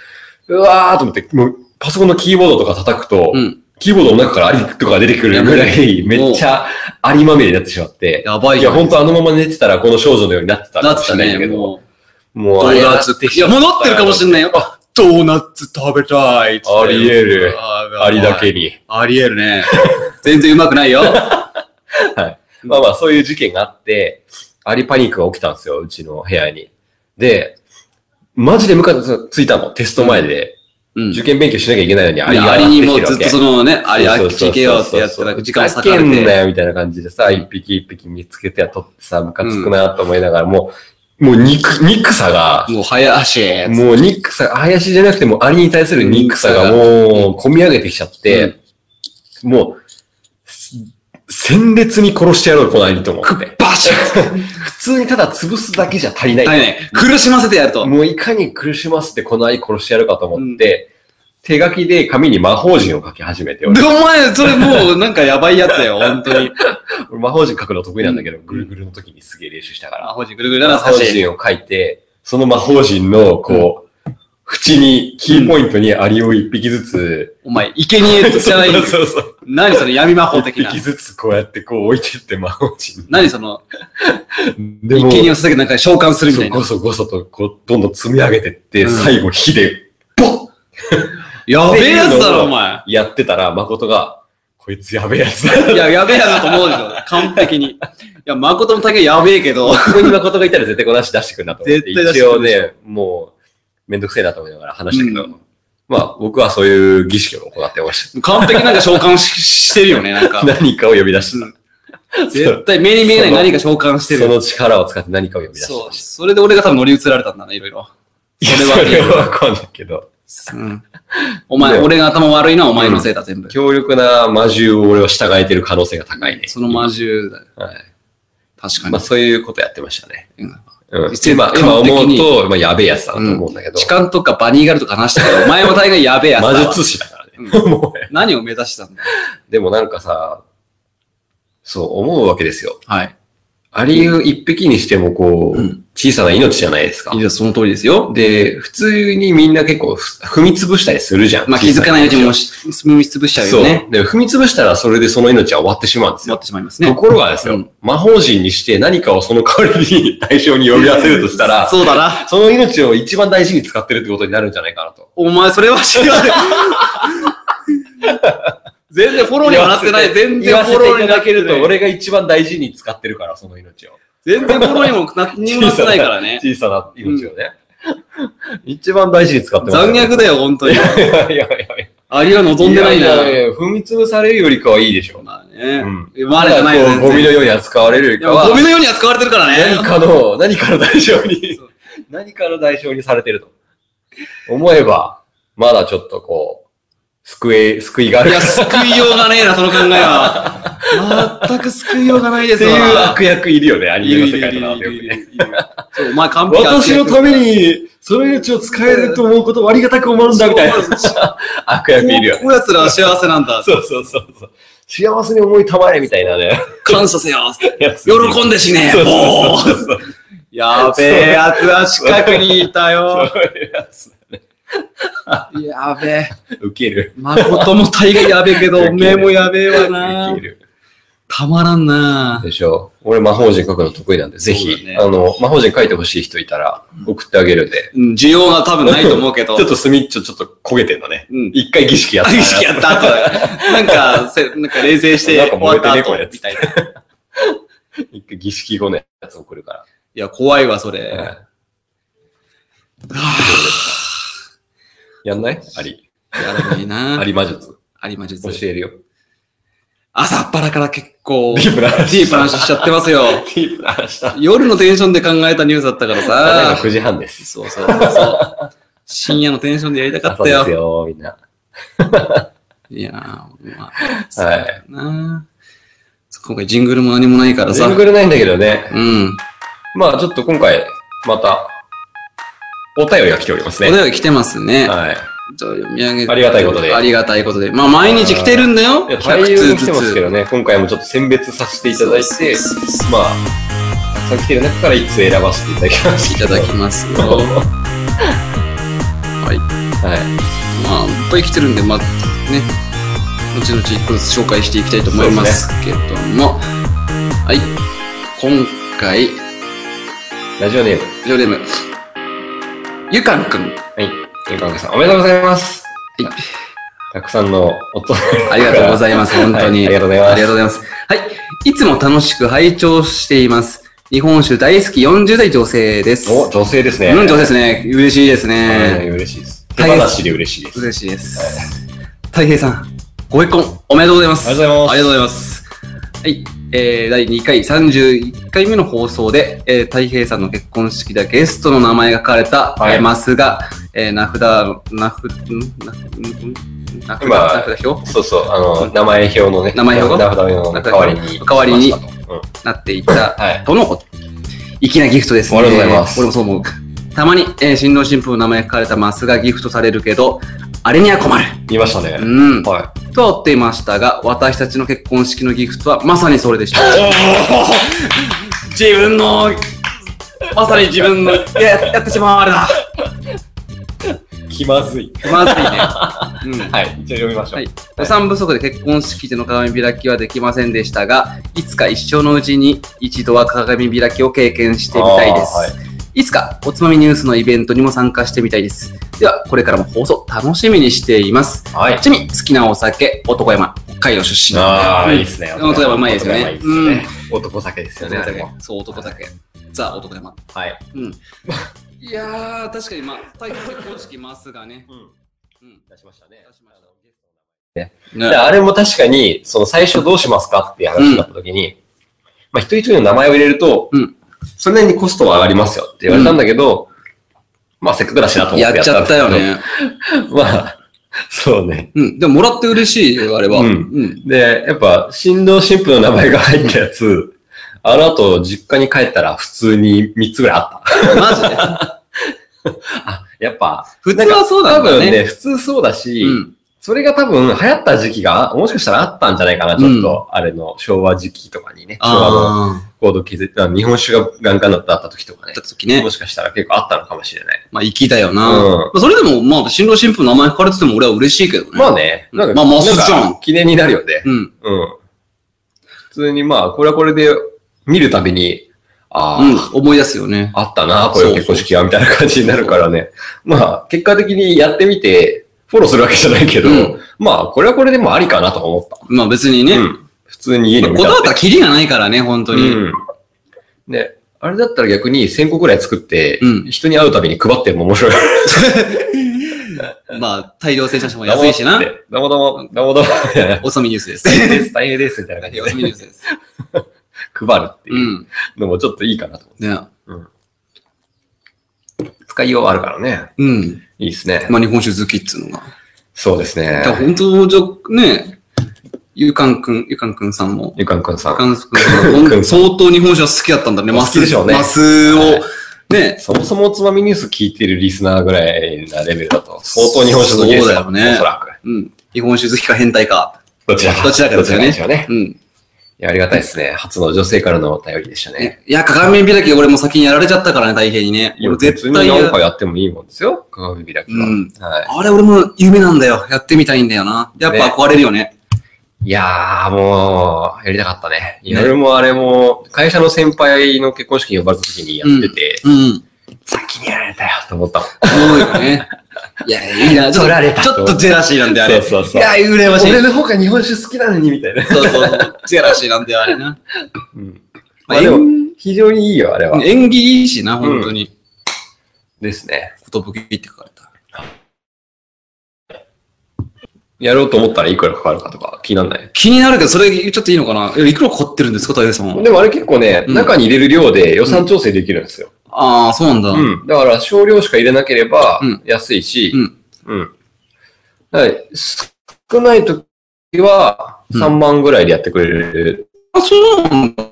Speaker 2: うわーと思って、もう、パソコンのキーボードとか叩くと、
Speaker 3: うん
Speaker 2: キーボードの中からアリとかが出てくるぐらい、めっちゃアリまみれになってしまって。
Speaker 3: やばい
Speaker 2: い
Speaker 3: じゃ
Speaker 2: や、
Speaker 3: ん。
Speaker 2: ほんとあのまま寝てたら、この少女のようになってた
Speaker 3: なってたね、
Speaker 2: も
Speaker 3: も
Speaker 2: う、も
Speaker 3: う。
Speaker 2: う
Speaker 3: ド
Speaker 2: あれ
Speaker 3: ー
Speaker 2: が
Speaker 3: ナツって。いや、戻ってるかもしんないよ。あドーナツ食べたいっつって
Speaker 2: あり得る
Speaker 3: あ
Speaker 2: ありだ。けに。
Speaker 3: あり得るね。全然うまくないよ。
Speaker 2: まあまあ、そういう事件があって、アリパニックが起きたんですよ、うちの部屋に。で、マジでムカついたの、テスト前で。
Speaker 3: うん。
Speaker 2: 受験勉強しなきゃいけないのに、アリ
Speaker 3: いや
Speaker 2: が
Speaker 3: アリにもうず
Speaker 2: 上が
Speaker 3: っ
Speaker 2: ってきてるわけ
Speaker 3: とそのね、アリ、あ
Speaker 2: そう
Speaker 3: っ
Speaker 2: そうそうそう
Speaker 3: ち行けよってやってたら、時間を
Speaker 2: ふ
Speaker 3: 割
Speaker 2: ざ
Speaker 3: か
Speaker 2: け
Speaker 3: れ
Speaker 2: ん
Speaker 3: て。
Speaker 2: なよみたいな感じでさ、一匹一匹見つけては取ってさ、ムカつくなと思いながら、もう、もう憎、憎さが、
Speaker 3: もう早足。
Speaker 2: もう憎さ、林じゃなくてもうアリに対する憎さがもう、込み上げてきちゃって、もう、す鮮烈に殺してやろう、このアリと思って。
Speaker 3: バシャ
Speaker 2: 普通にただ潰すだけじゃ足りない。
Speaker 3: はいね。苦しませてやると。
Speaker 2: もういかに苦しませてこのアリ殺してやるかと思って、手書きで紙に魔法陣を書き始めて、
Speaker 3: で、お
Speaker 2: 俺
Speaker 3: 前、それもうなんかやばいやつ
Speaker 2: (laughs)
Speaker 3: だよ、本当に。
Speaker 2: 俺魔法陣書くの得意なんだけど、ぐるぐるの時にすげえ練習したから
Speaker 3: 魔。法陣ぐるぐる
Speaker 2: 魔
Speaker 3: な
Speaker 2: 法
Speaker 3: 懐かしい。
Speaker 2: 陣を書いて、その魔法陣の、こう、縁に、キーポイントにアリを一匹ずつ、
Speaker 3: お前、生贄じゃない。
Speaker 2: そうそうそう。
Speaker 3: 何その闇魔法
Speaker 2: 一
Speaker 3: 的な
Speaker 2: 匹。ずつこうやってこう置いてって魔法陣。
Speaker 3: 何その、
Speaker 2: で
Speaker 3: 生
Speaker 2: も、
Speaker 3: 贄を捧げてなんか召喚するみた
Speaker 2: そう
Speaker 3: いな。
Speaker 2: ごそごそと、こう、どんどん積み上げてって、
Speaker 3: うん
Speaker 2: 最後火で、ボッ
Speaker 3: やべえやつだろ、お前。
Speaker 2: やってたら、誠が、こいつやべえやつだ。
Speaker 3: いや、やべえやなと思うでしょ。完璧に。いや、誠も竹やべえけど。
Speaker 2: ここに誠がいたら絶対この話出してくるなと思って。
Speaker 3: 絶対出して
Speaker 2: 一
Speaker 3: く
Speaker 2: 応
Speaker 3: るでしょ
Speaker 2: ね、もう、めんどくせえなと思いながら話したけど、
Speaker 3: うん
Speaker 2: まあ、僕はそういう儀式を行ってました。
Speaker 3: 完璧なんか召喚ししてるよね、なん
Speaker 2: (laughs)
Speaker 3: か。
Speaker 2: 何かを呼び出した。
Speaker 3: 絶対目に見えない何か召喚してる
Speaker 2: そ。の力を使って何かを呼び出した。
Speaker 3: そう。それで俺が多分乗り移られたんだな、いろいろ。
Speaker 2: い
Speaker 3: それ
Speaker 2: や
Speaker 3: は
Speaker 2: それはわかんないけど。
Speaker 3: うん。 (laughs) お前、俺が頭悪いのはお前のせいだ、全部。
Speaker 2: 強力な魔獣を俺は従えてる可能性が高いね。
Speaker 3: その魔獣だよ。
Speaker 2: はい。
Speaker 3: 確か
Speaker 2: まあ
Speaker 3: に。
Speaker 2: そういうことやってましたね。
Speaker 3: うん
Speaker 2: うん。
Speaker 3: 実
Speaker 2: ま
Speaker 3: は
Speaker 2: あ今思
Speaker 3: 基本的
Speaker 2: う
Speaker 3: に
Speaker 2: と、まあやべえやつだなと思うんだけど
Speaker 3: 痴。漢とかバニーガールとか話したけど、お前も大概やべえやつだわ
Speaker 2: 魔術師だからね。 (laughs) もうね
Speaker 3: 何を目指してたんだ
Speaker 2: でもなんかさ、そう思うわけですよ。
Speaker 3: はい。
Speaker 2: アリ一匹にしてもこう、
Speaker 3: うん
Speaker 2: 小さな命じゃないですか
Speaker 3: い。や、その通りですよ。
Speaker 2: で、普通にみんな結構ふ踏み潰したりするじゃん。
Speaker 3: まあ、気づかないうちにもし、踏み潰しちゃうよ
Speaker 2: そ
Speaker 3: ね。
Speaker 2: う。で、踏み潰したらそれでその命は終わってしまうんです
Speaker 3: 思
Speaker 2: よ
Speaker 3: っ。てしまいます
Speaker 2: と
Speaker 3: ね。
Speaker 2: ころがですよ、
Speaker 3: うん
Speaker 2: 魔法陣にして何かをその代わりに対象に呼び出せるとしたら、
Speaker 3: そうだな。
Speaker 2: その命を一番大事に使ってるってことになるんじゃないかなと。
Speaker 3: お前、それは知 (laughs) らない。全然フォローにはなってない。全然フォローになって
Speaker 2: けると、
Speaker 3: ない。
Speaker 2: 俺が一番大事に使ってるから、その命を。
Speaker 3: 全然フォローにもなにもなってないからね。
Speaker 2: 小さな命をね。一番大事に使ってます。
Speaker 3: 残虐だよ、本当に。
Speaker 2: いやいやいやいや。
Speaker 3: アリは望んでない
Speaker 2: いやい
Speaker 3: な。
Speaker 2: やいや踏み潰されるよりかはいいでしょ。
Speaker 3: まあね
Speaker 2: うん。
Speaker 3: まあ、あれじゃないよ
Speaker 2: ただこうゴミのように扱われるより
Speaker 3: い
Speaker 2: か
Speaker 3: やもう
Speaker 2: は
Speaker 3: ゴ、ミのように扱われてるからね。
Speaker 2: 何かの、何かの代償に
Speaker 3: そう、
Speaker 2: 何かの代償にされてると。思えば、まだちょっとこう、救え、救いがあ
Speaker 3: い
Speaker 2: るか
Speaker 3: や、
Speaker 2: ら。っ
Speaker 3: 救いようがねえな、その考えは。全く救いようがないで
Speaker 2: て
Speaker 3: すわ。
Speaker 2: いう悪役いるよね、ア
Speaker 3: い
Speaker 2: ニメ
Speaker 3: る
Speaker 2: の世
Speaker 3: いるい
Speaker 2: 界
Speaker 3: る
Speaker 2: の中でよ
Speaker 3: い
Speaker 2: く
Speaker 3: るい
Speaker 2: ね。
Speaker 3: るいるそう、お前完璧
Speaker 2: 私のために、その命を使えると思うことをありがたく思うんだ、みたいな。悪役いるよね。
Speaker 3: こうこうやつらは幸せなんだ。
Speaker 2: そうそうそうそう。幸せに思いたまえ、みたいなね。
Speaker 3: 感謝せよ。
Speaker 2: やつ
Speaker 3: 喜んで死ね。
Speaker 2: そう
Speaker 3: も
Speaker 2: そうそうそう。
Speaker 3: う。やべえやつは近くにいたよ。
Speaker 2: そういうやつ。
Speaker 3: やべえ。
Speaker 2: ウケる。 (laughs)
Speaker 3: 誠も大概やべえけど、おめえもやべえわな
Speaker 2: ウケ。る。
Speaker 3: たまらんなぁ
Speaker 2: でしょ。俺魔法陣書くの得意なんで、ぜひ、
Speaker 3: そうだね
Speaker 2: あの、魔法陣書いてほしい人いたら送ってあげるで。
Speaker 3: うん需要が多分ないと思うけど。
Speaker 2: ちょっとスミッチョちょっと焦げてんのね。
Speaker 3: うん。
Speaker 2: 一回儀式やった。
Speaker 3: 意識やった
Speaker 2: (laughs)
Speaker 3: 後、なんか、せなんか冷静して
Speaker 2: なんか
Speaker 3: 終
Speaker 2: 燃
Speaker 3: わ
Speaker 2: え
Speaker 3: ってた
Speaker 2: ね
Speaker 3: 後
Speaker 2: これ、
Speaker 3: みたいな。い
Speaker 2: (laughs) 一回儀式後のやつ送るか
Speaker 3: や、怖いわ、それ。
Speaker 2: ら。
Speaker 3: は
Speaker 2: やんないあり。
Speaker 3: ぁやらないな
Speaker 2: あり魔術。
Speaker 3: ありまじ
Speaker 2: 教えるよ。
Speaker 3: 朝っぱらから結構、
Speaker 2: デ
Speaker 3: デ
Speaker 2: ィープな話。
Speaker 3: ィープな話しちゃってますよ。
Speaker 2: ディープな話 (laughs) した。
Speaker 3: 夜のテンションで考えたニュースだったから
Speaker 2: ただいま
Speaker 3: さ。
Speaker 2: 9時半です。
Speaker 3: そうそうそうそう。深夜のテンションでやりたかっ
Speaker 2: 朝
Speaker 3: た
Speaker 2: で
Speaker 3: よ
Speaker 2: す。よ、みんな。
Speaker 3: いやー、まあ、
Speaker 2: はい。
Speaker 3: なー今回ジングルも何もないから
Speaker 2: ジ
Speaker 3: さ。
Speaker 2: ングルないんだけどね。
Speaker 3: うん。
Speaker 2: まあちょっと今回、また、お便りが来ております
Speaker 3: お
Speaker 2: ね。
Speaker 3: 便り来てますね。
Speaker 2: はい。
Speaker 3: ちょっと読み上げて
Speaker 2: ありがたいことで
Speaker 3: ありがたいことで。まあ、毎日来てるんだよ。
Speaker 2: いや、
Speaker 3: 100
Speaker 2: 大量
Speaker 3: 通
Speaker 2: に来
Speaker 3: ず
Speaker 2: てますけ
Speaker 3: つ。
Speaker 2: どね、今回もちょっと選別させていただいて、まあ、たくさん来てる中から1つ選ばせていただきまし
Speaker 3: い
Speaker 2: た。
Speaker 3: ただきます
Speaker 2: (laughs)
Speaker 3: よ。
Speaker 2: そう
Speaker 3: ま
Speaker 2: はい。
Speaker 3: あ、いっぱい来てるんで、まあ、ね。後々一個ずつ紹介していきたいと思いますけども。はい。今回、
Speaker 2: ラジオネーム。
Speaker 3: ジョレム。ゆかんくん。
Speaker 2: はい。ゆかんさん、おめでとうございます。
Speaker 3: はい。
Speaker 2: たくさんのおと、
Speaker 3: ありがとうございます、本当に。
Speaker 2: はいありがとうございます
Speaker 3: ありがとうございます。はい。いつも楽しく拝聴しています。日本酒大好き40代女性です。
Speaker 2: お、女性ですね。
Speaker 3: うん、女性ですね。嬉しいです
Speaker 2: はい
Speaker 3: ね。
Speaker 2: 嬉しいです。手
Speaker 3: 大変
Speaker 2: 放しで嬉しいです。
Speaker 3: 嬉しいです。たい平さん、ご結婚おめでとうございます。
Speaker 2: ありがとうございます
Speaker 3: ありがとうございます。はい。えー、第2回、31回目の放送で、えー、たい平さんの結婚式でゲストの名前が書かれた、
Speaker 2: はい
Speaker 3: えーますが、えー、名札、名札、ん名札、ん名札、
Speaker 2: 今
Speaker 3: 名札表
Speaker 2: そうそう、あの、名前表のね、
Speaker 3: 名前表
Speaker 2: 名札表の代わりに。
Speaker 3: 代わりに
Speaker 2: しましたとうん
Speaker 3: なっていた
Speaker 2: はい。
Speaker 3: とのこと。粋なギフトですね。
Speaker 2: ありがとうございます
Speaker 3: 俺もそう思う。たまに、えー新郎新婦の名前が書かれたマスがギフトされるけど、あれには困る。
Speaker 2: 言いましたね。
Speaker 3: うん。
Speaker 2: は
Speaker 3: とは言っていましたが、私たちの結婚式のギフトはまさにそれでした。自分の、まさに自分の、いや、やってしまうあれだ。
Speaker 2: い。気まずい。
Speaker 3: まず
Speaker 2: (laughs)
Speaker 3: いね。うん。
Speaker 2: はい。じゃあ読みましょう。
Speaker 3: はい予算不足で結婚式での鏡開きはできませんでしたが、いつか一生のうちに一度は鏡開きを経験してみたいです。
Speaker 2: あー
Speaker 3: い、つかおつまみニュースのイベントにも参加してみたいです。では、これからも放送楽しみにしています。
Speaker 2: はい。
Speaker 3: ちなみに好きなお酒、男山、北海道出身
Speaker 2: あ
Speaker 3: な
Speaker 2: あ、
Speaker 3: ん
Speaker 2: いい
Speaker 3: で
Speaker 2: で。すね。
Speaker 3: 男山うまいですよね
Speaker 2: 男山いいですね男酒ですよ
Speaker 3: うん
Speaker 2: ね、あれ
Speaker 3: 男
Speaker 2: も。
Speaker 3: 山そう、男酒。ザ・男山。
Speaker 2: はい。
Speaker 3: いやー、確かに、まあ、大変結婚式ますがね。うん。
Speaker 2: 出しましたね
Speaker 3: 出しました
Speaker 2: あ
Speaker 3: ね
Speaker 2: のあれも確かに、その最初どうしますかっていう話になった時に、まあ一人一人の名前を入れると
Speaker 3: うん、
Speaker 2: それなりにコストは上がりますよって言われたんだけど、まあせっかくだしなと思
Speaker 3: や
Speaker 2: って
Speaker 3: っちゃったよ
Speaker 2: ん
Speaker 3: ね。
Speaker 2: ですけ (laughs) ど。まあ、そうね。
Speaker 3: うん。でも、もらって嬉しいよ、あれは。
Speaker 2: うん
Speaker 3: うん。
Speaker 2: で、やっぱ、新郎新婦の名前が入ったやつ、あの後、実家に帰ったら普通に3つぐらいあっ
Speaker 3: マジで。
Speaker 2: た。あ、やっぱ、
Speaker 3: 普通はそうな
Speaker 2: 多
Speaker 3: んだよ
Speaker 2: 分
Speaker 3: ね。
Speaker 2: ね、普通そうだし、
Speaker 3: うん。
Speaker 2: それが多分流行った時期が、もしかしたらあったんじゃないかな、ちょっと、あれの昭和時期とかにね、昭和の
Speaker 3: ああ。
Speaker 2: 高度築いて、あの日本酒がガンガンだったあった時とかね
Speaker 3: だっ、た時ね
Speaker 2: も。しかしたら結構あったのかもしれない。
Speaker 3: まあ、粋だよな。
Speaker 2: うん
Speaker 3: まあ、それでも、まあ、新郎新婦の名前書かれてても俺は嬉しいけどね。
Speaker 2: まあね、なんか、
Speaker 3: まあまあそうじゃん
Speaker 2: なんか記念になるよね。
Speaker 3: うん。
Speaker 2: うん。普通にまあ、これはこれで見るたびに、ああ、
Speaker 3: うん。思い出すよね。
Speaker 2: あったな、こういう結婚式は、みたいな感じになるからね。まあ、結果的にやってみて、フォローするわけじゃないけど、
Speaker 3: うん
Speaker 2: まあ、これはこれでもありかなと思った。
Speaker 3: まあ、別にね。
Speaker 2: うん。普通に家に
Speaker 3: こ
Speaker 2: 置いてあ
Speaker 3: だ
Speaker 2: っ
Speaker 3: わ
Speaker 2: て
Speaker 3: ったらキリがないからね、本当に。
Speaker 2: うん。で、あれだったら逆に1000個ぐらい作って、
Speaker 3: うん
Speaker 2: 人に会うたびに配っても面白い。
Speaker 3: まあ、大量生産しても安いしな。
Speaker 2: どうもどうも、どうもどうも。みたいな
Speaker 3: おさみニュースです。
Speaker 2: 大 (laughs) 変です、大変です、みたいな感じ
Speaker 3: おさみニュースです。
Speaker 2: で配るって
Speaker 3: う。
Speaker 2: いうんのもちょっといいかなと思
Speaker 3: ね。
Speaker 2: う。使いようあるからね。
Speaker 3: うん。
Speaker 2: いいですね。
Speaker 3: まあ、日本酒好きっつうのが。
Speaker 2: そうですね
Speaker 3: だから。本当、じゃ、ね、ゆかんくん、ゆかんくんさんも、
Speaker 2: ゆかんくんさ
Speaker 3: ゆ
Speaker 2: ん
Speaker 3: か。んくんさんも
Speaker 2: くん
Speaker 3: 相当日本酒は好きだったんだね。
Speaker 2: 好
Speaker 3: マス
Speaker 2: きでしょうね
Speaker 3: マスを、ね、
Speaker 2: そもそもおつまみニュース聞いてるリスナーぐらいなレベルだと、相当日本酒のゲスト
Speaker 3: そうだよね
Speaker 2: おそらく。
Speaker 3: うん。日本酒好きか変態か。
Speaker 2: どちらか。
Speaker 3: どちらかですよね
Speaker 2: どちらかでしょうね。
Speaker 3: うん。
Speaker 2: いや、ありがたいですね。初の女性からのお便りでしたね。
Speaker 3: いや、鏡開き俺も先にやられちゃったからね、大変にね。
Speaker 2: いや
Speaker 3: 俺
Speaker 2: 別
Speaker 3: 絶
Speaker 2: に
Speaker 3: 対や
Speaker 2: 何回やってもいいもんですよ。鏡開きは。
Speaker 3: うん
Speaker 2: はい。
Speaker 3: あれ俺も夢なんだよ。やってみたいんだよな。やっ
Speaker 2: ね
Speaker 3: ぱ憧れるよね。
Speaker 2: いやー、もう、やりたかったね。いや俺もあれも、会社の先輩の結婚式に呼ばれた時にやってて、
Speaker 3: うん。
Speaker 2: 先にやられたよと思ったもん。
Speaker 3: そうよね。いや、いいな。ちょっ
Speaker 2: 取られ
Speaker 3: と、
Speaker 2: た
Speaker 3: ちょっとジェラシーなんで、あれ。
Speaker 2: そうそ
Speaker 3: いや、羨ましい。
Speaker 2: 俺の方が日本酒好きなのに、みたいな。
Speaker 3: そうそうそう。ジェラシーなんで、あれな。
Speaker 2: うん。(laughs) ま
Speaker 3: まあ
Speaker 2: あでも、非常にいいよ、あれは。
Speaker 3: 演技いいしな、本当に。
Speaker 2: ですね。
Speaker 3: ことぶきって書かれた。
Speaker 2: やろうと思ったらいくらかかるかとか気にならない。
Speaker 3: 気になるけど、それちょっといいのかないやいくらかかってるんですか、大平さんは。
Speaker 2: でもあれ結構ね、
Speaker 3: うん
Speaker 2: 中に入れる量で予算調整できるんですよ。
Speaker 3: ああ、そうなんだ。
Speaker 2: うん。だから少量しか入れなければ
Speaker 3: うん
Speaker 2: 安いし、
Speaker 3: うん。
Speaker 2: うん。だから少ない時は
Speaker 3: うん
Speaker 2: 3万ぐらいでやってくれる。
Speaker 3: あ、そうなんだ。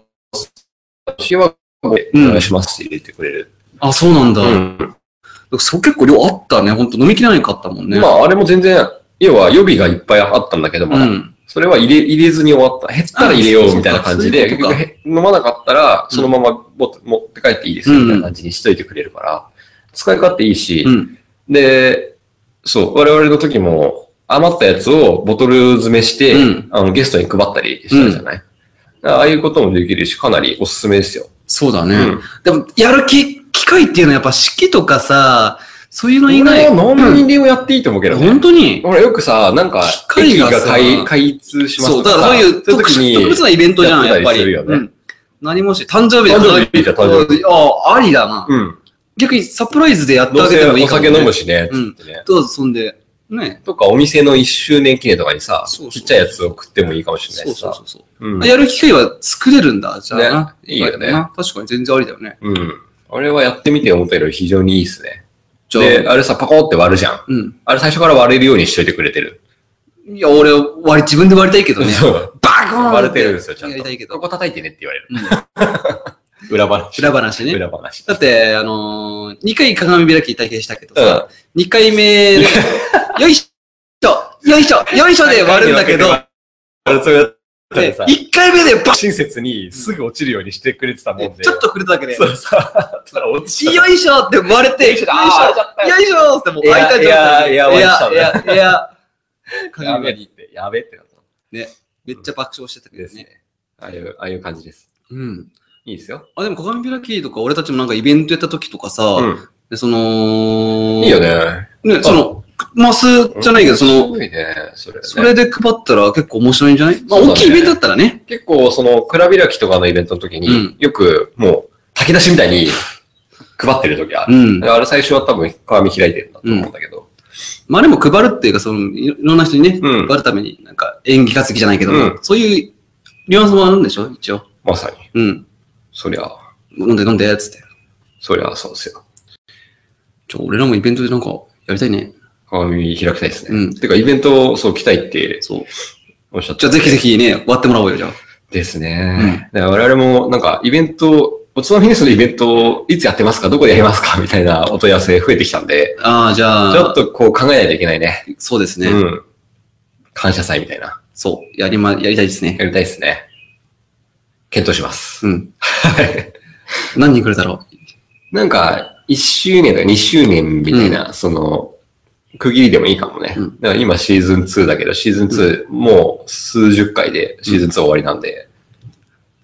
Speaker 2: 私はお願いしますって入れてくれる。
Speaker 3: あ、そうなんだ。
Speaker 2: うん。
Speaker 3: そう結構量あったね。ほんと飲みきらなかったもんね。
Speaker 2: まああれも全然、要は予備がいっぱいあったんだけど、ま
Speaker 3: う
Speaker 2: だ。
Speaker 3: ん。
Speaker 2: それは入れ入れずに終わった。減ったら入れようみたいな感じ
Speaker 3: あ
Speaker 2: で、
Speaker 3: そう
Speaker 2: 結
Speaker 3: かそう
Speaker 2: 局
Speaker 3: か
Speaker 2: へ飲まなかったら、そのまま持って持って帰っていいですよみたいな感じにしといてくれるから、使い勝手いいし、
Speaker 3: うん。
Speaker 2: で、そう、我々の時も余ったやつをボトル詰めして、
Speaker 3: うん
Speaker 2: あのゲストに配ったりしたじゃない、ああいうこともできるし、かなりおすすめですよ。
Speaker 3: そうだね。
Speaker 2: うん
Speaker 3: でも、やる気、機会っていうのはやっぱ式とかさ、そういうの以
Speaker 2: 俺
Speaker 3: 外、
Speaker 2: は何人でもやっていいと思うけどね。
Speaker 3: 本当に、
Speaker 2: 俺よくさ、なんか、
Speaker 3: 機械
Speaker 2: 駅
Speaker 3: が
Speaker 2: が
Speaker 3: さ
Speaker 2: 開開通します
Speaker 3: そう、
Speaker 2: と
Speaker 3: だ
Speaker 2: か
Speaker 3: からそうい
Speaker 2: そ
Speaker 3: う
Speaker 2: ういう
Speaker 3: 特
Speaker 2: 時
Speaker 3: 殊特別
Speaker 2: に、
Speaker 3: なイベントじゃん、
Speaker 2: やっ
Speaker 3: や
Speaker 2: て
Speaker 3: ったぱ
Speaker 2: りする
Speaker 3: り。
Speaker 2: よね
Speaker 3: うん何もし、誕生日
Speaker 2: 誕生日
Speaker 3: で
Speaker 2: じゃん誕生日
Speaker 3: ああ、ありだな。
Speaker 2: うん。
Speaker 3: 逆にサプライズでやって
Speaker 2: ど
Speaker 3: あ
Speaker 2: う
Speaker 3: げ
Speaker 2: せ
Speaker 3: てもいい
Speaker 2: お
Speaker 3: かも、
Speaker 2: 酒
Speaker 3: ね。
Speaker 2: 飲むしね、つ
Speaker 3: うん
Speaker 2: ってね。
Speaker 3: どうぞ、そんで。ね。
Speaker 2: とか、お店の1周年記念とかにさ、
Speaker 3: そうそう
Speaker 2: ちっちゃいやつを食ってもいいかもしれな
Speaker 3: そ
Speaker 2: いうし
Speaker 3: そう
Speaker 2: さ
Speaker 3: そ。うそう。
Speaker 2: うん。
Speaker 3: やる機会は作れるんだ、じゃあな。
Speaker 2: ねいいよね
Speaker 3: だな確かに全然ありだよね。
Speaker 2: うん。あれはやってみて思ったより非常にいいっすね。
Speaker 3: じゃあ、
Speaker 2: で、あれさ、パコって割るじゃん。
Speaker 3: うん。
Speaker 2: あれ最初から割れるようにしといてくれてる。
Speaker 3: いや、俺、割り、自分で割りたいけどね。
Speaker 2: そう。
Speaker 3: バーコーン
Speaker 2: 割れてるんですよ、ちゃん
Speaker 3: や
Speaker 2: と。
Speaker 3: りたいけ
Speaker 2: こ
Speaker 3: ど。
Speaker 2: こ叩いてねって言われる。
Speaker 3: うん
Speaker 2: (laughs) 裏話。
Speaker 3: 裏話ね。
Speaker 2: 裏話。
Speaker 3: だって、あのー、2回鏡開き体験したけど
Speaker 2: うん
Speaker 3: さ、2回
Speaker 2: (laughs)
Speaker 3: 目で、よいしょよいしょよいしょで割るんだけど、
Speaker 2: あれそうやったらさ、
Speaker 3: 1回目でバシ
Speaker 2: 親切にすぐ落ちるようにしてくれてたもん
Speaker 3: ッ
Speaker 2: で。
Speaker 3: ちょっと触れただけで、
Speaker 2: そうさ、たら落ちた
Speaker 3: よいしょって割れて、よいしょよいしょってもう開いた
Speaker 2: いやいや
Speaker 3: い
Speaker 2: いや
Speaker 3: や、いや、いや、
Speaker 2: や
Speaker 3: 鏡
Speaker 2: べっ
Speaker 3: 開き。
Speaker 2: て、やべってなった。
Speaker 3: めっちゃ爆笑してたけ
Speaker 2: で
Speaker 3: ど
Speaker 2: す
Speaker 3: ね。
Speaker 2: ね。ああいう、ああいう感じです。
Speaker 3: うん。
Speaker 2: いいですよ。
Speaker 3: あ、でも鏡開きとか、俺たちもなんかイベントやった時とかさ、
Speaker 2: ん。
Speaker 3: でその
Speaker 2: いいよ。ね。
Speaker 3: ね、その、マスじゃないけど、その、
Speaker 2: いいね、それ、ね。
Speaker 3: それで配ったら結構面白いんじゃないまあ、
Speaker 2: そうだね
Speaker 3: 大きいイベントだったらね。
Speaker 2: 結構、その、蔵開きとかのイベントの時に、
Speaker 3: うん
Speaker 2: よく、もう、炊き出しみたいに (laughs) 配ってる時あ
Speaker 3: う
Speaker 2: る。
Speaker 3: ん。
Speaker 2: あれ最初は多分、鏡開いてるんだと思うんだけど。
Speaker 3: まあでも配るっていうか、その、いろんな人にね、
Speaker 2: うん
Speaker 3: 配るために、なんか演技担ぎじゃないけど、
Speaker 2: うん
Speaker 3: そういうニュアンスもあるんでしょ一応。
Speaker 2: まさに。
Speaker 3: うん。
Speaker 2: そりゃ、
Speaker 3: 飲んで飲んで、つって。
Speaker 2: そりゃそうですよ。
Speaker 3: ちょ、俺らもイベントでなんかやりたいね。
Speaker 2: 鏡開きたいですね。
Speaker 3: うん
Speaker 2: てか、イベントをそう、来たいって
Speaker 3: そう。
Speaker 2: おっしゃって
Speaker 3: じゃあぜひぜひね、割ってもらおうよ、じゃあ。
Speaker 2: ですね。だから我々も、なんか、イベント、おつまみニュースのイベント、いつやってますかどこでやりますかみたいな (laughs) お問い合わせ増えてきたんで、
Speaker 3: ああ、じゃあ、
Speaker 2: ちょっとこう考えないといけないね。
Speaker 3: そうですね。
Speaker 2: うん。感謝祭みたいな。
Speaker 3: そう。やりま、やりたいですね。
Speaker 2: やりたいですね。検討します。
Speaker 3: うん。何人くれたろ
Speaker 2: なんか、1周年とか2周年みたいな、その、区切りでもいいかもね。
Speaker 3: うん
Speaker 2: だから今シーズン2だけど、シーズン2、もう数十回でシーズン2終わりなんで、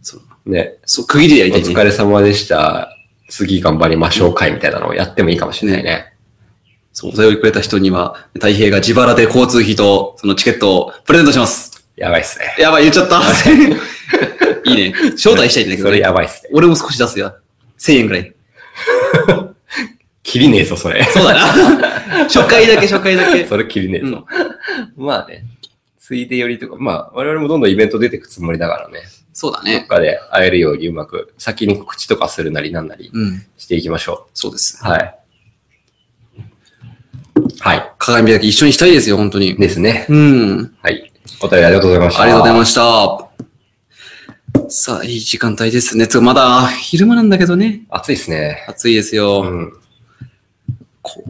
Speaker 3: そう。
Speaker 2: ね、
Speaker 3: そう、区切りでや
Speaker 2: お
Speaker 3: りたいね。
Speaker 2: 疲れ様でした。次頑張りましょう会みたいなのをやってもいいかもしれないね。
Speaker 3: そう、お便りくれた人には、太平が自腹で交通費と、そのチケットをプレゼントします。
Speaker 2: やばいっすね。
Speaker 3: やばい、言っちゃった。 (laughs) いいね。招待したいんだけ
Speaker 2: そ
Speaker 3: ど
Speaker 2: れ
Speaker 3: ね。
Speaker 2: やばいっすね。
Speaker 3: 俺も少し出すよ。1000円くらい。
Speaker 2: 切りねえぞ、そ (laughs) れ。
Speaker 3: そうだな。 (laughs) 初回だけ、初回だけ。
Speaker 2: それ切りねえぞ。 (laughs) まあね。ついでよりとか、まあ、我々もどんどんイベント出てくつもりだからね。
Speaker 3: そうだ
Speaker 2: どっ
Speaker 3: ね。
Speaker 2: かで会えるようにうまく、先に告知とかするなりなんなり
Speaker 3: うん。
Speaker 2: していきましょ
Speaker 3: そうです。
Speaker 2: う。はい。はい。
Speaker 3: 鏡だけ一緒にしたいですよ、本当に。
Speaker 2: ですね。
Speaker 3: うん。
Speaker 2: はい。お便りありがとうございました。
Speaker 3: ありがとうございました。さあ、いい時間帯ですね。つうかまだ昼間なんだけどね。
Speaker 2: す。暑いですね。
Speaker 3: 暑いですよ。
Speaker 2: うん。
Speaker 3: こ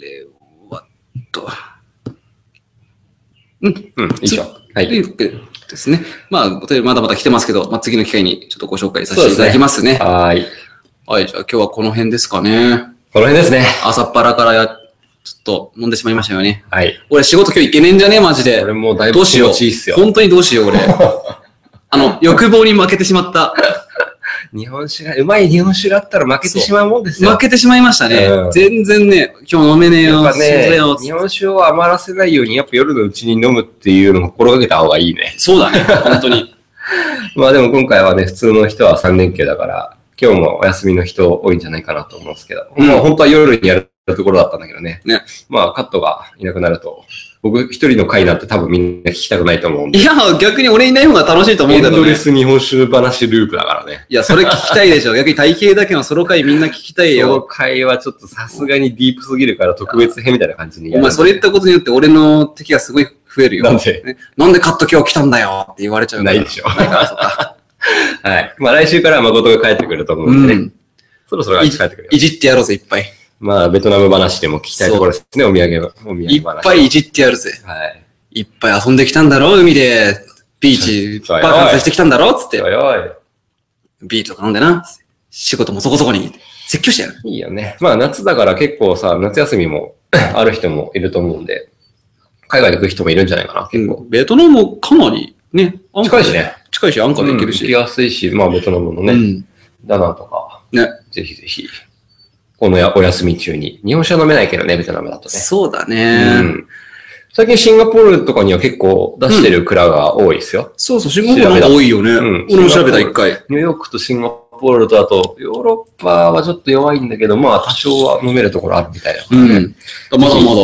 Speaker 3: れは、と。
Speaker 2: うん。以上。は
Speaker 3: とい
Speaker 2: い。
Speaker 3: うわけですね。まあ、お便りまだまだ来てますけど、まあ、次の機会にちょっとご紹介させていただきますね。
Speaker 2: はーい。
Speaker 3: はい、じゃあ今日はこの辺ですかね。
Speaker 2: この辺ですね。
Speaker 3: 朝っぱらからや、ちょっと飲んでしまいましたよね。
Speaker 2: はい。
Speaker 3: 俺仕事今日行けねえんじゃねえマジで。
Speaker 2: 俺もうだい
Speaker 3: ど
Speaker 2: ぶ
Speaker 3: うし
Speaker 2: 気
Speaker 3: よ
Speaker 2: 持
Speaker 3: う
Speaker 2: ちいいっす。よ。
Speaker 3: 本当にどうしよう、
Speaker 2: (laughs)
Speaker 3: 俺。あの、欲望に負けてしまった。
Speaker 2: 日本酒が、うまい日本酒があったら負けてしまうもんですよ。
Speaker 3: 負けてしまいましたね
Speaker 2: うん。
Speaker 3: 全然ね、今日飲めねえ
Speaker 2: や
Speaker 3: よ
Speaker 2: っ。ぱ
Speaker 3: 死んだ
Speaker 2: ね
Speaker 3: よ、
Speaker 2: 日本酒を余らせないように、やっぱ夜のうちに飲むっていうのを心がけた方がいいね。
Speaker 3: そうだね、本当
Speaker 2: (laughs)
Speaker 3: に。
Speaker 2: まあでも今回はね、普通の人は3連休だから、今日もお休みの人多いんじゃないかなと思うんですけど、
Speaker 3: うん
Speaker 2: まあ本当は夜にやるところだったんだけどね。
Speaker 3: ね
Speaker 2: まあカットがいなくなると、僕一人の回なんて多分みんな聞きたくないと思うんで。
Speaker 3: いや、逆に俺いない方が楽しいと思う
Speaker 2: エ
Speaker 3: ん
Speaker 2: ン
Speaker 3: だけ
Speaker 2: ド
Speaker 3: ど
Speaker 2: レ
Speaker 3: ね。
Speaker 2: ス日本酒話ループだからね。
Speaker 3: いや、それ聞きたいでしょ。逆 (laughs) に体型だけのソロ回みんな聞きたい
Speaker 2: その
Speaker 3: よ。
Speaker 2: 会はちょっとさすがにディープすぎるから特別編みたいな感じにや
Speaker 3: お
Speaker 2: る
Speaker 3: 前それ言ったことによって俺の敵がすごい増えるよ。
Speaker 2: なんで
Speaker 3: ねなんでカット今日来たんだよって言われちゃうか
Speaker 2: な
Speaker 3: ら
Speaker 2: いで
Speaker 3: (laughs)
Speaker 2: しょ。 (laughs) はい。まあ来週からは誠が帰ってくると思う
Speaker 3: うん
Speaker 2: でね。
Speaker 3: ん。
Speaker 2: そろそろ帰
Speaker 3: い
Speaker 2: ってくるよ。
Speaker 3: いじってやろうぜ、いっぱい。
Speaker 2: まあベトナム話でも聞きたいところですね。お土産は、お土
Speaker 3: いっ
Speaker 2: 産話。
Speaker 3: ぱいいじってやるぜ。
Speaker 2: はい。
Speaker 3: いっぱい遊んできたんだろ、海で。ビーチ、
Speaker 2: (laughs) そう
Speaker 3: バ
Speaker 2: よ
Speaker 3: カンスしてきたんだろ、つって
Speaker 2: お。いおい。
Speaker 3: ビールとか飲んでな。仕事もそこそこに。説教してやる。
Speaker 2: いいよね。まあ夏だから結構さ、夏休みも (coughs) ある人もいると思うんで、海外で行く人もいるんじゃないかな。結構。
Speaker 3: ベトナムもかなり、ね。安
Speaker 2: 近
Speaker 3: 価で
Speaker 2: いし。ね。
Speaker 3: 近いし、安価で
Speaker 2: 行け
Speaker 3: 行
Speaker 2: る
Speaker 3: ける
Speaker 2: し。
Speaker 3: し。
Speaker 2: 行きやすいし、まあベトナムの
Speaker 3: う
Speaker 2: ね、
Speaker 3: ん。
Speaker 2: ダナンとか、
Speaker 3: ね。
Speaker 2: ぜひぜひ、このやお休み中に。日本酒は飲めないけどね、ベトナムだとね。
Speaker 3: そうだ
Speaker 2: う
Speaker 3: ね。
Speaker 2: ん。最近シンガポールとかには結構出してる蔵が多いですよ。
Speaker 3: そうそう、シンガポールなんか多いよね。
Speaker 2: うん
Speaker 3: 俺も調べた、一回。
Speaker 2: ニューヨークとシンガポールとあと、ヨーロッパはちょっと弱いんだけど、まあ多少は飲めるところあるみたいな。
Speaker 3: うん。まだまだ。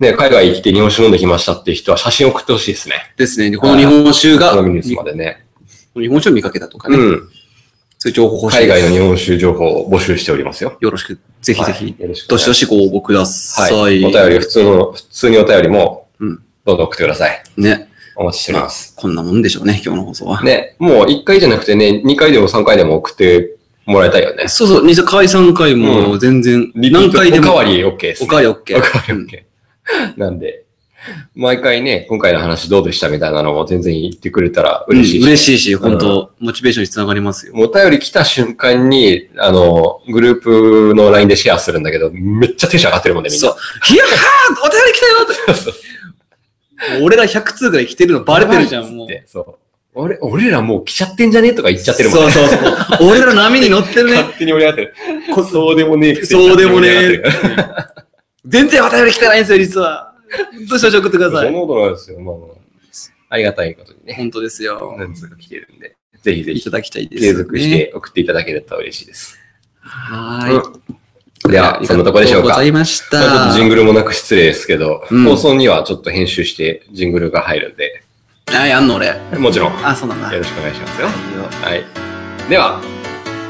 Speaker 2: ね、海外行って日本酒飲んできましたっていう人は写真送ってほしいですね。
Speaker 3: ですね。この日本酒が、
Speaker 2: 頼みニュース
Speaker 3: 日
Speaker 2: までね。
Speaker 3: 本酒を見かけたとか
Speaker 2: う
Speaker 3: ね。
Speaker 2: ん。
Speaker 3: そういう情報欲しい
Speaker 2: 海
Speaker 3: です
Speaker 2: 外の日本酒情報を募集しておりますよ。
Speaker 3: よろしく、ぜひぜひ
Speaker 2: は、いよろしくお
Speaker 3: ど
Speaker 2: 願い
Speaker 3: し
Speaker 2: します。
Speaker 3: どしご応募ください。
Speaker 2: はい。お便り、普通の、普通にお便りも、
Speaker 3: うん
Speaker 2: どんどん送ってください。
Speaker 3: ね。
Speaker 2: お待ちしております。
Speaker 3: こんなもんでしょうね、今日の放送は。
Speaker 2: ね、もう1回じゃなくてね、2回でも3回でも送ってもらいたいよね。
Speaker 3: そうそう、2回3回
Speaker 2: う
Speaker 3: も全然、何回でも。
Speaker 2: おかわり OK です、
Speaker 3: おかわり OK。
Speaker 2: おかわり OK。なんで、毎回ね、今回の話どうでしたみたいなのも全然言ってくれたら
Speaker 3: うん
Speaker 2: 嬉しいし。
Speaker 3: 嬉しいし、本当モチベーションにつながりますよ。
Speaker 2: お便り来た瞬間に、あの、グループの LINE でシェアするんだけど、めっちゃテンション上がってるもんね、みん
Speaker 3: そ
Speaker 2: な。
Speaker 3: う。いやーお便り来たよって (laughs) 俺ら100通ぐらい来てるのバレてるじゃん、もう。
Speaker 2: でそう。俺、俺らもう来ちゃってんじゃねえとか言っちゃってるもん
Speaker 3: そ
Speaker 2: ね。
Speaker 3: うそうそう。俺ら波に乗ってるね。
Speaker 2: 勝手に盛り上がってる。そうでもねえくせに
Speaker 3: そうでもねえ
Speaker 2: 勝手に盛り上がってる
Speaker 3: 全然お便り来てないんですよ、実は。どうしましょう、送ってくださ
Speaker 2: そん
Speaker 3: い。
Speaker 2: なことないですよ、まあまあ。ありがたいことにね。
Speaker 3: 本当ですよ。
Speaker 2: 何通か来てるんで。ぜひぜ
Speaker 3: い
Speaker 2: ひ
Speaker 3: た、だきたいです、ね。
Speaker 2: 継続し。て送っていただけると嬉しいです。
Speaker 3: は
Speaker 2: う
Speaker 3: い。
Speaker 2: んでは、そんなとこでしょうか。
Speaker 3: ありがとございました。
Speaker 2: まあちょっとジングルもなく失礼ですけど、
Speaker 3: うん
Speaker 2: 放送にはちょっと編集してジングルが入るんで、
Speaker 3: はい、あんの俺。
Speaker 2: もちろん、よ
Speaker 3: あ、そうなんだ。
Speaker 2: ろしくお願いしますよ。はい。では、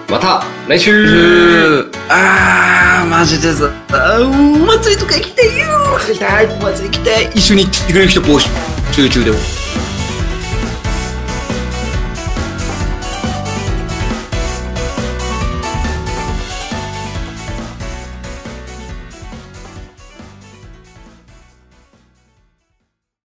Speaker 2: また来
Speaker 3: う
Speaker 2: 週
Speaker 3: ーあー、マジです。あーお祭りとか行きたいよ。お祭り行きたい。一緒に行ってくれる人募集中でも。